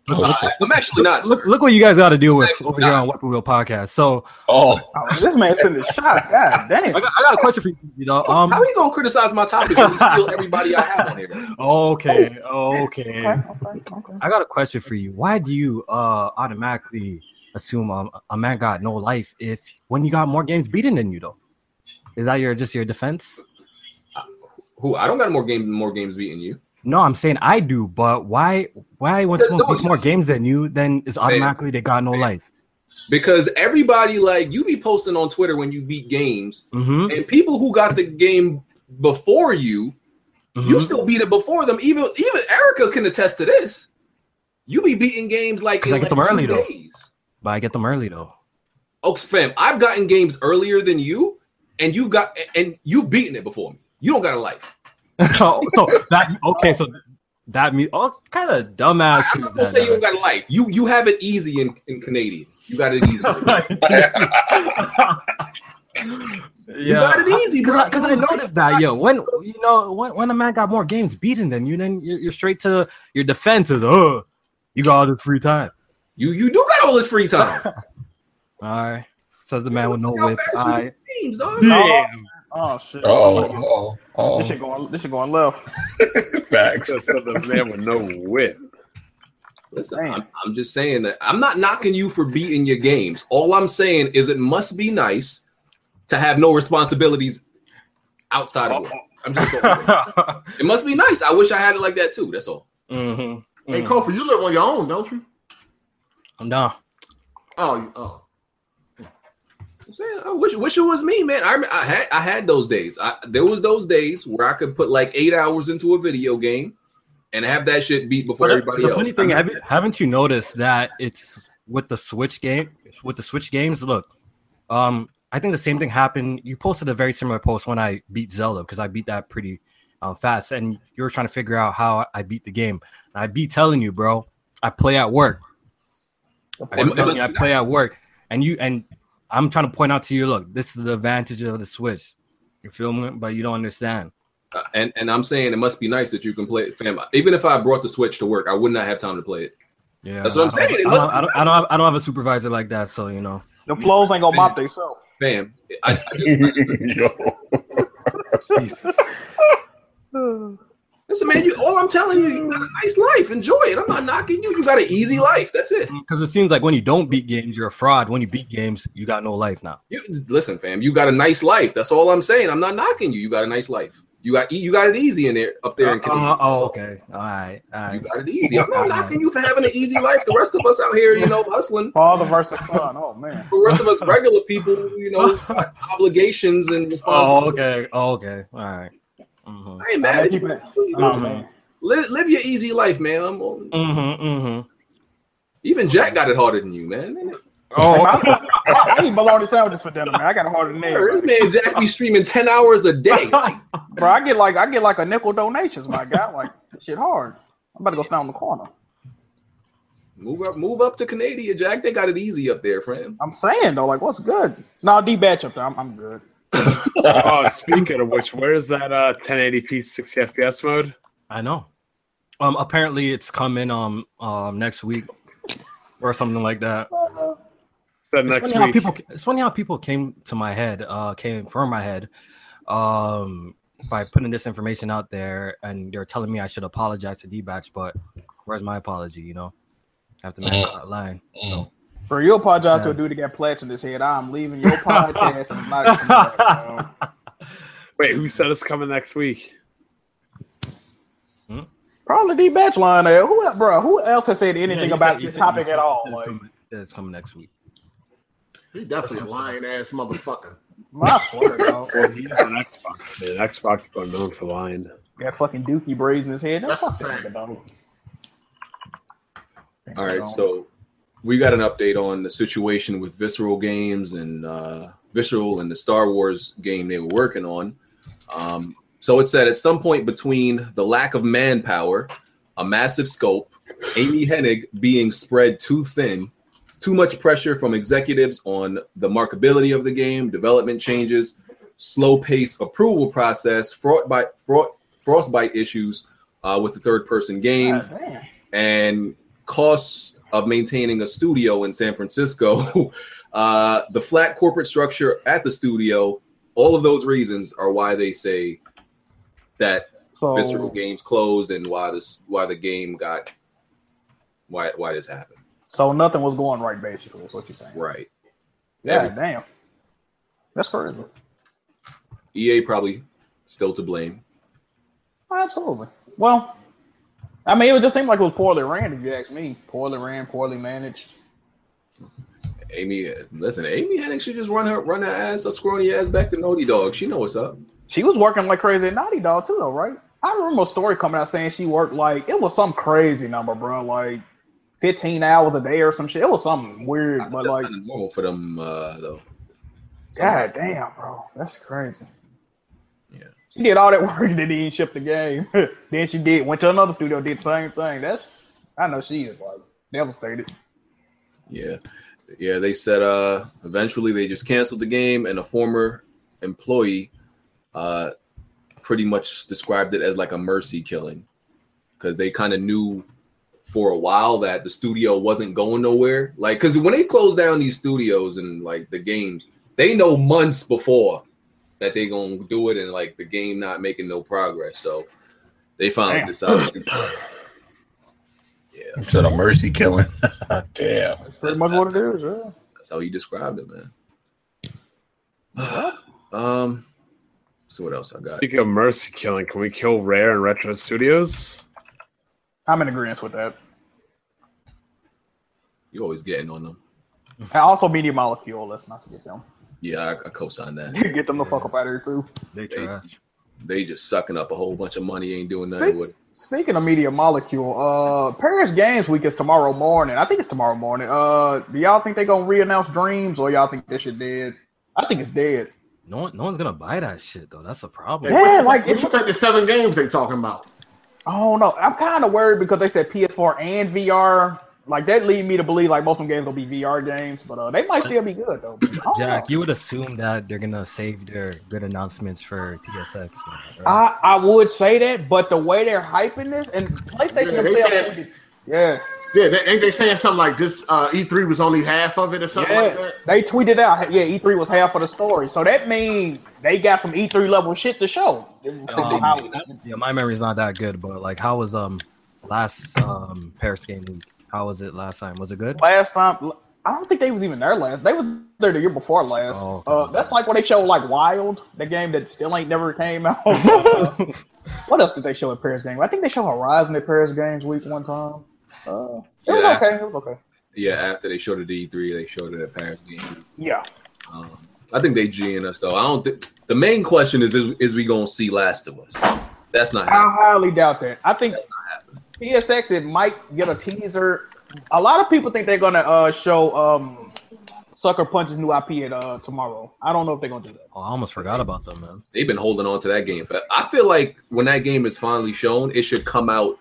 Speaker 6: Oh, shit.
Speaker 5: I'm actually not.
Speaker 4: Look, look what you guys got to deal with
Speaker 5: Actually,
Speaker 4: over here on Weapon Wheel Podcast. So
Speaker 6: Oh,
Speaker 2: Oh, this man sending shots. God
Speaker 4: I
Speaker 2: damn.
Speaker 4: got, I got a question for you, you know. Um,
Speaker 5: How are you gonna criticize my topics when you steal everybody I have on here?
Speaker 4: okay, okay.
Speaker 2: Okay, okay, okay.
Speaker 4: I got a question for you. Why do you uh automatically assume um, a man got no life if when you got more games beaten than you though? Is that your just your defense?
Speaker 5: Who I don't got more games more games beating you.
Speaker 4: No, I'm saying I do, but why? Why when
Speaker 5: Just
Speaker 4: someone
Speaker 5: don't.
Speaker 4: puts more games than you, then it's automatically they got no life.
Speaker 5: Because everybody like you be posting on Twitter when you beat games,
Speaker 4: Mm-hmm.
Speaker 5: and people who got the game
Speaker 4: mm-hmm.
Speaker 5: before you, you still beat it before them. Even even Erica can attest to this. You be beating games like
Speaker 4: 'Cause
Speaker 5: in
Speaker 4: I get them
Speaker 5: like
Speaker 4: early,
Speaker 5: two
Speaker 4: though.
Speaker 5: days.
Speaker 4: But I get them early though.
Speaker 5: Oh, fam, I've gotten games earlier than you, and you got and you beaten it before me. You don't got a life.
Speaker 4: so, so that okay, so that me oh kind of dumbass.
Speaker 5: I'm not gonna say you don't got a life. You you have it easy in, in Canadian. You got it easy. You got it easy, bro.
Speaker 4: because I noticed that, yo. When you know when when a man got more games beaten than you, then you're, you're straight to your defense is oh, you got all this free time.
Speaker 5: You you do got all this free time.
Speaker 4: All right, says the man with no
Speaker 5: How
Speaker 4: whip.
Speaker 5: fast
Speaker 4: All
Speaker 5: we
Speaker 4: right,
Speaker 5: do games, dog.
Speaker 2: Yeah. Oh shit.
Speaker 6: Oh,
Speaker 2: This
Speaker 6: oh,
Speaker 2: shit going. This shit going left.
Speaker 6: facts.
Speaker 1: Just said the man with no whip.
Speaker 5: Listen,
Speaker 2: Damn.
Speaker 5: I'm, I'm just saying that I'm not knocking you for beating your games. All I'm saying is it must be nice to have no responsibilities outside of work. I'm just it must be nice. I wish I had it like that too. That's all.
Speaker 4: Mhm.
Speaker 3: Hey,
Speaker 4: Mm.
Speaker 3: Kofi, you live on your own, don't you?
Speaker 4: no,
Speaker 3: Oh, you- oh.
Speaker 5: I'm saying I wish wish it was me, man. I rem- I had I had those days. I, there was those days where I could put like eight hours into a video game and have that shit beat before
Speaker 4: But the-
Speaker 5: everybody
Speaker 4: the
Speaker 5: else.
Speaker 4: funny thing, have you, haven't you noticed that it's with the Switch game? With the Switch games, look, um, I think the same thing happened. You posted a very similar post when I beat Zelda because I beat that pretty um, fast, and you were trying to figure out how I beat the game. And I be telling you, bro, I play at work. I,
Speaker 5: It-
Speaker 4: be
Speaker 5: it
Speaker 4: telling
Speaker 5: must
Speaker 4: you, I
Speaker 5: be
Speaker 4: play at work, and you and I'm trying to point out to you, look, this is the advantage of the Switch. You feel me? But you don't understand.
Speaker 5: Uh, and and I'm saying it must be nice that you can play it, fam. Even if I brought the Switch to work, I would not have time to play it.
Speaker 4: Yeah,
Speaker 5: That's what I'm
Speaker 4: I don't-
Speaker 5: saying. It
Speaker 4: I
Speaker 5: must
Speaker 4: don't, I, don't, I, don't have, I don't have a supervisor like that, so you know.
Speaker 2: The flows ain't gonna mop themselves.
Speaker 5: Fam, I, I just,
Speaker 4: Jesus.
Speaker 5: listen, man. You, all I'm telling you, you got a nice life. Enjoy it. I'm not knocking you. You got an easy life. That's it.
Speaker 4: Because it seems like when you don't beat games, you're a fraud. When you beat games, you got no life now.
Speaker 5: You listen, fam. You got a nice life. That's all I'm saying. I'm not knocking you. You got a nice life. You got you got it easy in there up there in Canada.
Speaker 4: Uh, oh, okay. All right. All
Speaker 5: You
Speaker 4: right.
Speaker 5: got it easy. I'm not knocking you for having an easy life. The rest of us out here, you know, hustling.
Speaker 2: Father versus son. Oh man.
Speaker 5: The rest of us regular people, you know, got obligations and
Speaker 4: Oh,
Speaker 5: responsibilities.
Speaker 4: okay. Oh, okay. All right. Mhm.
Speaker 5: I ain't mad at you.
Speaker 2: Oh
Speaker 5: Listen,
Speaker 2: man.
Speaker 5: live, live your easy life, man. I'm,
Speaker 4: Mhm. Mhm.
Speaker 5: even Jack got it harder than you, man.
Speaker 2: Oh. I, I, I eat bologna sandwiches for dinner, man. I got a harder than that.
Speaker 5: This man Jack be streaming ten hours a day. Like,
Speaker 2: Bro, I get like I get like a nickel donations, my guy. Like shit hard. I'm about to go stand on the corner.
Speaker 5: move up, move up to Canada, Jack. They got it easy up there, friend.
Speaker 2: I'm saying though, like what's good? No, D batch up there. I'm, I'm good.
Speaker 1: Oh, speaking of which, where is that uh 1080p 60 FPS mode?
Speaker 4: I know. Um. Apparently, it's coming. Um. Um. Next week, or something like that.
Speaker 1: Is that
Speaker 4: It's
Speaker 1: next
Speaker 4: funny how
Speaker 1: week?
Speaker 4: people. It's funny how people came to my head. Uh. Came from my head. Um. By putting this information out there, and they're telling me I should apologize to D-Batch, but where's my apology? You know, after man caught lying.
Speaker 6: Mm.
Speaker 2: Bro, you apologize to a
Speaker 4: Sad.
Speaker 2: dude that got plats in his head. I'm leaving your podcast and I'm not coming back, bro.
Speaker 1: Wait, who said it's coming next week?
Speaker 2: Probably D batch line there. Who el- bro, who else has said anything
Speaker 4: Yeah, he
Speaker 2: about
Speaker 4: said- he
Speaker 2: this
Speaker 4: said
Speaker 2: topic
Speaker 4: it's
Speaker 2: at all?
Speaker 4: coming-
Speaker 2: Like
Speaker 4: It's coming next week.
Speaker 3: He definitely a lying ass motherfucker.
Speaker 2: my swear, dog.
Speaker 1: Well, he's an Xbox man. Xbox people are known for lying.
Speaker 2: Got fucking dookie braids in his head. No,
Speaker 3: That's
Speaker 2: fuck
Speaker 3: a
Speaker 2: that
Speaker 3: fact.
Speaker 2: nigga, dog.
Speaker 5: All right, so we got an update on the situation with Visceral Games and uh, Visceral and the Star Wars game they were working on. Um, so it said at some point between the lack of manpower, a massive scope, Amy Hennig being spread too thin, too much pressure from executives on the markability of the game, development changes, slow pace approval process, fraught by fraught, frostbite issues uh, with the third person game
Speaker 2: God damn.
Speaker 5: and costs of maintaining a studio in San Francisco, uh, the flat corporate structure at the studio, all of those reasons are why they say that
Speaker 2: Oh.
Speaker 5: Visceral
Speaker 2: So,
Speaker 5: Games closed and why this why the game got why why this happened.
Speaker 2: so nothing was going right basically, is what you're saying.
Speaker 5: Right.
Speaker 2: Yeah,
Speaker 5: Every-
Speaker 2: damn. That's crazy.
Speaker 5: EA E probably still to blame.
Speaker 2: Absolutely. Well, I mean, it would just seem like it was poorly ran, if you ask me. Poorly ran, poorly managed.
Speaker 5: Amy, listen, Amy Hennig should just run her run her ass, her scrawny ass back to Naughty Dog. She know what's up.
Speaker 2: She was working like crazy at Naughty Dog, too, though, right? I remember a story coming out saying she worked like it was some crazy number, bro. Like fifteen hours a day or some shit. It was something weird, but
Speaker 5: That's
Speaker 2: like,
Speaker 5: kind of normal for them, uh, though.
Speaker 2: god damn, bro, that's crazy.
Speaker 5: Yeah.
Speaker 2: She did all that work and then didn't even ship the game. then she did went to another studio, did the same thing. That's I know she is like devastated.
Speaker 5: Yeah. Yeah, they said uh eventually they just canceled the game and a former employee uh pretty much described it as like a mercy killing cuz they kind of knew for a while that the studio wasn't going nowhere. Like cuz when they close down these studios and like the games, they know months before that they going to do it and like the game not making no progress. So they finally
Speaker 2: Damn.
Speaker 5: decided to
Speaker 6: You said a mercy killing. Damn.
Speaker 2: That's pretty
Speaker 5: That's
Speaker 2: much
Speaker 5: not-
Speaker 2: what it is. Yeah.
Speaker 5: That's how you described it, man. um, so what else I got?
Speaker 1: Speaking of mercy killing, can we kill Rare and Retro Studios?
Speaker 2: I'm in agreement with that.
Speaker 5: You always getting on them.
Speaker 2: And also Media Molecule. Let's not forget them.
Speaker 5: Yeah, I, I co-sign that.
Speaker 2: Get them the fuck up out of here too.
Speaker 4: They trash.
Speaker 5: They just sucking up a whole bunch of money, ain't doing nothing with. it.
Speaker 2: Speaking of Media Molecule, uh, Paris Games Week is tomorrow morning. I think it's tomorrow morning. Uh, do y'all think they gonna re-announce Dreams or y'all think this shit dead? I think it's dead.
Speaker 4: No one, no one's gonna buy that shit though. That's the problem.
Speaker 2: Yeah, like
Speaker 3: What you think the seven games they talking about?
Speaker 2: I don't know. I'm kind of worried because they said PS4 and VR. Like that lead me to believe like most of them games gonna be VR games, but uh, they might still be good though. I don't know.
Speaker 4: Jack, you would assume that they're gonna save their good announcements for PSX. though, right?
Speaker 2: I, I would say that, but the way they're hyping this and PlayStation
Speaker 3: Yeah, they
Speaker 2: themselves,
Speaker 3: said-
Speaker 2: yeah,
Speaker 3: Yeah, they, ain't they saying something like this? Uh, E3 was only half of it or something
Speaker 2: yeah,
Speaker 3: like that.
Speaker 2: they tweeted out, yeah, E3 was half of the story, so that means they got some E3 level shit to show.
Speaker 4: Um, yeah, my memory's not that good, but like, how was um last um Paris game week? How was it last time? Was it good?
Speaker 2: last time. I don't think they was even there last. They was there the year before last.
Speaker 4: Oh,
Speaker 2: uh,
Speaker 4: okay.
Speaker 2: that's like when they showed like Wild, the game that still ain't never came out. Uh, what else did they show at Paris Games? I think they show Horizon at Paris Games Week one time. Uh, it was
Speaker 5: Yeah.
Speaker 2: okay. It was okay.
Speaker 5: Yeah, after they showed it at E3, they showed it at Paris game.
Speaker 2: Yeah.
Speaker 5: Um, I think they G'ing us though. I don't. think the main question is, is is we gonna see Last of Us? That's not
Speaker 2: I
Speaker 5: happening.
Speaker 2: highly doubt that. I think PSX it might get a teaser. A lot of people think they're gonna uh, show um, Sucker Punch's new IP at uh, tomorrow. I don't know if they're gonna do that.
Speaker 4: Oh, I almost forgot about them, man.
Speaker 5: They've been holding on to that game. For, I feel like when that game is finally shown, it should come out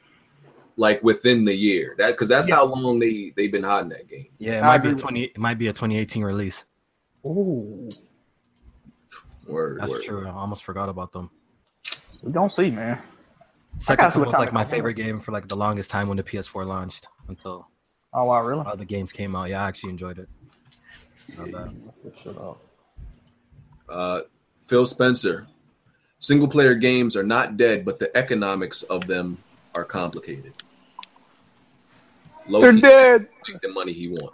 Speaker 5: like within the year. That because that's how long they they've been hiding that game.
Speaker 4: Yeah, it
Speaker 2: I
Speaker 4: might be a
Speaker 2: agree.
Speaker 4: twenty. It might be a 2018 release.
Speaker 2: Ooh,
Speaker 5: Word,
Speaker 4: That's
Speaker 5: word.
Speaker 4: true. I almost forgot about them.
Speaker 2: we don't see, man.
Speaker 4: Second
Speaker 2: see what
Speaker 4: was
Speaker 2: time
Speaker 4: like
Speaker 2: it
Speaker 4: my
Speaker 2: comes out.
Speaker 4: favorite game for like the longest time when the PS4 launched until
Speaker 2: Oh wow, really?
Speaker 4: other games came out. Yeah, I actually enjoyed it. Not bad.
Speaker 2: Good shit up.
Speaker 5: Uh, Phil Spencer. Single player games are not dead, but the economics of them are complicated. Loki
Speaker 8: They're dead.
Speaker 5: make the money he want.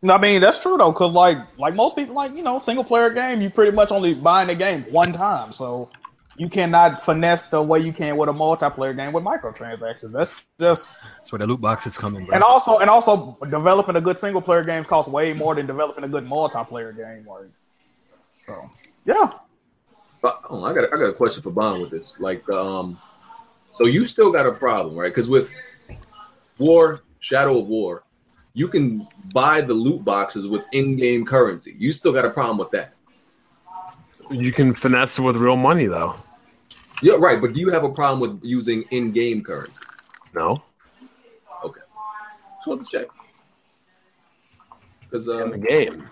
Speaker 2: No, I mean that's true though, cause like like most people, like you know, single player game, you pretty much only buying the game one time, so you cannot finesse the way you can with a multiplayer game with microtransactions. That's just
Speaker 4: That's where the loot box is coming, bro.
Speaker 2: and also and also developing a good single player game costs way more than developing a good multiplayer game. Like, so yeah,
Speaker 5: But oh, I got a, I got a question for Bond with this. Like, um, so you still got a problem, right? Because with War Shadow of War, you can buy the loot boxes with in-game currency. You still got a problem with that.
Speaker 1: You can finesse it with real money, though.
Speaker 5: Yeah, right. But do you have a problem with using in-game currency?
Speaker 1: No,
Speaker 5: Just want to check. Because
Speaker 1: in
Speaker 5: um,
Speaker 1: the game.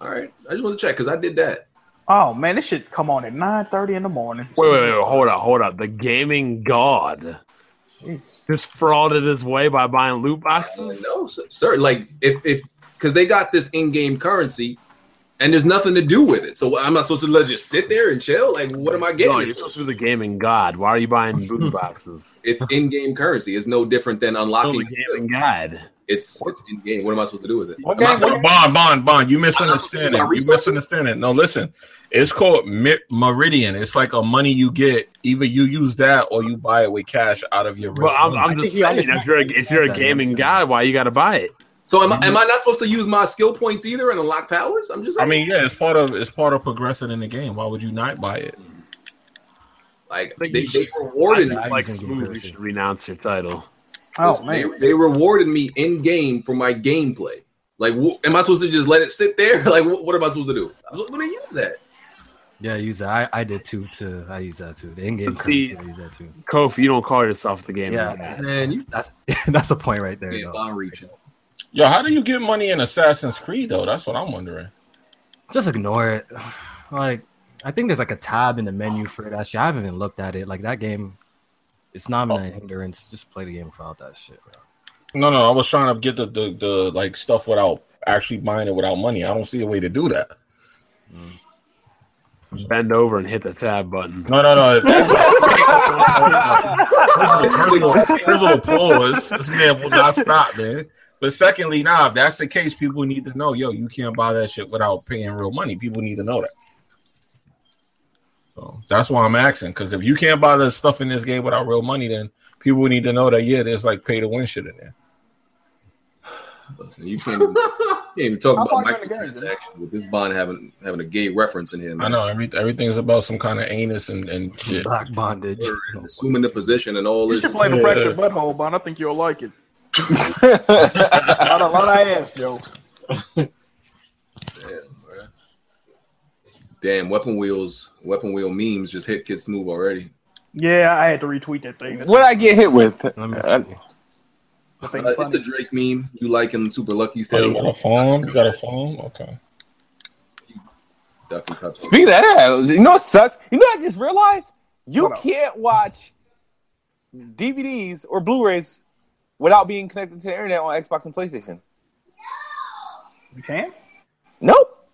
Speaker 5: All right. I just want to check because I did that.
Speaker 2: oh man, this should come on at nine thirty in the morning.
Speaker 1: Wait, wait, wait, wait, hold up, hold up. The gaming god
Speaker 2: Jeez.
Speaker 1: just frauded his way by buying loot
Speaker 5: I'm like,
Speaker 1: boxes.
Speaker 5: no, sir- sir. Like, if if because they got this in-game currency, and there's nothing to do with it. So what, am I supposed to let it just sit there and chill? Like, what am I getting?
Speaker 1: No,
Speaker 5: it
Speaker 1: you're
Speaker 5: for?
Speaker 1: supposed to be the gaming god. Why are you buying loot boxes?
Speaker 5: It's in-game currency. It's no different than
Speaker 1: Still
Speaker 5: unlocking.
Speaker 1: the gaming god.
Speaker 5: It's it's in-game. What am I supposed to do with it?
Speaker 2: What
Speaker 5: Am I
Speaker 2: game-
Speaker 5: supposed-
Speaker 2: what-
Speaker 6: Bond, Bond, Bond, you misunderstanding. You misunderstanding. No, listen, it's called Mi- Meridian. It's like a money you get. Either you use that or you buy it with cash out of your.
Speaker 1: But I'm, I'm
Speaker 4: think
Speaker 1: just
Speaker 4: he
Speaker 1: saying,
Speaker 4: understands
Speaker 1: if you're a, if you're a
Speaker 4: that, he
Speaker 1: gaming
Speaker 4: understands.
Speaker 1: god, why you got to buy it?
Speaker 5: so am I,
Speaker 1: Mm-hmm.
Speaker 5: am I not supposed to use my skill points either and unlock powers? I'm just.
Speaker 6: I mean, yeah, it's part of it's part of progressing in the game. Why would you not buy it?
Speaker 5: like
Speaker 1: think
Speaker 5: they,
Speaker 1: you
Speaker 5: they
Speaker 1: should-
Speaker 5: rewarded.
Speaker 1: I
Speaker 5: me.
Speaker 1: think,
Speaker 4: I'm
Speaker 1: like
Speaker 4: using
Speaker 1: smooth, you
Speaker 4: Gears.
Speaker 1: should renounce your title.
Speaker 2: Oh
Speaker 5: Listen,
Speaker 2: man.
Speaker 5: They, they rewarded me in game for my gameplay. Like, wh- am I supposed to just let it sit there? Like, wh- what am I supposed to do? I'm supposed to use that.
Speaker 4: Yeah, I use that. I, I did too. To I use that too. The in-game
Speaker 1: Let's see.
Speaker 4: currency, I use that too.
Speaker 1: Kofi, you don't call yourself the game.
Speaker 4: Yeah,
Speaker 1: man.
Speaker 5: Man, you
Speaker 4: that's that's a point right there.
Speaker 5: yeah,
Speaker 4: though.
Speaker 5: I'm reaching.
Speaker 6: Yo, how do you get money in Assassin's Creed though? That's what I'm wondering.
Speaker 4: Just ignore it. Like I think there's like a tab in the menu for that shit. I haven't even looked at it. Like that game, it's not even a hindrance. Just play the game without that shit. Bro.
Speaker 6: No, no, I was trying to get the the, the like stuff without actually buying it without money. I don't see a way to do that.
Speaker 1: Bend over and hit the tab button.
Speaker 6: No, no, no. There's a, first of all- first of all, pause. This man will not stop, man. But secondly, nah, if that's the case, people need to know, yo, you can't buy that shit without paying real money. People need to know that. So that's why I'm asking, because if you can't buy the stuff in this game without real money, then people need to know that yeah, there's like pay to win shit in there.
Speaker 5: Listen, you can't even, you can't even talk
Speaker 2: How
Speaker 5: about
Speaker 2: far you in the game,
Speaker 5: microtransactions with this bond having having a gay reference in here.
Speaker 6: I
Speaker 5: Man.
Speaker 6: know every, everything's about some kind of anus and, and shit.
Speaker 4: Black bondage.
Speaker 5: We're assuming the position and all
Speaker 2: You
Speaker 5: this.
Speaker 2: should play the
Speaker 6: Yeah.
Speaker 2: fractured butthole, Bon. I think you'll like it. a, lot of, lot of ass jokes.
Speaker 5: Damn, bruh. Damn, weapon wheels, weapon wheel memes just hit Kid Snoop already.
Speaker 2: Yeah, I had to retweet that thing.
Speaker 8: What I get hit with?
Speaker 4: Let me
Speaker 8: Uh,
Speaker 4: see.
Speaker 2: That thing
Speaker 5: Uh, it's the
Speaker 2: funny.
Speaker 5: Drake meme. You like him, super lucky. You
Speaker 6: Oh,
Speaker 5: stay
Speaker 6: you got a phone? You got a phone? Okay.
Speaker 5: duck and cups.
Speaker 8: Speaking of that, you know what sucks? You know what I just realized? You
Speaker 2: What up?
Speaker 8: can't watch DVDs or Blu-rays without being connected to the internet on Xbox and PlayStation.
Speaker 2: You can?
Speaker 8: Nope.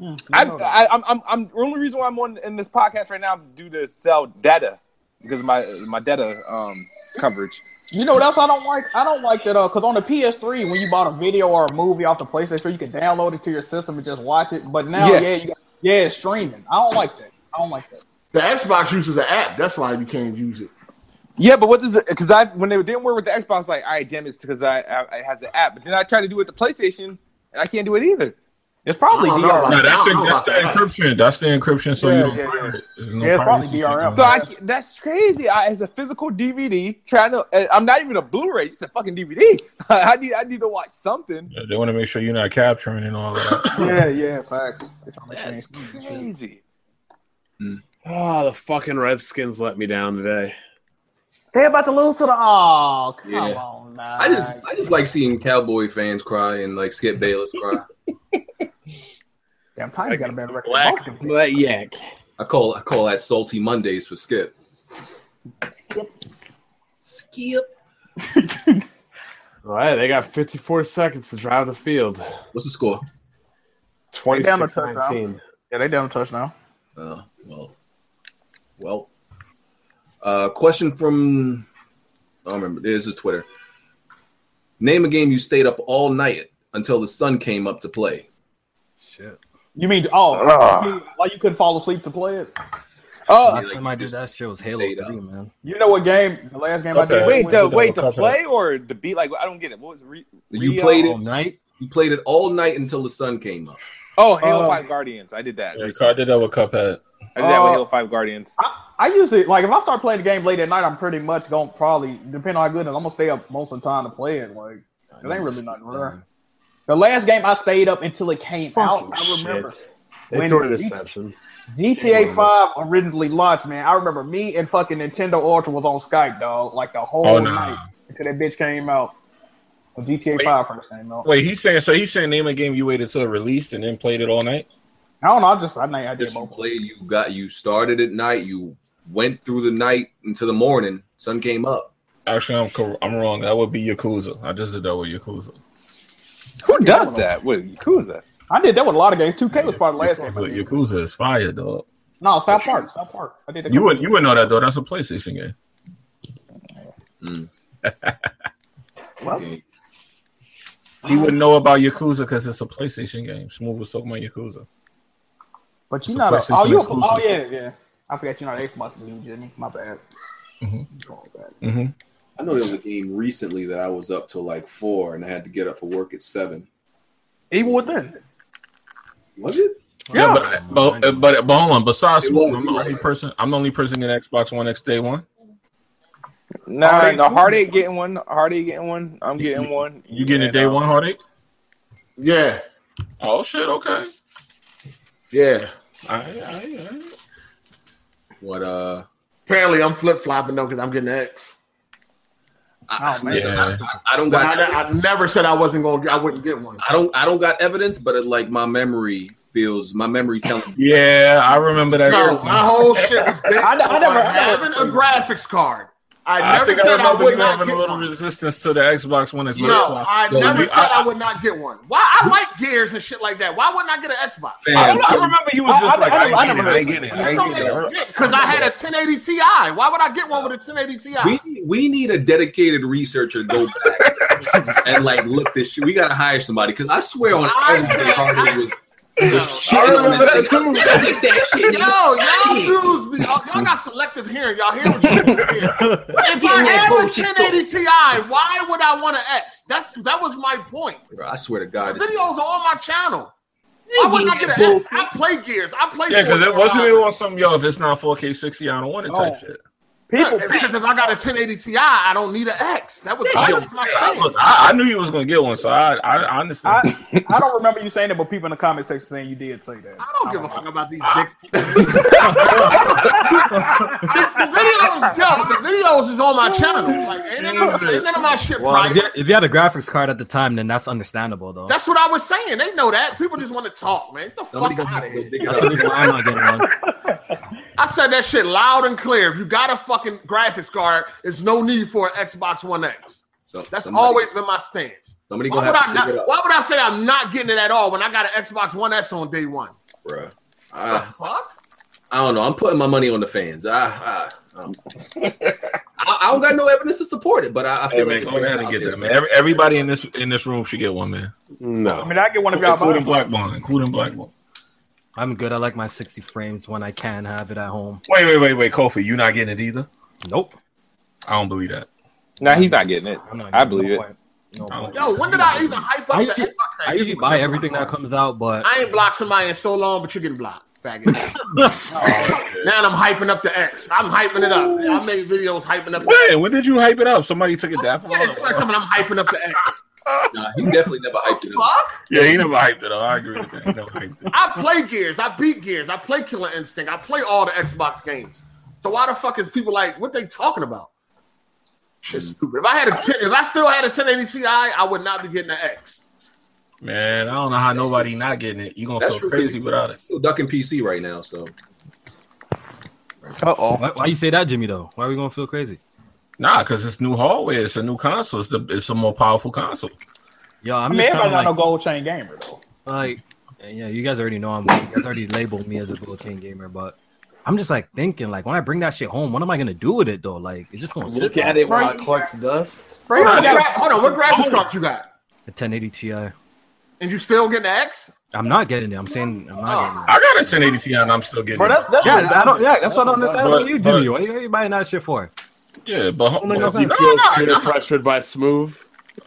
Speaker 2: Hmm,
Speaker 8: I,
Speaker 2: know that.
Speaker 8: I, I'm, I'm, I'm. The only reason why I'm on in this podcast right now is due to sell data because of my my data um coverage.
Speaker 2: You know what else I don't like? I don't like that uh, because on the PS3, when you bought a video or a movie off the PlayStation, you could download it to your system and just watch it. But now,
Speaker 8: Yeah.
Speaker 2: yeah, you got, yeah, it's streaming. I don't like that. I don't like that.
Speaker 3: The Xbox uses an app. That's why you can't use it.
Speaker 8: Yeah, but what does it? Because I when they didn't work with the Xbox, I was like, all right, damn, it's because I, I it has an app. But then I tried to do it with the PlayStation, and I can't do it either.
Speaker 2: It's probably
Speaker 3: I don't know
Speaker 2: DRM.
Speaker 3: about
Speaker 6: No, that's,
Speaker 3: I
Speaker 6: the,
Speaker 3: don't know
Speaker 6: that's the
Speaker 3: about that.
Speaker 6: encryption. That's the encryption. So
Speaker 2: Yeah,
Speaker 6: you don't.
Speaker 2: yeah,
Speaker 6: pirate it. There's no
Speaker 2: Yeah, it's probably
Speaker 6: piracy shit
Speaker 2: DRM.
Speaker 6: going
Speaker 8: So
Speaker 6: on.
Speaker 8: I can't- that's crazy. I, as a physical DVD, trying to and I'm not even a Blu-ray, just a fucking DVD. I need I need to watch something.
Speaker 6: Yeah, they want to make sure you're not capturing and all that.
Speaker 2: Yeah, yeah, facts. They're trying to
Speaker 8: That's
Speaker 2: change.
Speaker 8: crazy.
Speaker 1: Oh, the fucking Redskins let me down today.
Speaker 2: They about to lose to the. Oh, come
Speaker 5: Yeah.
Speaker 2: on, nah.
Speaker 5: I just, I just like seeing cowboy fans cry and like Skip Bayless cry.
Speaker 2: damn time you got a better record. than
Speaker 1: Black,
Speaker 2: most of them.
Speaker 1: black yak.
Speaker 5: I call, I call that salty Mondays for Skip. Skip.
Speaker 1: All right, they got 54 seconds to drive the field.
Speaker 5: What's the score?
Speaker 2: down a
Speaker 1: 26
Speaker 2: touchdown.
Speaker 1: 19.
Speaker 2: Yeah, they down a touchdown.
Speaker 5: Uh, well, well. Uh, question from I don't remember. This is Twitter. Name a game you stayed up all night until the sun came up to play.
Speaker 4: Shit.
Speaker 2: You mean oh,
Speaker 8: Ugh.
Speaker 2: you mean, like you couldn't fall asleep to play it?
Speaker 8: Oh
Speaker 4: Last time I did that shit was Halo
Speaker 5: Stayed up.
Speaker 4: Three, man.
Speaker 2: You know what game? The last game I
Speaker 6: Okay.
Speaker 2: did.
Speaker 8: wait,
Speaker 2: was-
Speaker 8: the, wait, the
Speaker 6: Copy that.
Speaker 8: play or the beat? Like I don't get it. What was it? Re-
Speaker 5: You
Speaker 8: Rio?
Speaker 5: played
Speaker 4: All
Speaker 5: it.
Speaker 4: night.
Speaker 5: You played it all night until the sun came up.
Speaker 8: Oh, Halo
Speaker 2: Oh.
Speaker 8: Five Guardians. I did that.
Speaker 6: Yeah,
Speaker 8: recently.
Speaker 6: so I did that with Cuphead.
Speaker 8: I did that
Speaker 2: Uh,
Speaker 8: with Halo Five Guardians.
Speaker 2: I, I usually like if I start playing the game late at night, I'm pretty much gonna probably depending on how good it. is, I'm gonna stay up most of the time to play it. Like it ain't really nothing rare. The last game I stayed up until it came out. I remember
Speaker 1: They
Speaker 2: when
Speaker 1: threw an
Speaker 2: G-
Speaker 1: interception.
Speaker 2: GTA Five originally launched. Man, I remember me and fucking Nintendo Ultra was on Skype, dog, like the whole
Speaker 6: Oh, nah.
Speaker 2: night until that bitch came out. When GTA
Speaker 6: Wait.
Speaker 2: Five first came out.
Speaker 6: Wait, he's saying so. He's saying name a game you waited till it released and then played it all night.
Speaker 2: I don't know. I just I think I did
Speaker 5: Yes, you
Speaker 2: both.
Speaker 5: played. You got. You started at night. You went through the night into the morning. Sun came up.
Speaker 6: Actually, I'm cor- I'm wrong. That would be Yakuza. I just did that with Yakuza.
Speaker 8: Who does that with Yakuza?
Speaker 2: I did that with a lot of games. 2K was probably the last game. I
Speaker 6: Yakuza,
Speaker 2: did.
Speaker 6: Yakuza is fire, dog.
Speaker 2: No, South Park. South Park. I did that.
Speaker 6: You would you would know that though. That's a PlayStation game.
Speaker 2: Well,
Speaker 5: Yeah.
Speaker 6: He wouldn't know about Yakuza because it's a PlayStation game. Smooth was talking about Yakuza.
Speaker 2: But you're
Speaker 6: It's a
Speaker 2: not a.
Speaker 6: PlayStation
Speaker 2: Oh, you.
Speaker 6: exclusive.
Speaker 2: Oh yeah, yeah. I forgot you're not an Xbox dude, Jenny. My bad.
Speaker 6: Mhm.
Speaker 2: Oh, bad.
Speaker 6: hmm
Speaker 5: I know there was a game recently that I was up till like four and I had to get up for work at seven.
Speaker 2: Even within.
Speaker 5: Was it?
Speaker 6: Yeah, but, but but but hold on. Besides
Speaker 5: It was,
Speaker 6: Smooth, I'm the
Speaker 5: right.
Speaker 6: only person. I'm the only person in Xbox One X day one.
Speaker 8: Nah,
Speaker 3: Heartache?
Speaker 8: no, heartache getting one. Heartache getting one. I'm getting one.
Speaker 6: You getting a
Speaker 8: And,
Speaker 6: day
Speaker 8: uh,
Speaker 6: one heartache?
Speaker 3: Yeah,
Speaker 6: Oh shit! Okay.
Speaker 3: yeah.
Speaker 6: All right, all right, all right.
Speaker 5: What uh
Speaker 3: Apparently, I'm flip flopping though because I'm getting X.
Speaker 2: Oh, man.
Speaker 5: listen, I,
Speaker 6: Yeah.
Speaker 5: I don't
Speaker 3: But
Speaker 5: got
Speaker 3: I, I never said I wasn't going. to I wouldn't get one.
Speaker 5: I don't I don't got evidence, but it, like my memory feels my memory telling me
Speaker 6: Yeah, I remember that.
Speaker 3: No,
Speaker 6: shit.
Speaker 3: my whole shit was based
Speaker 2: I- I
Speaker 3: on
Speaker 2: never- I
Speaker 3: having a graphics card. I
Speaker 6: I,
Speaker 3: never
Speaker 6: think I
Speaker 3: said I,
Speaker 6: remember
Speaker 3: would
Speaker 6: you
Speaker 3: not
Speaker 6: having a
Speaker 3: get
Speaker 6: little
Speaker 3: one.
Speaker 6: resistance to the Xbox One. as well.
Speaker 3: No, I
Speaker 6: Yo,
Speaker 3: never
Speaker 6: we-
Speaker 3: said I, would not get one. Why? I like gears and shit like that. Why wouldn't I get an Xbox?
Speaker 6: I,
Speaker 5: fam,
Speaker 6: don't know, I remember you was
Speaker 8: I-
Speaker 6: just
Speaker 8: I-
Speaker 6: like,
Speaker 8: I-
Speaker 6: I,
Speaker 8: I
Speaker 6: ain't
Speaker 8: never
Speaker 6: getting it. I ain't getting it. I ain't getting it.
Speaker 3: Because I had a 1080 Ti. Why would I get one with a 1080 Ti?
Speaker 5: we we need a dedicated researcher to go back and like look this shit. We gotta hire somebody because I swear on
Speaker 3: I
Speaker 5: everything
Speaker 3: said-
Speaker 5: Hardy was
Speaker 3: No.
Speaker 5: shitting on
Speaker 8: remember
Speaker 5: this
Speaker 8: that
Speaker 5: thing. I think that shit
Speaker 3: Yo,
Speaker 5: needs-
Speaker 3: y'all dudes, be, y'all, y'all got selective hearing. Y'all hear what you want to hear. If I had a 1080 Ti, why would I want an X? That's that was my point.
Speaker 5: Bro, I swear to
Speaker 3: The
Speaker 5: God, this-
Speaker 3: videos are on my channel. Why wouldn't I get an X? I play gears. I play.
Speaker 6: Yeah, because it wasn't it
Speaker 3: Forza.
Speaker 6: on some yo. If it's not 4K 60, I don't want it type
Speaker 2: Oh.
Speaker 6: shit.
Speaker 2: People,
Speaker 3: Yeah, because if I got a 1080 Ti, I don't need an X. That was that was my
Speaker 6: I,
Speaker 3: thing.
Speaker 6: look, I, I knew you was gonna get one, so I I, I understand.
Speaker 2: I, I don't remember you saying it, but people in the comment section saying you did say that.
Speaker 3: I don't give a fuck about these
Speaker 6: I-
Speaker 3: dicks. the videos, yo, the videos is on my channel. Like, ain't none of, ain't none of my shit
Speaker 4: If you,
Speaker 3: private.
Speaker 4: if you had a graphics card at the time, then that's understandable, though.
Speaker 3: That's what I was saying. They know that. People just want to talk, man. Get the
Speaker 5: somebody
Speaker 3: fuck
Speaker 5: go-
Speaker 3: out of
Speaker 5: go
Speaker 3: here.
Speaker 5: dig it
Speaker 4: That's the
Speaker 5: up.
Speaker 4: reason why I'm not getting one.
Speaker 3: I said that shit loud and clear. If you got a fucking graphics card, there's no need for an Xbox One X.
Speaker 5: So,
Speaker 3: That's
Speaker 5: somebody-
Speaker 3: always been my stance.
Speaker 5: somebody
Speaker 3: Why
Speaker 5: gonna
Speaker 3: would,
Speaker 5: have
Speaker 3: I
Speaker 5: to dig it
Speaker 3: not,
Speaker 5: up,
Speaker 3: why would I say I'm not getting it at all when I got an Xbox One S on day one?
Speaker 5: bro.
Speaker 3: The
Speaker 5: I,
Speaker 3: fuck?
Speaker 5: I don't know. I'm putting my money on the fans. I I, I, don't- I, I don't got no evidence to support it, but I, I
Speaker 6: Hey,
Speaker 5: feel
Speaker 6: man,
Speaker 5: like
Speaker 6: go ahead and get that, man. Every, everybody in this in this room should get one, man.
Speaker 2: I
Speaker 1: No.
Speaker 2: mean, I get one of y'all.
Speaker 6: including
Speaker 2: but-
Speaker 6: Black Bond, including Black Bond.
Speaker 4: I'm good. I like my 60 frames when I can have it at home.
Speaker 6: Wait, wait, wait, wait, Kofi, you not getting it either?
Speaker 4: Nope.
Speaker 6: I don't believe that.
Speaker 8: Nah, he's not getting it.
Speaker 4: I'm not
Speaker 8: I
Speaker 4: getting
Speaker 8: believe
Speaker 4: no
Speaker 8: it.
Speaker 4: point. No
Speaker 6: I don't-
Speaker 4: point.
Speaker 3: Yo, when did I even hype up
Speaker 4: I
Speaker 3: the
Speaker 4: usually-
Speaker 3: Xbox?
Speaker 4: I usually buy everything that comes out, but
Speaker 3: I ain't blocked somebody in so long, but you're getting blocked, faggot.
Speaker 6: Oh,
Speaker 3: now I'm hyping up the X. I'm hyping it up. I made videos hyping up. The
Speaker 6: Wait, when did you hype it up? Somebody took it down from
Speaker 3: Yeah, it's like something I'm hyping up the X.
Speaker 5: Nah, he definitely never hyped it up.
Speaker 3: Fuck!
Speaker 6: Yeah, he never hyped it up. I agree with that. He never hyped it.
Speaker 3: I play Gears. I beat Gears. I play Killer Instinct. I play all the Xbox games. So why the fuck is people like what they talking about? Shit, stupid. If I had a 10, if I still had a 1080 Ti, I would not be getting an X.
Speaker 6: Man, I don't know how nobody not getting it. You gonna
Speaker 5: That's
Speaker 6: feel crazy without it.
Speaker 5: Still ducking PC right now, so
Speaker 8: Uh oh.
Speaker 4: why, why you say that, Jimmy? Though, why are we gonna feel crazy?
Speaker 6: Nah, because it's new hardware. It's a new console. It's, the, it's a more powerful console.
Speaker 4: Yo,
Speaker 2: I
Speaker 4: I'm
Speaker 2: mean,
Speaker 4: just
Speaker 2: everybody
Speaker 4: trying to
Speaker 2: not
Speaker 4: like,
Speaker 2: no gold chain gamer though.
Speaker 4: like, yeah, you guys already know I'm. You guys already labeled me as a gold chain gamer, but I'm just like thinking, like, when I bring that shit home, what am I gonna do with it though? Like, it's just gonna sit
Speaker 1: Look
Speaker 4: there.
Speaker 1: at it while it collects dust.
Speaker 2: Bro,
Speaker 3: What
Speaker 2: you got-
Speaker 3: gra- Hold on, what graphics card you got?
Speaker 4: a 1080 Ti.
Speaker 3: And you still getting an X?
Speaker 4: I'm not getting it. I'm saying I'm not getting it.
Speaker 6: I got a 1080 Ti and I'm still getting
Speaker 2: bro,
Speaker 6: it.
Speaker 2: that's that's
Speaker 4: Yeah, I don't. Yeah, that's what I don't
Speaker 1: But-
Speaker 4: understand. about you,
Speaker 6: but-
Speaker 4: Jimmy? What are you, what are you buying that shit for?
Speaker 6: Yeah, but,
Speaker 4: my
Speaker 6: but-
Speaker 4: God.
Speaker 1: You feel peer pressured by Smooth.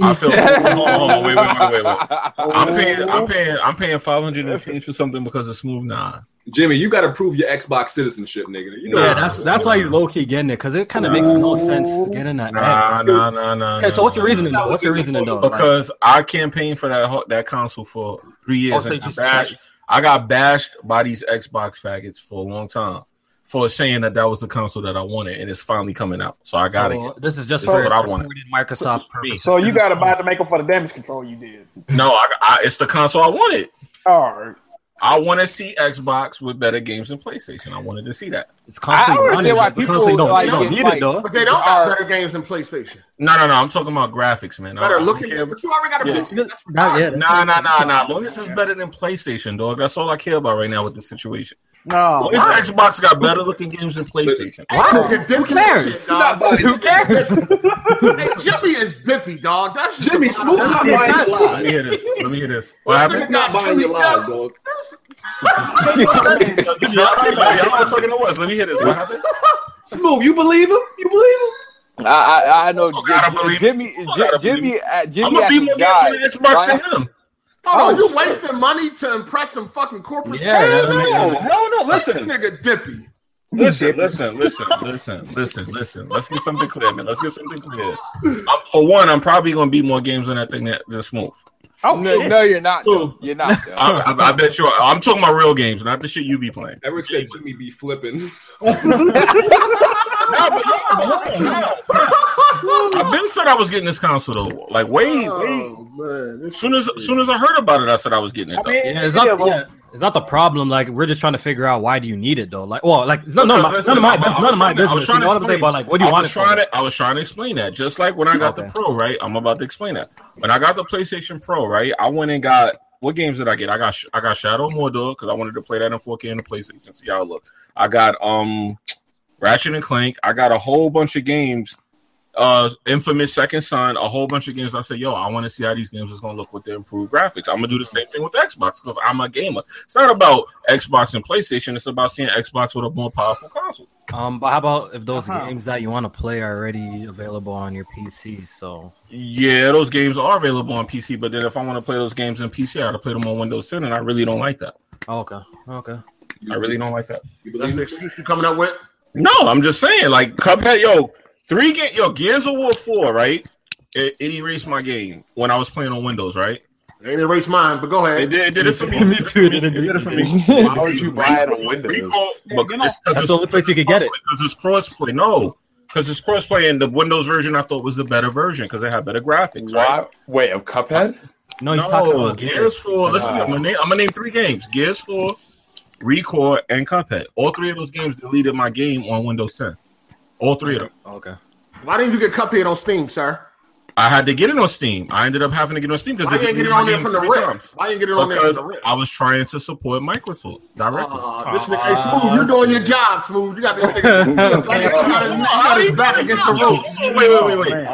Speaker 6: I feel. hold on, hold on, wait, wait, wait, wait, wait. I'm paying. I'm paying. I'm paying 500 and change for something because it's smooth. Nah,
Speaker 5: Jimmy, you got to prove your Xbox citizenship, nigga. You know,
Speaker 4: Yeah,
Speaker 6: Nah.
Speaker 4: that's that's why he's low key getting it because it kind of makes no sense getting that.
Speaker 6: nah,
Speaker 4: X.
Speaker 6: nah, nah, nah.
Speaker 4: Okay, so what's the
Speaker 6: nah,
Speaker 4: reasoning
Speaker 6: nah.
Speaker 4: though? What's the reasoning though? Like,
Speaker 6: Because I campaigned for that ho- that console for three years
Speaker 4: Oh, so
Speaker 6: and
Speaker 4: you
Speaker 6: got
Speaker 4: just-
Speaker 6: bashed. I got bashed by these Xbox faggots for a long time for saying that that was the console that I wanted, and it's finally coming out. So I got
Speaker 4: so this is just
Speaker 6: This is
Speaker 4: for
Speaker 6: what I wanted.
Speaker 4: supporting Microsoft purposes.
Speaker 2: So you got to buy to make up for the damage control you did.
Speaker 6: it. No, I, I, it's the console I wanted.
Speaker 2: All right.
Speaker 6: I want to see Xbox with better games than PlayStation. I wanted to see that.
Speaker 4: It's constantly
Speaker 8: I don't
Speaker 4: running.
Speaker 8: understand why
Speaker 4: Why
Speaker 8: people,
Speaker 4: constantly don't,
Speaker 8: like,
Speaker 4: you don't
Speaker 2: get,
Speaker 4: need
Speaker 2: like-
Speaker 4: it though.
Speaker 3: But they don't got
Speaker 8: Are-
Speaker 3: better games than PlayStation.
Speaker 6: No, no, no. I'm talking about graphics, man.
Speaker 3: Better
Speaker 6: I- I
Speaker 3: looking,
Speaker 6: don't care.
Speaker 3: but you already got a
Speaker 6: Yeah.
Speaker 3: PC. That's
Speaker 4: Not yet.
Speaker 6: Nah, nah, nah, nah. Long as it's better than PlayStation, dog. That's all I care about right now with the situation.
Speaker 2: No,
Speaker 3: Oh,
Speaker 6: Long as Xbox got better looking games than PlayStation.
Speaker 3: Wow. Who
Speaker 4: cares?
Speaker 3: dog.
Speaker 5: who cares?
Speaker 3: Hey, Jimmy is dippy, dog. That's
Speaker 5: Jimmy, smooth not buying your
Speaker 6: Let me
Speaker 5: lies.
Speaker 6: hear this. Let me hear this. What happened?
Speaker 5: Smooth not buying your lies, dog.
Speaker 6: Y'all not talking to us. Let me hear this. What happened?
Speaker 5: Smooth, you believe him? You believe him?
Speaker 8: I, I, I know
Speaker 6: Oh, gotta believe-
Speaker 8: Jimmy, Jimmy,
Speaker 6: oh, gotta
Speaker 8: Jimmy,
Speaker 6: believe.
Speaker 8: uh,
Speaker 6: I'm
Speaker 8: Jimmy
Speaker 6: gonna be
Speaker 8: actually
Speaker 6: more
Speaker 8: died.
Speaker 6: to the Xbox
Speaker 8: right?
Speaker 6: than him.
Speaker 3: Hold on,
Speaker 8: Oh,
Speaker 3: you wasting money to impress some fucking corporate
Speaker 4: Yeah,
Speaker 3: yeah,
Speaker 4: that doesn't make-
Speaker 6: No, no, no.
Speaker 3: This
Speaker 6: Listen,
Speaker 3: nigga dippy.
Speaker 6: Listen, listen, listen, listen, listen, listen. Let's get something clear, man. Let's get something clear. Um, for one, I'm probably going to beat more games on that thing that this month.
Speaker 8: Oh
Speaker 2: No,
Speaker 8: no,
Speaker 2: no, you're not.
Speaker 6: Ooh.
Speaker 8: you're not. though.
Speaker 6: I, I, I bet you. Are. I'm talking about real games, not the shit you be playing.
Speaker 5: Eric said Jimmy be flipping.
Speaker 6: No, but, yeah, but hold on, hold on. I've been said I was getting this console though. Like way, way.
Speaker 3: Oh, man. This
Speaker 6: Soon as soon as I heard about it, I said I was getting it. Though.
Speaker 2: I mean,
Speaker 4: Yeah, it's
Speaker 2: it
Speaker 4: not.
Speaker 2: is, well-
Speaker 4: Yeah, it's not the problem. Like we're just trying to figure out why do you need it though. Like, well, like it's none, none, of my,
Speaker 6: Listen,
Speaker 4: none of my,
Speaker 6: I was- I was
Speaker 4: none of my
Speaker 6: trying to- I was
Speaker 4: business.
Speaker 6: trying
Speaker 4: You
Speaker 6: to
Speaker 4: know what I'm saying?
Speaker 6: explain.
Speaker 4: But like, what do you
Speaker 6: I
Speaker 4: want
Speaker 6: was
Speaker 4: it for?
Speaker 6: trying to. I was trying to explain that. Just like when I got
Speaker 4: Okay.
Speaker 6: the Pro, right? I'm about to explain that. When I got the PlayStation Pro, right? I went and got what games did I get? I got I got Shadow Mordor because I wanted to play that in 4K on the PlayStation. See how it looked. I got um Ratchet and Clank. I got a whole bunch of games. Uh, Infamous Second Son, a whole bunch of games. I said, yo, I want to see how these games is gonna look with the improved graphics. I'm gonna do the same thing with Xbox because I'm a gamer. It's not about Xbox and PlayStation. It's about seeing Xbox with a more powerful console.
Speaker 4: Um, but how about if those
Speaker 2: Uh-huh.
Speaker 4: games that you want to play are already available on your PC? So
Speaker 6: Yeah, those games are available on PC, but then if I want to play those games on PC, I got to play them on Windows 10, and I really don't like that.
Speaker 4: oh, okay, okay.
Speaker 6: I really don't like that.
Speaker 5: You
Speaker 3: That's
Speaker 5: believe
Speaker 3: the
Speaker 5: it?
Speaker 3: excuse you coming up with?
Speaker 6: No, I'm just saying, like Cuphead, yo, three game, yo, Gears of War four, right? It, it erased my game when I was playing on Windows, right?
Speaker 3: Ain't erased mine, but go ahead.
Speaker 6: It did, it did it for me.
Speaker 4: Me too,
Speaker 6: It did it for me. It did it for me.
Speaker 1: Why would you buy it on Windows?
Speaker 6: Recall- but
Speaker 2: You know,
Speaker 6: it's- 'cause
Speaker 4: That's
Speaker 6: it's-
Speaker 4: the only place you could get it.
Speaker 6: because it's crossplay. No, because it's crossplay, and the Windows version I thought was the better version because it had better graphics, right?
Speaker 1: Why? Wait, of Cuphead?
Speaker 4: No, he's talking
Speaker 6: No,
Speaker 4: about
Speaker 6: Gears
Speaker 4: Gears.
Speaker 6: Four. Listen,
Speaker 1: Nah.
Speaker 6: I'm gonna name, I'm gonna name three games: Gears Four, Recore, and Cuphead. All three of those games deleted my game on Windows 10. All three of them.
Speaker 4: Okay.
Speaker 3: Why didn't you get Cuphead on Steam, sir?
Speaker 6: I had to get it on Steam. I ended up having to get it on Steam because
Speaker 3: Why
Speaker 6: they
Speaker 3: didn't you get
Speaker 6: deleted
Speaker 3: it
Speaker 6: my
Speaker 3: on there
Speaker 6: game
Speaker 3: from the
Speaker 6: three
Speaker 3: rip?
Speaker 6: times.
Speaker 3: Why didn't you get it on there from
Speaker 6: Because
Speaker 3: the rip?
Speaker 6: I was trying to support Microsoft directly.
Speaker 3: Uh, this nigga, hey, Smooth, you doing your job, Smooth. You got this nigga. You got his- you got his back against the
Speaker 6: Yo,
Speaker 3: ropes.
Speaker 6: Wait, wait, wait, wait.
Speaker 4: Uh,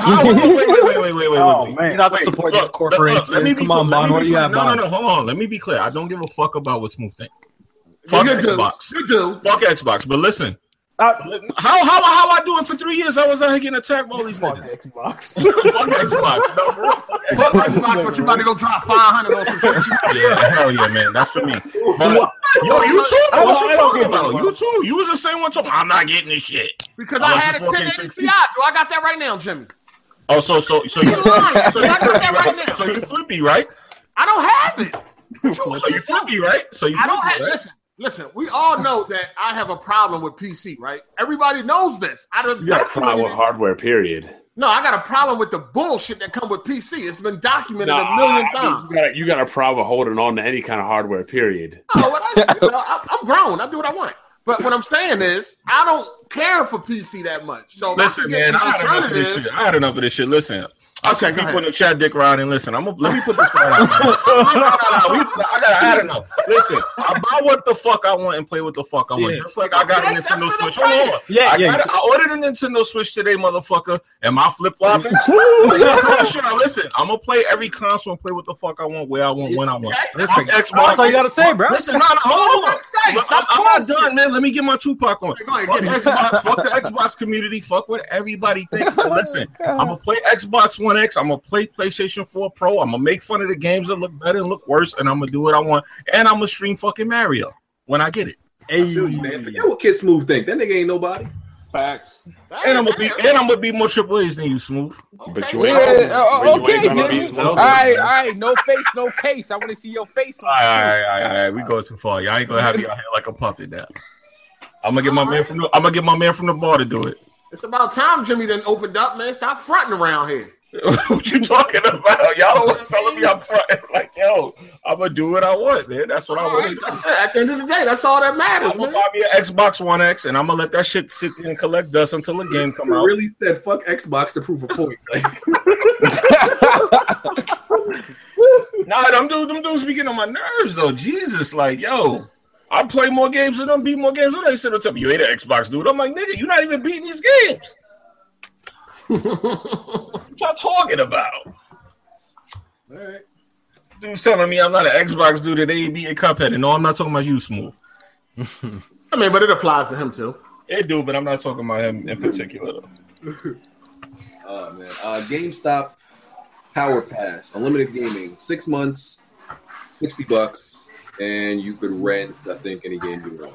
Speaker 6: How- Wait, wait, wait, wait, wait, wait, wait.
Speaker 8: oh
Speaker 6: wait.
Speaker 4: Ah, You're
Speaker 8: man,
Speaker 4: not to
Speaker 6: Wait,
Speaker 4: support
Speaker 6: look,
Speaker 4: these
Speaker 6: look, look,
Speaker 4: corporations.
Speaker 6: let me be
Speaker 4: Come on,
Speaker 6: clear, let
Speaker 4: Bon.
Speaker 6: me
Speaker 4: What
Speaker 6: be
Speaker 4: do you
Speaker 6: clear.
Speaker 4: got,
Speaker 6: No,
Speaker 4: Bon?
Speaker 6: no, no. Hold on. Let me be clear. I don't give a fuck about what Smooth thinks.
Speaker 3: You
Speaker 6: Fuck
Speaker 3: do.
Speaker 6: Xbox.
Speaker 3: You do.
Speaker 6: Fuck Xbox. But listen,
Speaker 2: Uh,
Speaker 6: how how how I doing for three years? I was out here getting attacked by all these
Speaker 2: fuck
Speaker 6: niggas.
Speaker 2: Xbox.
Speaker 6: fuck Xbox. No, for real, fuck
Speaker 3: Fuck
Speaker 6: Xbox.
Speaker 3: Xbox, but you about to go drop 500 on some shit.
Speaker 6: Yeah, hell yeah, man. That's for me. But, yo, you too.
Speaker 2: I don't-
Speaker 6: What
Speaker 2: I
Speaker 6: you
Speaker 2: don't
Speaker 6: talking
Speaker 2: give a
Speaker 6: about?
Speaker 2: fuck.
Speaker 6: You too. You was the same one talking. I'm not getting this shit.
Speaker 3: Because
Speaker 6: I
Speaker 3: I
Speaker 6: was
Speaker 3: had a
Speaker 6: just walking
Speaker 3: 1080 Ti,
Speaker 6: 60.
Speaker 3: bro. I got that right now, Jimmy.
Speaker 6: Oh, so so so you.
Speaker 3: You're lying.
Speaker 6: So you
Speaker 3: I got that right
Speaker 6: flippy,
Speaker 3: now.
Speaker 6: right? So you flippy, right?
Speaker 3: I don't have it. What
Speaker 6: So
Speaker 3: you-
Speaker 6: you flippy, right? So you
Speaker 3: I don't have.
Speaker 6: flippy, right?
Speaker 3: Listen, listen. We all know that I have a problem with PC, right? Everybody knows this. I don't.
Speaker 1: You got a problem with
Speaker 3: documented it.
Speaker 1: hardware, period.
Speaker 3: No, I got a problem with the bullshit that come with PC. It's been documented
Speaker 1: Nah,
Speaker 3: a million
Speaker 1: I mean,
Speaker 3: times.
Speaker 1: You got, a, you got a problem holding on to any kind of hardware, period.
Speaker 3: No, what I, you know, I, I'm grown. I do what I want. But what I'm saying is, I don't care for PC that much. So if I
Speaker 6: Listen,
Speaker 3: can get
Speaker 6: man,
Speaker 3: an
Speaker 6: I had enough of this
Speaker 3: alternative-
Speaker 6: shit. I had enough of this shit. Listen, I
Speaker 3: Okay,
Speaker 6: see
Speaker 3: go
Speaker 6: people
Speaker 3: ahead.
Speaker 6: in the chat dick around and listen. I'm gonna let me put this right out. man. no, no, no, we, I got. I had enough. Listen, I buy what the fuck I want and play what the fuck I want.
Speaker 4: Yeah.
Speaker 6: Just like I got
Speaker 3: Hey,
Speaker 6: a
Speaker 3: that's
Speaker 6: Nintendo
Speaker 3: what I'm
Speaker 6: Switch. Hold on.
Speaker 4: Yeah,
Speaker 6: I,
Speaker 4: yeah.
Speaker 6: got it. I ordered a Nintendo Switch today, motherfucker. Am I flip flopping? listen, I'm gonna play every console and play what the fuck I want, where I want, when I want.
Speaker 3: Okay?
Speaker 6: Fuck
Speaker 4: That's all you
Speaker 6: Xbox.
Speaker 4: gotta say, bro.
Speaker 6: Listen, no, no, hold on. I'm, I'm not done, man. Let me get my Tupac on.
Speaker 3: Go ahead,
Speaker 6: Fuck
Speaker 3: get it.
Speaker 6: Xbox, fuck the Xbox community, fuck what everybody thinks. But listen, I'm gonna play Xbox One X, I'm gonna play PlayStation 4 Pro, I'm gonna make fun of the games that look better and look worse, and I'm gonna do what I want, and I'm gonna stream fucking Mario when I get it.
Speaker 5: Man, forget what Kid Smooth think. That nigga ain't nobody.
Speaker 2: Facts.
Speaker 6: And I'm gonna be and I'm gonna be more triple A's than you, Smooth.
Speaker 1: But you
Speaker 3: Okay.
Speaker 1: ain't.
Speaker 8: Yeah, uh,
Speaker 1: but you
Speaker 8: okay,
Speaker 1: ain't gonna
Speaker 8: Jimmy.
Speaker 1: be Zelda.
Speaker 8: all right, all right. No face, no case. I want to see your face.
Speaker 6: All right, all right, all right. We go too far. Y'all ain't gonna have me out here like a puppet now. I'm gonna get my man from the I'm gonna get my man from the bar to do it.
Speaker 3: It's about time Jimmy done opened up, man. Stop fronting around here.
Speaker 6: what you talking about? Y'all don't want telling me up front. Like, yo, I'm gonna do what I want, man. That's what Oh, I
Speaker 3: All
Speaker 6: want. to
Speaker 3: right,
Speaker 6: do.
Speaker 3: that's it. At the end of the day, that's all that matters,
Speaker 6: I'm
Speaker 3: man.
Speaker 6: gonna buy me an Xbox One X, and I'm gonna let that shit sit there and collect dust until the game come out.
Speaker 5: Really said fuck Xbox to prove a point. Like,
Speaker 6: Nah, them dudes, them dudes be getting on my nerves though. Jesus, like, yo, I play more games than them, beat more games than them. They sit on top. You ain't an Xbox dude. I'm like, nigga, you're not even beating these games. what y'all talking about?
Speaker 5: alright.
Speaker 6: Dude's telling me I'm not an Xbox dude and they ain't beating Cuphead. And no, I'm not talking about you, Smooth.
Speaker 3: I mean, but it applies to him too.
Speaker 6: It do, but I'm not talking about him in particular. Though.
Speaker 5: Oh man. Uh, GameStop Power Pass, unlimited gaming, six months, sixty bucks, and you could rent I think any game you want.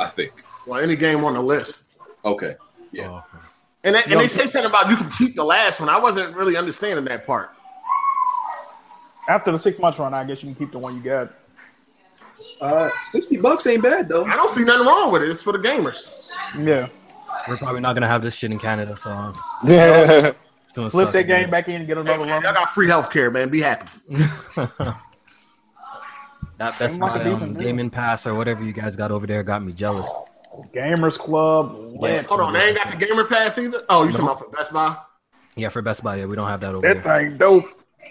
Speaker 5: I think.
Speaker 3: Well, any game on the list.
Speaker 5: Okay.
Speaker 3: And they, and they say something about you can keep the last one. I wasn't really understanding that part.
Speaker 2: After the six months run, I guess you can keep the one you got.
Speaker 5: Uh, sixty bucks ain't bad though.
Speaker 3: I don't see nothing wrong with it. It's for the gamers.
Speaker 2: Yeah.
Speaker 4: We're probably not gonna have this shit in Canada, so um,
Speaker 2: Yeah.
Speaker 4: it's gonna
Speaker 2: Flip
Speaker 4: suck,
Speaker 2: that game
Speaker 4: man.
Speaker 2: back in and get
Speaker 3: Hey,
Speaker 2: another
Speaker 3: man,
Speaker 2: one.
Speaker 3: y'all got free healthcare, man. Be happy.
Speaker 4: That Best
Speaker 2: like a
Speaker 4: Buy
Speaker 2: decent
Speaker 4: um,
Speaker 2: deal.
Speaker 4: Gaming Pass or whatever you guys got over there got me jealous.
Speaker 2: Gamers Club. Lit.
Speaker 3: Hold on, they ain't got the gamer pass either. Oh, you talking about for Best Buy?
Speaker 4: Yeah, for Best Buy, yeah, we don't have that over
Speaker 2: That
Speaker 4: there.
Speaker 2: thing dope.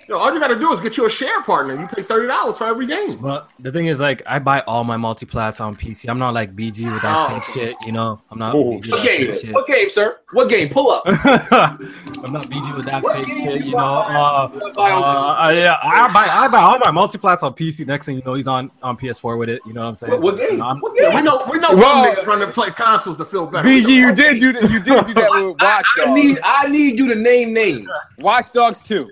Speaker 3: Yo, all you got to do is get you a share partner. You pay thirty dollars for every game.
Speaker 4: But the thing is, like, I buy all my multiplats on PC. I'm not like BG with that
Speaker 3: Oh.
Speaker 4: fake shit, you know. I'm not.
Speaker 1: Oh,
Speaker 4: BG with
Speaker 5: What
Speaker 4: that fake
Speaker 5: game?
Speaker 4: shit.
Speaker 5: What game, sir? What game? Pull up.
Speaker 4: I'm not BG with that fake
Speaker 5: game
Speaker 4: shit,
Speaker 5: you
Speaker 4: you know. Uh,
Speaker 5: buy- buy on-
Speaker 4: uh, yeah, I buy I buy all my multiplats on PC. Next thing you know, he's on on PS4 with it. You know what I'm saying?
Speaker 5: What, what
Speaker 4: So, you
Speaker 5: game?
Speaker 4: know, I'm-
Speaker 5: What
Speaker 3: Yeah,
Speaker 5: game?
Speaker 3: we know we know
Speaker 8: Well-
Speaker 3: one niggas running play consoles to feel better.
Speaker 8: BG, you did do that. You did do that with Watch
Speaker 5: I
Speaker 8: Dogs.
Speaker 5: need I need you to name names.
Speaker 8: Watch Dogs too.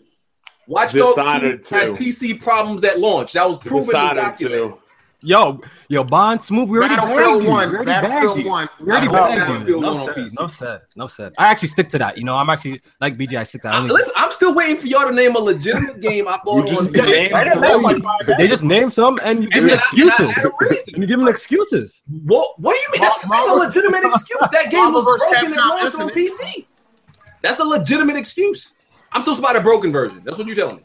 Speaker 5: Watch
Speaker 1: Dishonored
Speaker 5: Dogs 2
Speaker 1: two.
Speaker 5: had PC problems at launch. That was proven and
Speaker 1: Dishonored
Speaker 5: documented.
Speaker 1: too.
Speaker 4: Yo, yo, Bond, smooth. We already
Speaker 3: Battlefield
Speaker 4: bagged you. We
Speaker 3: One,
Speaker 4: already bagged
Speaker 3: Battlefield
Speaker 4: you.
Speaker 3: One.
Speaker 4: We already
Speaker 5: Battlefield
Speaker 4: bagged you.
Speaker 5: Battlefield
Speaker 4: No
Speaker 5: one on
Speaker 4: said,
Speaker 5: PC.
Speaker 4: no said, no said. I actually stick to that. You know, I'm actually like BG. I stick to that. I
Speaker 5: I-
Speaker 4: only-
Speaker 5: listen, I'm still waiting for y'all to name a legitimate game I bought
Speaker 1: You
Speaker 5: on.
Speaker 1: just named three.
Speaker 4: they just name some and you give
Speaker 5: And
Speaker 4: them
Speaker 5: then I- and I
Speaker 4: excuses.
Speaker 5: had a reason.
Speaker 4: And you give them excuses.
Speaker 5: What, what do you mean? That's, that's a
Speaker 3: Marvel-
Speaker 5: legitimate excuse. That game
Speaker 3: Marvel
Speaker 5: was
Speaker 3: vs.
Speaker 5: broken and
Speaker 3: Capcom
Speaker 5: launched on
Speaker 3: Infinite.
Speaker 5: PC. That's a legitimate excuse. I'm supposed to buy the broken version. That's what you're telling me.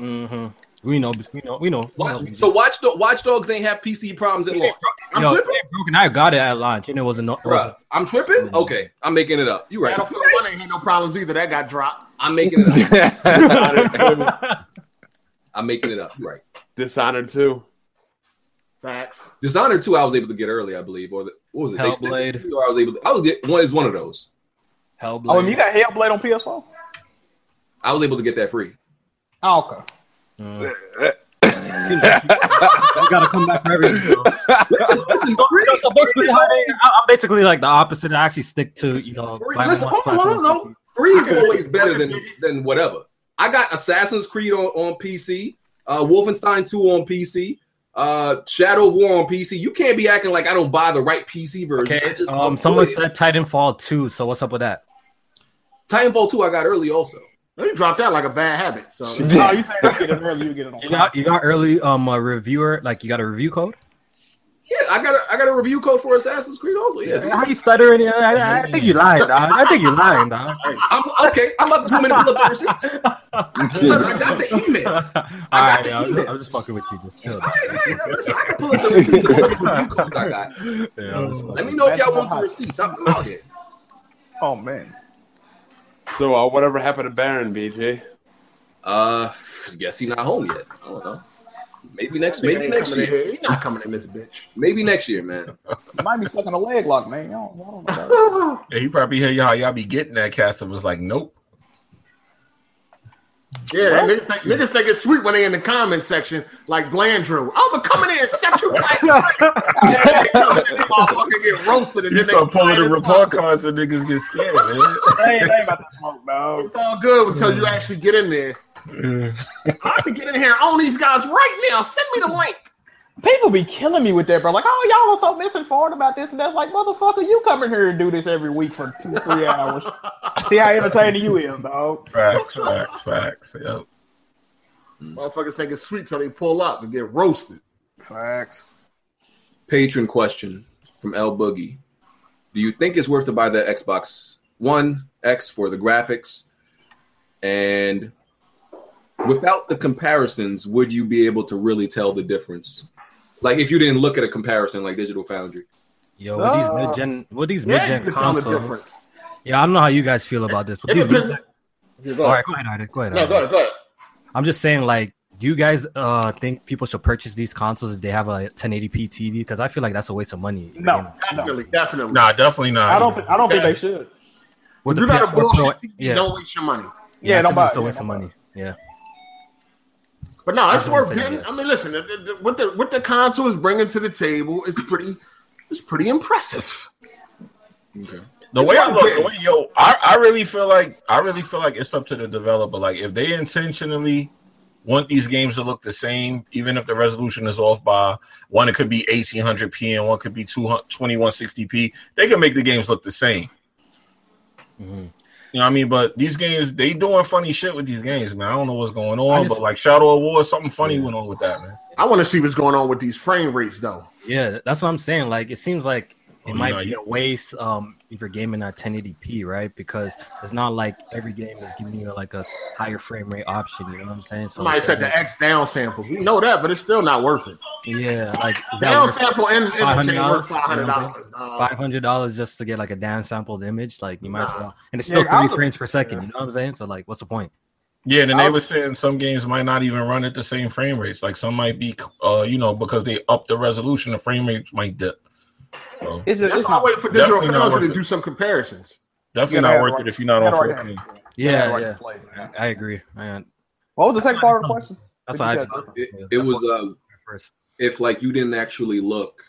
Speaker 4: Mm-hmm. We know. We know. We know. We know
Speaker 5: Watch, so Watch, Do- Watch Dogs ain't have PC problems at launch. I'm
Speaker 4: Yo,
Speaker 5: tripping,
Speaker 4: they broken. I got it at launch, and it wasn't. No, it
Speaker 5: Bruh,
Speaker 4: wasn't
Speaker 5: I'm
Speaker 4: Mm-hmm.
Speaker 5: tripping. Okay, I'm making it up. You right?
Speaker 3: Battlefield One ain't had no problems either. That got dropped.
Speaker 5: I'm making it up.
Speaker 1: Dishonored two.
Speaker 5: I'm making it up. You right?
Speaker 1: Dishonored two.
Speaker 3: Facts.
Speaker 5: Dishonored two, I was able to get early, I believe, or the, what was it? They sent it
Speaker 4: Hellblade.
Speaker 5: to me, or I was able. To, I was get one is one of those.
Speaker 4: Hellblade.
Speaker 2: Oh, and you got Hellblade on PS4?
Speaker 5: I was able to get that free.
Speaker 2: Oh, okay.
Speaker 4: Mm. you gotta come back for everything. bro.
Speaker 5: Listen, listen, free.
Speaker 4: So basically, how they, I- I'm basically like the opposite. I actually stick to you know.
Speaker 5: Free,
Speaker 4: my
Speaker 5: listen,
Speaker 4: own
Speaker 5: hold on, hold on,
Speaker 4: platform.
Speaker 5: no. Free is always better than than whatever. I got Assassin's Creed on, on PC, uh, Wolfenstein 2 on PC, uh, Shadow of War on PC. You can't be acting like I don't buy the right PC version. I
Speaker 4: Okay.
Speaker 5: just
Speaker 4: Um,
Speaker 5: avoid
Speaker 4: someone
Speaker 5: it.
Speaker 4: said Titanfall 2, so what's up with that?
Speaker 5: Titanfall 2 I got early also.
Speaker 3: You dropped that like a bad habit. So
Speaker 2: No, Oh, you say you get it early, you get it on.
Speaker 4: You got you got early um a reviewer like you got a review code.
Speaker 5: Yeah, I got a, I got a review code for Assassin's Creed also. Yeah.
Speaker 4: How you stuttering? I, I, I think you lying. Dog. I think you lying. Dog.
Speaker 5: I'm, okay, I'm about to come in and pull up the receipts. Son, I got the email.
Speaker 4: All right, yo, I'm, just, I'm just fucking with you. Just chill.
Speaker 5: All right, all right, now listen, I can pull up the receipts of all the review codes I got.
Speaker 4: Yeah, I'm
Speaker 6: Oh.
Speaker 4: just fucking
Speaker 5: Let me
Speaker 4: with
Speaker 5: know if y'all want the receipts. I'm, I'm out here.
Speaker 2: Oh, man.
Speaker 1: So uh, whatever happened to Baron BG?
Speaker 5: Uh, guess he not home yet. I don't know. Maybe next, maybe
Speaker 3: Ain't
Speaker 5: next
Speaker 3: coming in
Speaker 5: year.
Speaker 3: here. He not coming in this bitch.
Speaker 5: Maybe next year, man.
Speaker 2: You might be stuck in a leg lock, man. I don't, I don't know. about it.
Speaker 6: Yeah, he probably hear y'all y'all be getting that cast and was like, nope.
Speaker 3: Yeah, niggas think, niggas think it's sweet when they in the comment section, like Blandrew. I'm coming in and set you right. They come in and motherfucker get roasted and
Speaker 6: You
Speaker 3: then they
Speaker 6: start
Speaker 3: quiet
Speaker 6: pulling the
Speaker 3: as
Speaker 6: report
Speaker 3: fuck.
Speaker 6: cards and niggas get scared, man.
Speaker 2: They ain't, they ain't about to smoke, dog.
Speaker 3: It's all good until you actually get in there. I can get in here and own these guys right now. Send me the link.
Speaker 2: People be killing me with that, bro. Like, oh, y'all are so misinformed about this and that's like, motherfucker, you come in here and do this every week for two, three hours. See how entertaining you is, dog.
Speaker 6: Facts, facts, facts. Yep.
Speaker 3: Motherfuckers think it's sweet till they pull up and get roasted.
Speaker 2: Facts.
Speaker 5: Patron question from L Boogie: Do you think it's worth to buy the Xbox One X for the graphics? And without the comparisons, would you be able to really tell the difference? Like if you didn't look at a comparison, like Digital Foundry.
Speaker 4: you. Yo, with these
Speaker 2: Uh,
Speaker 4: mid gen, with these mid
Speaker 3: Yeah,
Speaker 4: gen
Speaker 3: you can tell the
Speaker 4: consoles.
Speaker 3: difference.
Speaker 4: Yeah, I don't know how you guys feel about this, but
Speaker 3: It
Speaker 4: these.
Speaker 3: depends. Yeah, go
Speaker 4: All
Speaker 3: ahead.
Speaker 4: right, go ahead, Artie, go ahead.
Speaker 3: No,
Speaker 4: Artie.
Speaker 3: go ahead. Go ahead.
Speaker 4: I'm just saying, like, do you guys uh think people should purchase these consoles if they have a 1080p TV? Because I feel like that's a waste of money.
Speaker 2: No, no.
Speaker 3: Definitely, definitely.
Speaker 6: Nah, definitely not.
Speaker 2: I don't, thi- I don't think they should.
Speaker 4: With
Speaker 3: you
Speaker 4: the
Speaker 3: got a
Speaker 4: PS4 Pro,
Speaker 3: bullshit. TV,
Speaker 4: yeah,
Speaker 3: Don't waste your money.
Speaker 2: Yeah,
Speaker 4: I
Speaker 2: don't
Speaker 4: feel
Speaker 2: buy
Speaker 4: it's
Speaker 2: it.
Speaker 4: a
Speaker 2: Yeah,
Speaker 4: waste of
Speaker 2: don't buy
Speaker 4: money. Yeah.
Speaker 3: But no, it's
Speaker 4: That's what I'm
Speaker 3: worth
Speaker 4: saying,
Speaker 3: getting.
Speaker 4: yeah.
Speaker 3: I mean, listen, it- it- what the what the console is bringing to the table is pretty, it's pretty impressive.
Speaker 5: Okay.
Speaker 6: The way I look, the way, yo, I, I really feel like I really feel like it's up to the developer. Like if they intentionally want these games to look the same, even if the resolution is off by one. It could be 1800p and one could be 200 2160p. They can make the games look the same. You know what I mean? But these games, they doing funny shit with these games, man. I don't know what's going on,
Speaker 3: just-
Speaker 6: but like Shadow of War, something funny went on with that, man.
Speaker 3: I want to see what's going on with these frame rates, though.
Speaker 4: Yeah, that's what I'm saying. Like, it seems like it
Speaker 6: Oh,
Speaker 4: might
Speaker 6: no,
Speaker 4: be
Speaker 6: you-
Speaker 4: a waste um, if you're gaming at 1080p, right? Because it's not like every game is giving you like a s- higher frame rate option. You know what I'm saying? So
Speaker 3: Somebody
Speaker 4: it's
Speaker 3: said
Speaker 4: like-
Speaker 3: the X down samples. We know that, but it's still not worth it.
Speaker 4: Yeah, like is that
Speaker 3: Down
Speaker 4: worth
Speaker 3: sample and interchange
Speaker 4: $500?
Speaker 3: worth five hundred dollars. Uh,
Speaker 4: five hundred dollars just to get like a down sampled image? Like you might as
Speaker 3: Nah.
Speaker 4: well, and it's
Speaker 2: Yeah,
Speaker 4: still
Speaker 2: I
Speaker 4: thirty
Speaker 2: would-
Speaker 4: frames per second. You know what I'm saying? So like, what's the point?
Speaker 6: Yeah, and then they
Speaker 3: I'll-
Speaker 6: were saying some games might not even run at the same frame rates. Like some might be, uh, you know, because they up the resolution, the frame rates might dip. So
Speaker 2: It's, just,
Speaker 3: That's
Speaker 2: it's
Speaker 3: why I
Speaker 2: not.
Speaker 3: wait for digital
Speaker 6: Definitely not
Speaker 3: technology to
Speaker 6: worth
Speaker 3: do some comparisons.
Speaker 6: definitely
Speaker 2: Yeah,
Speaker 6: not
Speaker 2: they
Speaker 6: worth
Speaker 2: had
Speaker 6: it if you're not
Speaker 2: Had
Speaker 6: on
Speaker 2: the right
Speaker 6: 4K.
Speaker 2: hand. Had
Speaker 4: Yeah,
Speaker 2: the right
Speaker 4: yeah,
Speaker 2: display, man.
Speaker 4: I I agree. I,
Speaker 2: What was the second part of the question?
Speaker 4: that's
Speaker 2: What
Speaker 4: why I
Speaker 2: you
Speaker 4: had
Speaker 2: said.
Speaker 5: It, it was uh,
Speaker 4: first.
Speaker 5: if like you didn't actually look,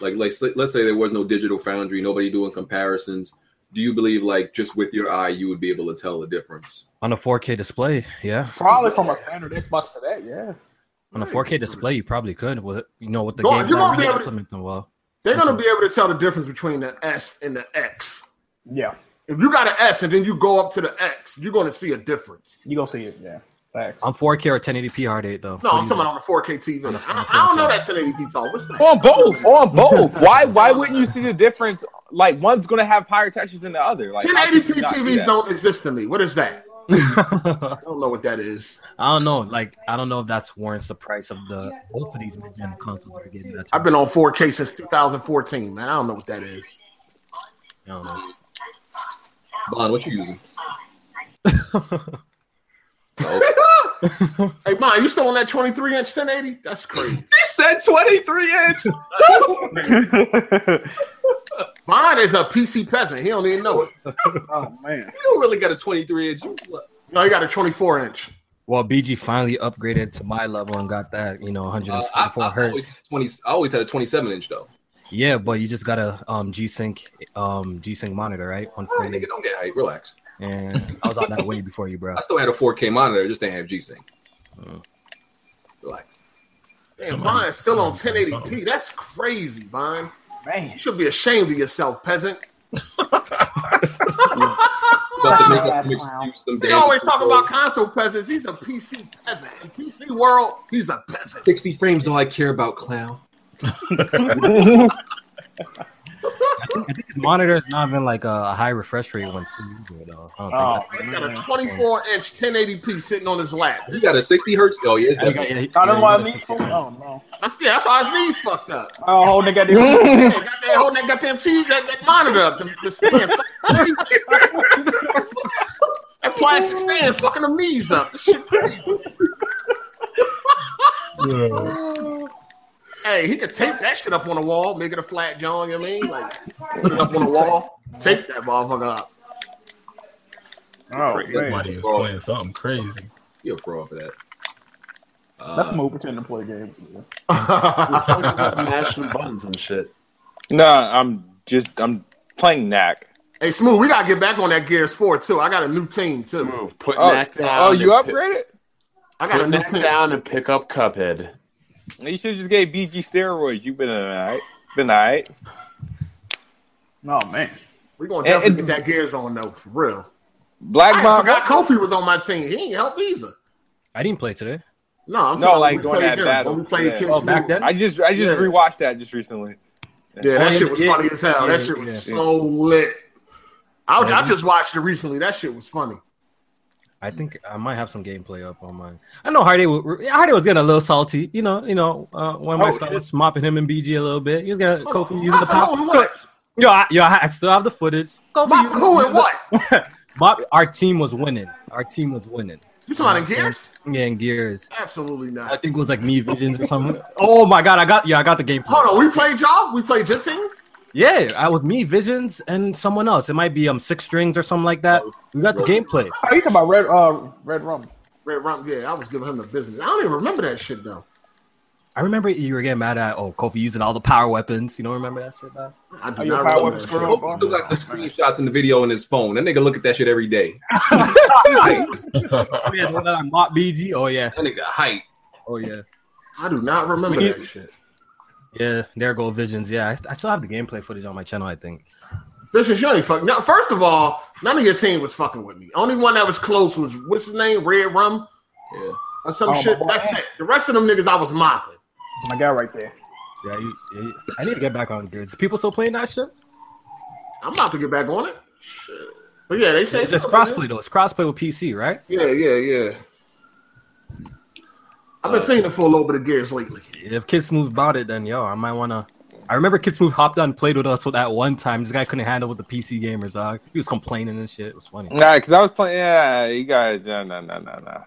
Speaker 5: like like s- let's say there was no digital foundry, nobody doing comparisons. Do you believe like just with your eye you would be able to tell the difference?
Speaker 4: on a 4K display. Yeah,
Speaker 2: Probably from a standard Xbox to that, yeah.
Speaker 4: on a 4K display, you probably could with you know with the
Speaker 3: Go on,
Speaker 4: game.
Speaker 3: you're
Speaker 4: not
Speaker 3: gonna be
Speaker 4: really
Speaker 3: able to-
Speaker 4: implement them well.
Speaker 3: They're gonna be able to tell the difference between the S and the X.
Speaker 2: Yeah,
Speaker 3: If you got an S and then you go up to the X, you're gonna see a difference.
Speaker 2: you gonna see it. Yeah, facts.
Speaker 4: On 4K or 1080p hard eight though.
Speaker 3: No, I'm
Speaker 4: What do you
Speaker 3: talking
Speaker 4: think?
Speaker 3: about on the 4K TV. I, I don't know that 1080p talk. What's that?
Speaker 8: On both, on Uh, both. Why? Why wouldn't you see the difference? Like one's gonna have higher textures than the other. Like how could
Speaker 3: 1080p
Speaker 8: you not see
Speaker 3: TVs
Speaker 8: that?
Speaker 3: don't exist to me. What is that? I don't know what that is.
Speaker 4: I don't know. Like, I don't know if that's warrants the price of the both of these mid-gen consoles are getting. That
Speaker 3: I've been on 4K since 2014, man. I don't know what that is.
Speaker 4: I don't know.
Speaker 5: Bond, what you using?
Speaker 3: Hey, man, you still on that 23 inch 1080? That's crazy.
Speaker 5: He said 23 inch.
Speaker 3: Mine is a PC peasant. He don't even know it.
Speaker 2: oh man,
Speaker 5: You don't really got a 23 inch. You- uh,
Speaker 3: No, he got a 24 inch.
Speaker 4: Well, BG finally upgraded to my level and got that, you know,
Speaker 5: Uh, I,
Speaker 4: 144
Speaker 5: I,
Speaker 4: hertz.
Speaker 5: always 20, I always had a 27 inch though.
Speaker 4: Yeah, but you just got a um G-Sync um G-Sync monitor, right?
Speaker 5: Oh,
Speaker 4: 140.
Speaker 5: nigga, don't get hype. Relax.
Speaker 4: And I was on that way before you, bro.
Speaker 5: I still had a 4K monitor. It just didn't have G-Sync.
Speaker 4: Mm.
Speaker 5: Relax.
Speaker 3: Damn,
Speaker 6: Somebody-
Speaker 3: mine's still on
Speaker 6: somebody-
Speaker 3: 1080p. That's crazy, Vine. You
Speaker 2: man.
Speaker 3: should be ashamed of yourself, peasant.
Speaker 5: About to make
Speaker 2: Wow.
Speaker 5: up some excuse some
Speaker 3: Ah, They
Speaker 5: damn-
Speaker 3: always talk about console peasants. He's a PC peasant. In PC world, he's a peasant.
Speaker 5: 60 frames. All I care about, clown.
Speaker 4: I think his monitor is not even like a, a high refresh rate one. too, though. I don't think
Speaker 2: Oh,
Speaker 4: so.
Speaker 3: He got a 24 inch 1080p sitting on his lap.
Speaker 5: You got a 60 hertz. Oh yeah, it's
Speaker 4: I got-
Speaker 5: definitely.
Speaker 4: yeah,
Speaker 2: I
Speaker 4: yeah,
Speaker 2: don't
Speaker 4: you
Speaker 2: know why I
Speaker 4: got
Speaker 2: mean.
Speaker 4: 60
Speaker 2: Oh
Speaker 4: hertz.
Speaker 2: no.
Speaker 3: That's, yeah, that's how his knees fucked up.
Speaker 2: Oh, hold that
Speaker 3: Yeah,
Speaker 2: goddamn.
Speaker 3: got that holding that goddamn cheese, that, that monitor up, the, the stand. that plastic stand fucking them knees up. This shit crazy. hey, he could tape that shit up on the wall, make it a flat John, you know what I mean? Like, put it up on the wall, tape that motherfucker up.
Speaker 2: Oh man,
Speaker 6: Everybody is playing something crazy.
Speaker 5: You're a fraud for that. Uh,
Speaker 2: that's move pretending to play games. man.
Speaker 1: Mashing buttons and shit.
Speaker 8: Nah, I'm just I'm playing knack.
Speaker 3: hey, Smooth, we gotta get back on that Gears 4 too. I got a new team too.
Speaker 1: Move. Put
Speaker 8: Oh,
Speaker 1: Knack down.
Speaker 8: oh, you
Speaker 1: and pick-
Speaker 8: upgraded?
Speaker 3: I got a
Speaker 1: Put
Speaker 3: new
Speaker 1: Knack
Speaker 3: team.
Speaker 1: down and pick up Cuphead.
Speaker 8: You should have just gave BG steroids. You've been alright. Been alright.
Speaker 2: Oh man,
Speaker 3: We're gonna
Speaker 8: And-
Speaker 3: definitely
Speaker 8: and-
Speaker 3: get that Gears on though, for real.
Speaker 8: Black
Speaker 3: I forgot
Speaker 8: Mamba.
Speaker 3: Kofi was on my team. He ain't help either.
Speaker 4: I didn't play today.
Speaker 3: No, I'm
Speaker 8: No,
Speaker 3: talking when
Speaker 8: like
Speaker 3: we
Speaker 8: during
Speaker 3: played
Speaker 8: that
Speaker 3: them,
Speaker 8: battle.
Speaker 3: When we played
Speaker 8: Yeah.
Speaker 3: Kim
Speaker 4: Oh, back
Speaker 3: Smooth.
Speaker 4: then.
Speaker 8: I just I just
Speaker 3: Yeah.
Speaker 8: rewatched that just recently.
Speaker 3: Yeah, that
Speaker 4: Oh,
Speaker 3: shit was
Speaker 4: yeah,
Speaker 3: funny as hell. that
Speaker 4: yeah,
Speaker 3: shit was
Speaker 8: yeah.
Speaker 3: so lit. I, I
Speaker 4: Yeah.
Speaker 3: just watched it recently. That shit was funny.
Speaker 4: I think I might have some gameplay up on mine. I know Hardy. wa- Hardy was getting a little salty, you know. You know, uh, when my
Speaker 1: Oh,
Speaker 4: squad
Speaker 1: shit.
Speaker 4: was mopping him and BG a little bit. He was gonna Kofi using the
Speaker 3: Mop who and
Speaker 4: power.
Speaker 3: what?
Speaker 4: Yo, I, yo, I I still have the footage. Kofi,
Speaker 3: Mop
Speaker 4: using-
Speaker 3: who and what?
Speaker 4: Mop- our team was winning. Our team was winning.
Speaker 3: You talking about in Gears?
Speaker 4: Yeah, and gears.
Speaker 3: Absolutely
Speaker 4: I
Speaker 3: not.
Speaker 4: think it was like me visions or something. Oh my god, I got yeah, I got the gameplay.
Speaker 3: Hold on, we played y'all? We played your team?
Speaker 4: Yeah, I was me visions and someone else. It might be um six strings or something like
Speaker 3: Oh,
Speaker 4: that. We got the gameplay.
Speaker 2: are you talking about red? Uh, red rum.
Speaker 3: Red Rump, yeah, I was giving him the business. I don't even remember that shit though.
Speaker 4: I remember you were getting mad at oh Kofi using all the power weapons. You don't remember that shit, man?
Speaker 3: I do
Speaker 2: Are you
Speaker 3: not
Speaker 2: a power
Speaker 3: remember.
Speaker 2: weapon
Speaker 3: that
Speaker 2: screw
Speaker 3: shit.
Speaker 2: up?
Speaker 5: Kobe still got the
Speaker 4: Oh,
Speaker 5: screenshots in the video in his phone. That nigga look at that shit every day. Hype.
Speaker 4: Oh yeah, the one on Mott BG. Oh yeah,
Speaker 5: That nigga hype.
Speaker 4: oh yeah,
Speaker 3: I do not remember
Speaker 4: We-
Speaker 3: that shit.
Speaker 4: yeah. There go visions. Yeah, I, I still have the gameplay footage on my channel. I think.
Speaker 3: Vicious, you ain't fuck. Now, first of all, none of your team was fucking with me. Only one that was close was what's his name, Red Rum,
Speaker 5: Yeah.
Speaker 3: or some
Speaker 2: Oh, my
Speaker 3: shit.
Speaker 2: boy.
Speaker 3: That's it. The rest of them niggas, I was mocking.
Speaker 2: My guy right there.
Speaker 4: Yeah, you, you- I need to get back on Gears. People still playing that shit?
Speaker 3: I'm about to get back on it. Shit. But yeah, they say
Speaker 4: It's just crossplay though. It's crossplay with PC, right?
Speaker 3: Yeah, yeah, yeah. I've been seeing it for a little bit of gears lately.
Speaker 4: If Kids Move bought it, then yo, I might wanna. I remember Kids Move hopped on and played with us with that one time. This guy couldn't handle with the PC gamers. Dog, he was complaining and shit. It was funny.
Speaker 8: Nah, because I was playing. Yeah, you guys. No, no, no, no, no.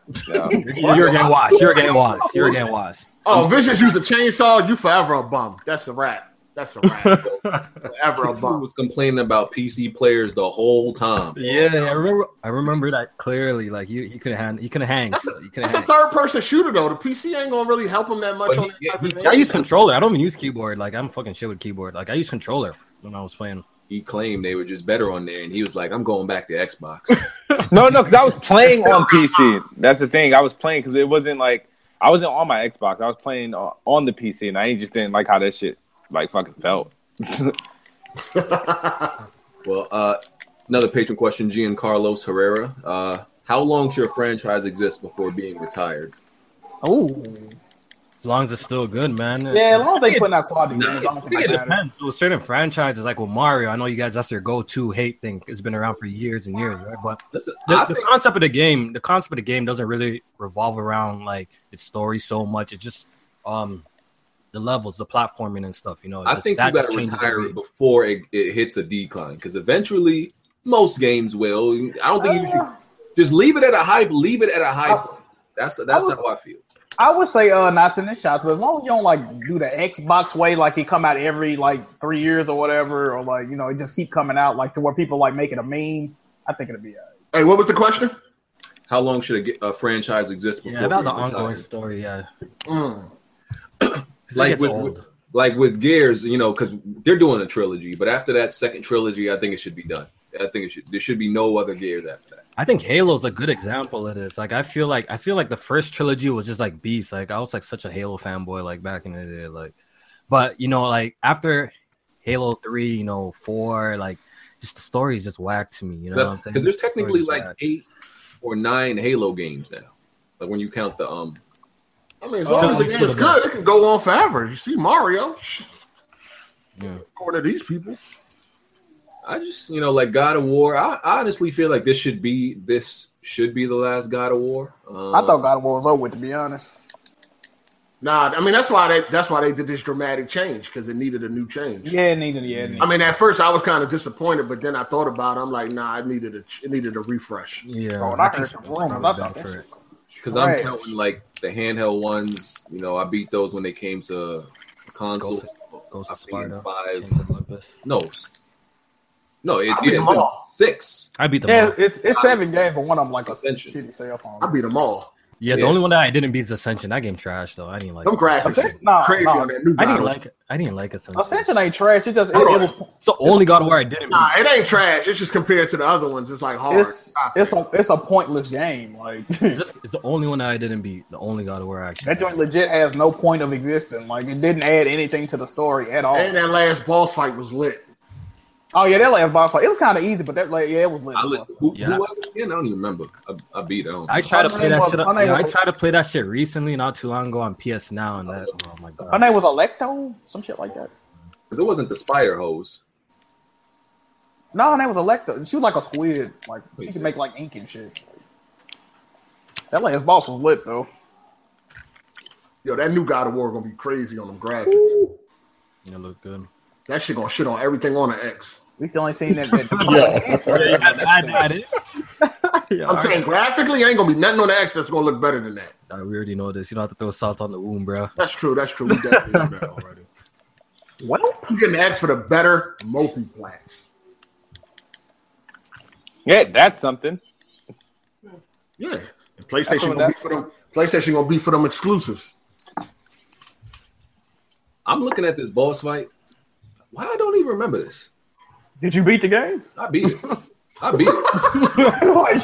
Speaker 8: no.
Speaker 4: You're, you're getting washed. You're getting washed. You're getting washed.
Speaker 3: Oh, Vicious used a chainsaw. You forever a bum. That's a wrap. That's a wrap. forever a
Speaker 5: He
Speaker 3: bum.
Speaker 5: was complaining about PC players the whole time.
Speaker 4: Yeah, I remember. I remember that clearly. Like you, you couldn't hang. You couldn't hang.
Speaker 3: That's
Speaker 4: so You couldn't
Speaker 3: That's a
Speaker 4: hang.
Speaker 3: third person shooter though. The PC ain't gonna really help him that much.
Speaker 5: But
Speaker 3: on
Speaker 5: he,
Speaker 3: that
Speaker 5: yeah,
Speaker 3: type of
Speaker 5: he,
Speaker 3: thing.
Speaker 4: I use controller. I don't even use keyboard. Like I'm fucking shit with keyboard. Like I use controller when I was playing.
Speaker 5: he claimed they were just better on there, and he was like, "I'm going back to Xbox."
Speaker 8: No, no, because I was playing on PC. That's the thing. I was playing because it wasn't like I wasn't on my Xbox. I was playing on on the PC, and I just didn't like how that shit like fucking felt.
Speaker 5: Well, uh, another patron question, Giancarlos Herrera. Uh, how long should a franchise exist before being retired?
Speaker 2: Oh,
Speaker 4: As long as it's still good, man.
Speaker 2: yeah. As long as they putting out quality
Speaker 5: Nah,
Speaker 2: games, I don't
Speaker 4: I
Speaker 2: think
Speaker 4: think it
Speaker 2: it matters.
Speaker 4: depends. So with certain franchises, like with Mario, I know you guys that's their go-to hate thing. It's been around for years and years, right? But
Speaker 5: Listen,
Speaker 4: the,
Speaker 5: I
Speaker 4: the
Speaker 5: think
Speaker 4: concept of the game, the concept of the game doesn't really revolve around like its story so much. It's just um the levels, the platforming and stuff. You know, It's
Speaker 5: I
Speaker 4: just-
Speaker 5: think you
Speaker 4: that
Speaker 5: got
Speaker 4: just
Speaker 5: to
Speaker 4: changes
Speaker 5: retire
Speaker 4: every-
Speaker 5: before it, it hits a decline because eventually most games will. I don't think you should
Speaker 2: Uh,
Speaker 5: just leave it at a high. Leave it at a high. point. That's that's
Speaker 2: was-
Speaker 5: how I feel.
Speaker 2: I would say uh, not in this shots, but as long as you don't like do the Xbox way, like it come out every like three years or whatever, or like you know it just keep coming out like to where people like make it a meme. I think it'll be. all right.
Speaker 3: hey, what was the question?
Speaker 5: How long should a, ge- a franchise exist before?
Speaker 4: Yeah, that was an
Speaker 5: being
Speaker 4: ongoing
Speaker 5: retired?
Speaker 4: story. Yeah,
Speaker 3: Mm.
Speaker 4: It's
Speaker 5: Like
Speaker 4: like it's
Speaker 5: with-
Speaker 4: old.
Speaker 5: Like with Gears, you know, because they're doing a trilogy, but after that second trilogy, I think it should be done. I think it should. There should be no other Gears after that.
Speaker 4: I think Halo's a good example of this. Like I feel like I feel like the first trilogy was just like beast. Like I was like such a Halo fanboy like back in the day. Like, but you know, like after Halo three, you know, four, like just the story is just whack to me. You know what I'm saying?
Speaker 5: Because there's
Speaker 4: The story's
Speaker 5: technically
Speaker 4: just
Speaker 5: like
Speaker 4: whack.
Speaker 5: eight or nine Halo games now. Like when you count the um.
Speaker 3: I mean, as
Speaker 5: Oh,
Speaker 3: long as the
Speaker 4: it's
Speaker 3: game's
Speaker 4: still good.
Speaker 3: good, it can go on forever. You see Mario,
Speaker 4: Yeah.
Speaker 3: according to these people.
Speaker 5: I just you know like God of War. I, I honestly feel like this should be this should be the last God of War. Um,
Speaker 2: I thought God of War was over with, to be honest.
Speaker 3: Nah, I mean that's why they that's why they did this dramatic change because it needed a new change.
Speaker 2: Yeah, it needed. Yeah, it needed.
Speaker 3: I mean, at first I was kind of disappointed, but then I thought about it. I'm like, nah, it needed a it needed a refresh.
Speaker 4: Yeah,
Speaker 2: Bro,
Speaker 4: I
Speaker 2: I
Speaker 4: think
Speaker 2: heard
Speaker 4: so.
Speaker 2: some
Speaker 4: It's
Speaker 2: rumors. I
Speaker 4: probably
Speaker 2: thought
Speaker 4: better
Speaker 2: that
Speaker 4: for
Speaker 2: shit
Speaker 4: it.
Speaker 5: because Mm, I'm
Speaker 2: Right.
Speaker 5: counting like the handheld ones. You know, I beat those when they came to consoles.
Speaker 4: Goes
Speaker 5: I
Speaker 4: to
Speaker 5: think
Speaker 4: Sparta. Chains
Speaker 5: Five.
Speaker 4: of Olympus.
Speaker 5: No. No, it's,
Speaker 3: I beat
Speaker 5: it has
Speaker 3: them
Speaker 5: been
Speaker 3: all.
Speaker 5: six.
Speaker 4: I beat them.
Speaker 2: Yeah,
Speaker 4: all.
Speaker 2: it's it's seven games, but one of them like a
Speaker 5: Ascension.
Speaker 2: shitty cell phone.
Speaker 3: I beat them all.
Speaker 4: Yeah, the
Speaker 5: yeah.
Speaker 4: only one that I didn't beat is Ascension. That game trash though. I didn't like.
Speaker 3: Them
Speaker 4: Ascension.
Speaker 3: graphics is
Speaker 2: Nah,
Speaker 3: crazy
Speaker 2: nah.
Speaker 3: on that new
Speaker 4: I
Speaker 3: battle.
Speaker 4: didn't like. I didn't like Ascension.
Speaker 2: Ascension ain't trash. It just it, it
Speaker 3: Hold on.
Speaker 2: was
Speaker 4: It's the only God of War I didn't beat.
Speaker 3: Nah, it ain't trash. It's just compared to the other ones. It's like hard.
Speaker 2: it's
Speaker 3: Stop
Speaker 2: it's
Speaker 3: it.
Speaker 2: a it's a pointless game. Like that
Speaker 4: It's the only one that I didn't beat. The only God of War I actually.
Speaker 2: joint legit has no point of existence. Like it didn't add anything to the story at all.
Speaker 3: and that last boss fight was lit.
Speaker 2: Oh yeah, that last boss fight. It was kind of easy, but that like yeah, it was lit.
Speaker 5: I
Speaker 2: as
Speaker 5: li-
Speaker 2: fuck.
Speaker 5: who,
Speaker 4: Yeah.
Speaker 5: who was it again? I don't even remember. I, I beat it. I don't-
Speaker 4: I tried to play that shit.
Speaker 2: My name
Speaker 4: yeah, I
Speaker 2: was-
Speaker 4: tried to play that shit recently, not too long ago on PS Now, and that. Oh my
Speaker 2: Her
Speaker 4: god.
Speaker 2: name was Electo, some shit like that.
Speaker 5: 'Cause it wasn't the spider hose.
Speaker 2: No, her name was Electo. She was like a squid. Like she could make like ink and shit. That last boss was lit though.
Speaker 3: Yo, that new God of War gonna be crazy on them graphics.
Speaker 4: It looked good.
Speaker 3: That shit gonna shit on everything on the X.
Speaker 2: We still ain't seen that. that
Speaker 4: Yeah,
Speaker 3: I'm saying graphically ain't gonna be nothing on the X that's gonna look better than that.
Speaker 4: I- we already know this. You don't have to throw salt on the wound, bro.
Speaker 3: That's true. That's true. We definitely know that already.
Speaker 2: what?
Speaker 3: I'm getting X for the better multi plats.
Speaker 8: Yeah, that's something.
Speaker 3: Yeah, and
Speaker 8: That's
Speaker 3: PlayStation
Speaker 8: what
Speaker 3: gonna be
Speaker 8: that-
Speaker 3: for them. PlayStation gonna be for them exclusives.
Speaker 5: I'm looking at this boss fight. Why I don't even remember this?
Speaker 2: Did you beat the game?
Speaker 5: I beat it. I beat it.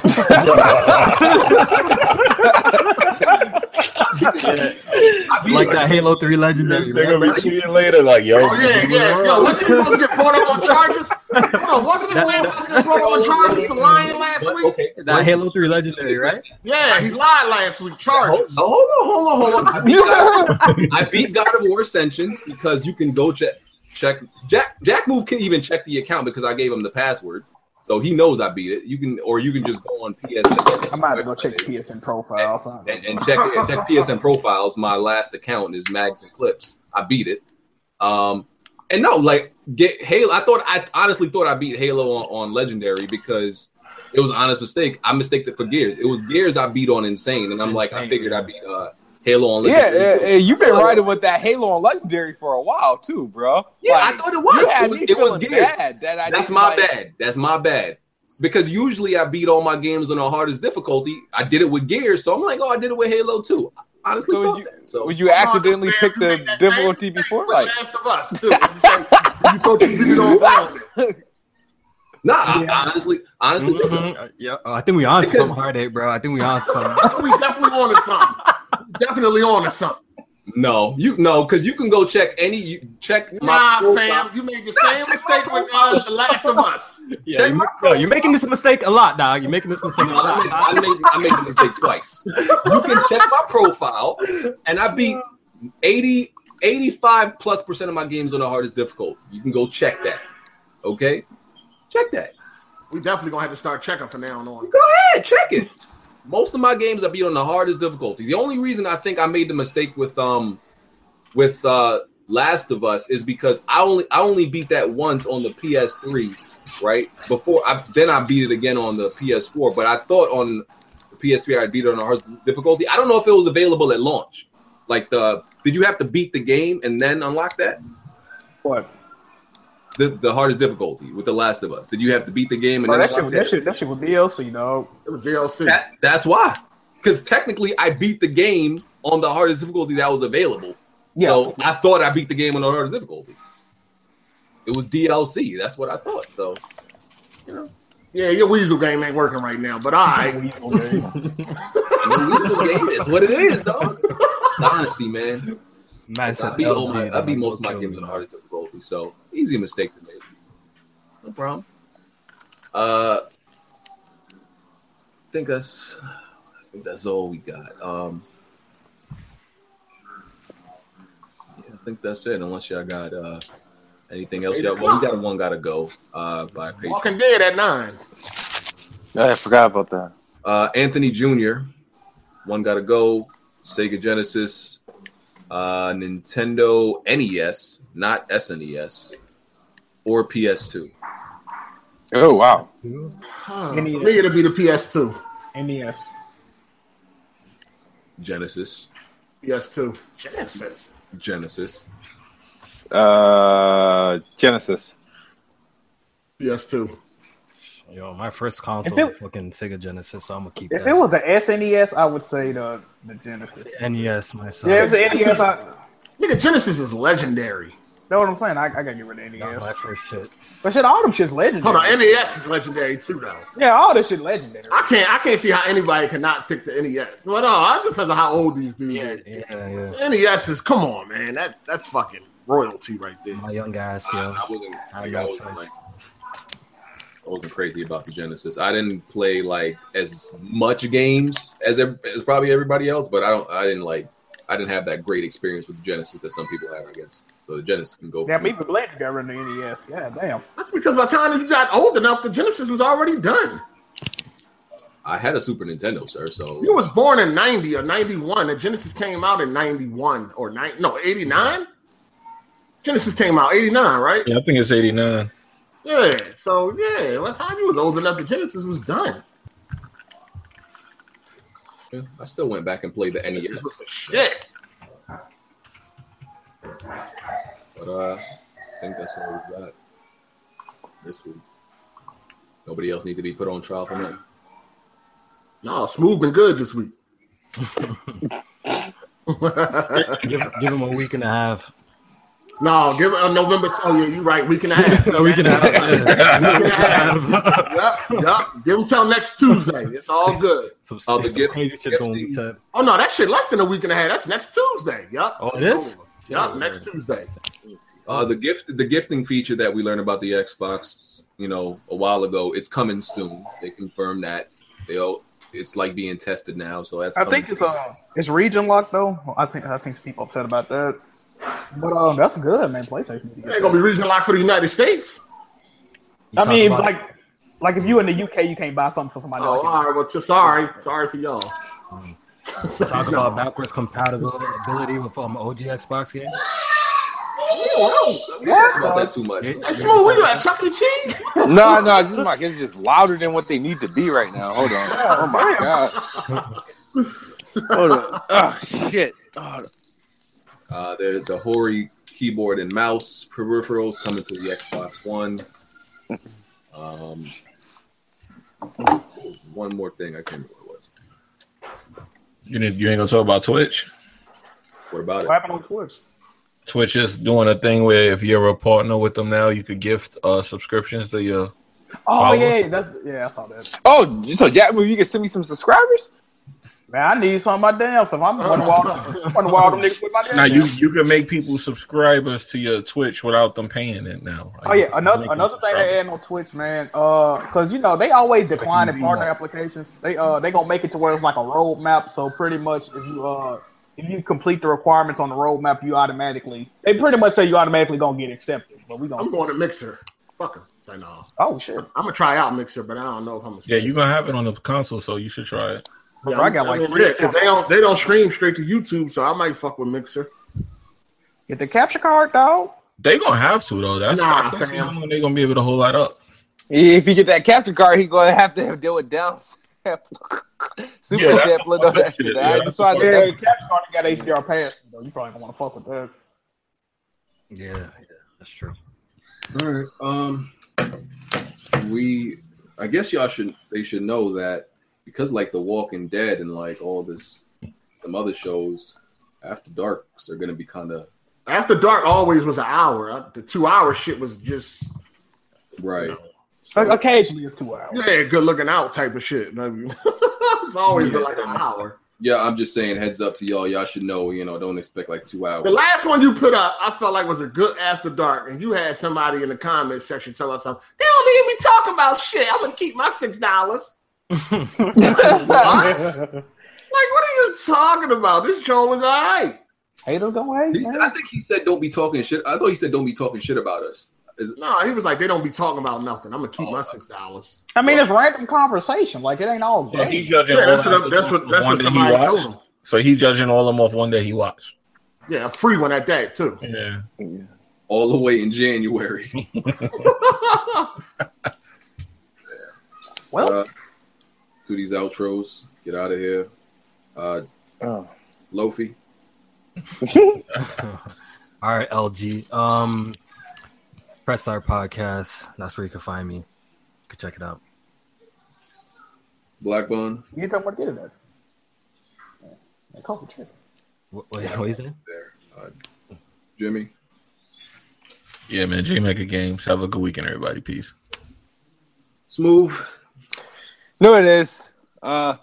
Speaker 5: I beat
Speaker 4: Like
Speaker 5: it.
Speaker 4: that Halo 3 legendary.
Speaker 9: They're gonna be tweeting later, like, yo,
Speaker 3: Oh yeah, yeah. Yo, wasn't he supposed to get brought up on charges? Hold on, wasn't this man supposed to get brought up on charges for lying last
Speaker 5: But,
Speaker 3: week?
Speaker 5: okay,
Speaker 4: That Halo 3 legendary, right?
Speaker 3: Yeah, he lied last week.
Speaker 5: Hold,
Speaker 3: Charges.
Speaker 5: oh, hold on, hold on, hold on. I beat, God, I beat God of War Ascensions because you can go check, check. Jack Jack Move can even check the account because I gave him the password, so he knows I beat it. You can, or you can just go on PS
Speaker 2: I might have to go check the PSN profile. or something.
Speaker 5: and, and check and check PSN profiles. My last account is Mags and Clips. I beat it. Um, and no, like get Halo. I thought I honestly thought I beat Halo on, on Legendary because it was an honest mistake. I mistaked it for Gears. It was Gears I beat on Insane, and I'm like I figured I beat uh, Halo on
Speaker 8: Yeah,
Speaker 5: Legendary.
Speaker 8: yeah, yeah, you've been riding with that Halo on Legendary for a while too, bro.
Speaker 5: Yeah,
Speaker 8: Like,
Speaker 5: I thought it was.
Speaker 8: you had
Speaker 5: It was,
Speaker 8: me
Speaker 5: it was
Speaker 8: feeling
Speaker 5: Gears.
Speaker 8: bad that I
Speaker 5: That's
Speaker 8: didn't,
Speaker 5: my
Speaker 8: like-
Speaker 5: bad. That's my bad. Because usually I beat all my games on the hardest difficulty. I did it with Gears, so I'm like, oh, I did it with Halo too. Honestly,
Speaker 8: So would
Speaker 5: thought
Speaker 8: you-
Speaker 5: that. so
Speaker 8: Would you accidentally pick the difficulty before? Like,
Speaker 3: Last of Us, too. You thought- you thought you beat it on Brown.
Speaker 5: Nah, I- I honestly, honestly, think that-
Speaker 4: Mhm. Uh, Yeah, uh, I think we on to
Speaker 5: Because-
Speaker 4: some heartache, bro. I think we on to some.
Speaker 3: We definitely on to something. Definitely on to something.
Speaker 5: no, you no, because you can go check any you, check my
Speaker 3: Nah,
Speaker 5: profile.
Speaker 3: fam, you made the same mistake with uh, The Last of Us.
Speaker 4: Yeah, you, yo, you're making this mistake a lot, dog. You're making this mistake a lot. dog.
Speaker 5: I made I made the mistake twice. You can check my profile, and I beat 80, 85 plus percent of my games on the hardest difficulty. You can go check that. Okay, check that.
Speaker 3: We definitely gonna have to start checking from now on.
Speaker 5: Go ahead, check it. Most of my games I beat on the hardest difficulty. The only reason I think I made the mistake with um with uh Last of Us is because I only I only beat that once on the PS3, right? Before I then I beat it again on the PS4, but I thought on the PS3 I beat it on the hardest difficulty. I don't know if it was available at launch. Like the did you have to beat the game and then unlock that?
Speaker 2: What?
Speaker 5: The, the hardest difficulty with The Last of Us. Did you have to beat the game and
Speaker 2: Bro,
Speaker 5: then
Speaker 2: that shit,
Speaker 5: unlock
Speaker 2: that shit, that shit was DLC, dog.
Speaker 3: It was DLC.
Speaker 5: That, that's why. Because technically, I beat the game on the hardest difficulty that was available.
Speaker 2: Yeah,
Speaker 5: So I thought I beat the game on the hardest difficulty. It was DLC. That's what I thought. So
Speaker 3: Yeah, your weasel game ain't working right now, but I
Speaker 5: I mean, it's a game. It's what it is, dog. It's honesty, man.
Speaker 4: Man,
Speaker 5: I
Speaker 4: said
Speaker 5: beat, all
Speaker 4: LG,
Speaker 5: my, I beat
Speaker 4: dog.
Speaker 5: most of my
Speaker 4: Kill me,
Speaker 5: games on the
Speaker 4: dog.
Speaker 5: hardest difficulty. So easy mistake to make. No problem. Uh, I think that's. I think that's all we got. Um, yeah, I think that's it. Unless y'all got uh, anything else, y'all. Well, we got one gotta go. Uh, by Patreon.
Speaker 3: Walking Dead at nine.
Speaker 9: I forgot about that.
Speaker 5: Uh, Anthony Jr., One Gotta Go, Sega Genesis, uh, Nintendo NES, not SNES, or PS2.
Speaker 9: Oh wow,
Speaker 3: Huh, for me, it'll be the PS2.
Speaker 2: NES.
Speaker 5: Genesis,
Speaker 3: PS2. Genesis.
Speaker 5: Genesis.
Speaker 9: uh, Genesis.
Speaker 3: PS2.
Speaker 4: Yo, my first console,
Speaker 2: If
Speaker 4: was fucking Sega Genesis, so I'm gonna keep
Speaker 2: If
Speaker 4: that.
Speaker 2: it was the SNES, I would say the the Genesis.
Speaker 4: NES, E my son.
Speaker 2: Yeah, if it was the NES. I,
Speaker 3: Nigga, Genesis is legendary.
Speaker 2: know what I'm saying? I, I gotta get rid of E
Speaker 4: that was my
Speaker 2: NES.
Speaker 4: first shit.
Speaker 2: But shit, all them shit's legendary.
Speaker 3: Hold on, NES is legendary too, though.
Speaker 2: yeah, all this shit legendary.
Speaker 3: I can't, I can't see how anybody cannot pick the E NES. Well, no, uh, it depends on how old these dudes
Speaker 4: Yeah,
Speaker 3: are.
Speaker 4: yeah, yeah.
Speaker 3: NES is, come on, man. That that's fucking royalty right there.
Speaker 4: My young ass, yo.
Speaker 5: I, I wasn't,
Speaker 4: I
Speaker 5: like, I
Speaker 4: know
Speaker 5: wasn't,
Speaker 4: twice.
Speaker 5: like, I wasn't crazy about the Genesis. I didn't play like as much games as ev- as probably everybody else, but I don't. I didn't like. I didn't have that great experience with Genesis that some people have, I guess. So the Genesis can go.
Speaker 2: Yeah,
Speaker 5: for me.
Speaker 2: people glad you got rid of the NES. Yeah, damn.
Speaker 3: That's because by the time you got old enough, the Genesis was already done.
Speaker 5: I had a Super Nintendo, sir. So
Speaker 3: You was born in 90 or 91. The Genesis came out in 91 or 9 no, 89. Genesis came out 89, right?
Speaker 6: Yeah, I think it's 89.
Speaker 3: Yeah. So yeah, by the time you was old enough, the Genesis was done.
Speaker 5: Yeah, I still went back and played the E NES.
Speaker 3: Genesis was the shit.
Speaker 5: But uh, I think that's all we got this week. Nobody else need to be put on trial for nothing.
Speaker 3: No, smooth been good this week.
Speaker 4: Give, give him a week and a half.
Speaker 3: No, give it on November. Oh yeah, you're right. Week and a half.
Speaker 4: we can have
Speaker 3: Week and a half. Yep, yep. Give them till next Tuesday. It's all good.
Speaker 4: some,
Speaker 5: Oh, the
Speaker 4: some
Speaker 5: gift-
Speaker 4: crazy shit's going to be said.
Speaker 3: Oh no, that shit less than a week and a half. That's next Tuesday. Yep.
Speaker 4: Oh, it is?
Speaker 3: Yep, next Tuesday.
Speaker 5: Uh, the gift, the gifting feature that we learned about the Xbox, you know, a while ago, it's coming soon. They confirmed that. They all, it's like being tested now, so that's.
Speaker 2: I
Speaker 5: coming
Speaker 2: think it's
Speaker 5: soon.
Speaker 2: uh, it's region locked though. Well, I think I think some people upset about that. But um, that's good, man. PlayStation. need to
Speaker 3: It
Speaker 2: get
Speaker 3: ain't gonna be region locked for the United States.
Speaker 4: You
Speaker 2: that. I
Speaker 4: talk
Speaker 2: mean,
Speaker 4: about-
Speaker 2: like, like if you in the UK, you can't buy something for somebody.
Speaker 3: Oh,
Speaker 2: like
Speaker 3: all right. Well, t- sorry, sorry for y'all.
Speaker 4: talk about backwards compatibility with um, OG Xbox games.
Speaker 3: What?
Speaker 5: Talk about that too much.
Speaker 3: Hey, Smooth, where you at? Chuck E. Cheese?
Speaker 9: No, no, it's just my it's just louder than what they need to be right now. Hold on. Oh my god. Hold on. Oh shit. Oh,
Speaker 5: Uh, there's the Hori keyboard and mouse peripherals coming to the Xbox One. Um, one more thing, I can't remember what it was.
Speaker 6: You, didn't- you ain't gonna talk about Twitch?
Speaker 5: What about
Speaker 2: that.
Speaker 5: it?
Speaker 2: What happened on Twitch?
Speaker 6: Twitch is doing a thing where if you're a partner with them now, you could gift uh, subscriptions to your.
Speaker 2: Oh
Speaker 6: Follow?
Speaker 2: yeah, that's yeah, I saw that.
Speaker 9: oh so Jack you can send me some subscribers?
Speaker 2: Man, I need some of my damn stuff. I'm wondering why, wondering why all them niggas with my damn.
Speaker 6: Now you
Speaker 2: stuff.
Speaker 6: you can make people subscribers to your Twitch without them paying it now.
Speaker 2: Oh yeah, another another thing they add on Twitch, man, uh, cause you know they always decline in
Speaker 6: Like,
Speaker 2: partner
Speaker 6: you know.
Speaker 2: applications. They uh they gonna make it to where it's like a roadmap. So pretty much, if you uh if you complete the requirements on the roadmap, you automatically they pretty much say you automatically gonna get accepted. But we gonna
Speaker 3: I'm
Speaker 2: see.
Speaker 3: going to Mixer. Fuck 'em. Say no.
Speaker 2: oh shit,
Speaker 3: I'm gonna try out Mixer, but I don't know if I'm. Gonna
Speaker 6: Yeah, you're gonna have it on the console, so you should try it.
Speaker 2: Bro, I got like three
Speaker 3: yeah, 'cause they don't they don't stream straight to YouTube, so I might fuck with Mixer.
Speaker 2: get the capture card dog.
Speaker 6: They gonna have to though. That's
Speaker 3: Nah,
Speaker 6: nah, that's the
Speaker 3: fam.
Speaker 6: only way they gonna be able to hold that up.
Speaker 9: If he get that capture card, he gonna have to deal with down. Super
Speaker 6: Yeah, that's the
Speaker 9: sampling on
Speaker 6: fucking
Speaker 9: that
Speaker 6: shit,
Speaker 9: shit.
Speaker 6: yeah,
Speaker 9: I
Speaker 6: that's
Speaker 9: just
Speaker 6: the
Speaker 9: wanted
Speaker 2: Yeah,
Speaker 9: to-
Speaker 2: the capture card got HDR pass though. You probably gonna wanna fuck with that.
Speaker 4: Yeah, yeah, that's true.
Speaker 5: All right. Um, we, I guess y'all should they should know that because like The Walking Dead and like all this, some other shows, After Darks are gonna be kind of
Speaker 3: After dark always was an hour. I- The two hour shit was just
Speaker 5: right.
Speaker 2: O- Occasionally it's two hours.
Speaker 3: yeah, good looking out type of shit. it's always been like an hour.
Speaker 5: Yeah, I'm just saying heads up to y'all. Y'all should know. You know, don't expect like two hours.
Speaker 3: The last one you put up, I felt like was a good after dark, and you had somebody in the comment section tell us something. They don't even be talking about shit. I'm gonna keep my six dollars. What? like, what are you talking about? This show was alright.
Speaker 2: Haters go hate,
Speaker 5: He-
Speaker 2: man.
Speaker 5: I think he said don't be talking shit. I thought he said don't be talking shit about us. Is,
Speaker 3: No, he was like, they don't be talking about nothing. I'm gonna keep my six dollars.
Speaker 2: I mean, it's random conversation. Like it ain't all
Speaker 6: So
Speaker 2: great.
Speaker 6: he's judging
Speaker 3: Yeah,
Speaker 6: all
Speaker 3: that's
Speaker 6: that
Speaker 3: what, I'm, that's what
Speaker 6: off
Speaker 3: that's
Speaker 6: one
Speaker 3: what
Speaker 6: day he
Speaker 3: somebody told
Speaker 6: watched.
Speaker 3: him.
Speaker 6: So he's judging all them off one day he watched.
Speaker 3: Yeah, a free one at that too.
Speaker 6: Yeah.
Speaker 5: all the way in January.
Speaker 2: Well-
Speaker 5: uh, do these outros. Get out of here. Uh,
Speaker 9: Oh.
Speaker 5: Lofi.
Speaker 4: All right, LG. Um, Press Start Podcast. That's where you can find me. You can check it out.
Speaker 5: Black Bun.
Speaker 2: You don't want to get it at. Yeah, Coffee trip.
Speaker 4: What, what, what is it?
Speaker 5: There. Uh, Jimmy.
Speaker 6: Yeah, man. J Mega Games. Have a good weekend, everybody. Peace.
Speaker 5: Smooth.
Speaker 9: No, it is. Uh,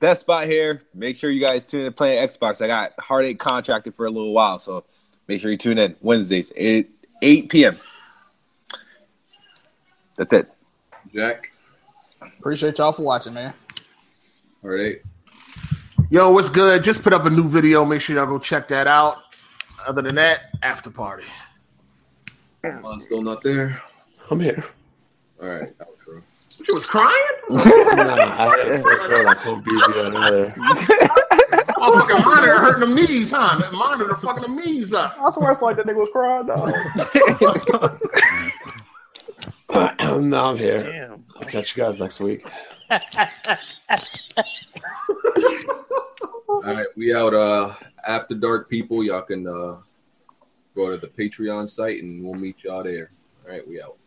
Speaker 9: best spot here. Make sure you guys tune in to playing Xbox. I got Heartache contracted for a little while, so make sure you tune in Wednesdays eight eight p.m. That's it.
Speaker 5: Jack.
Speaker 2: Appreciate y'all for watching, man.
Speaker 5: All right.
Speaker 3: Yo, what's good? Just put up a new video. Make sure y'all go check that out. Other than that, after party.
Speaker 5: Bun still not there.
Speaker 1: I'm here.
Speaker 5: All right. Outro.
Speaker 3: She was crying.
Speaker 1: I had a sweater. I couldn't be here earlier.
Speaker 3: Oh, fucking monitor hurting them knees, huh? That monitor fucking them knees up.
Speaker 2: I swear it's like that nigga was crying, dog.
Speaker 1: no, I'm here. I'll catch you guys next week.
Speaker 5: All right, we out. Uh, after dark, people, y'all can uh, go to the Patreon site and we'll meet y'all there. All right, we out.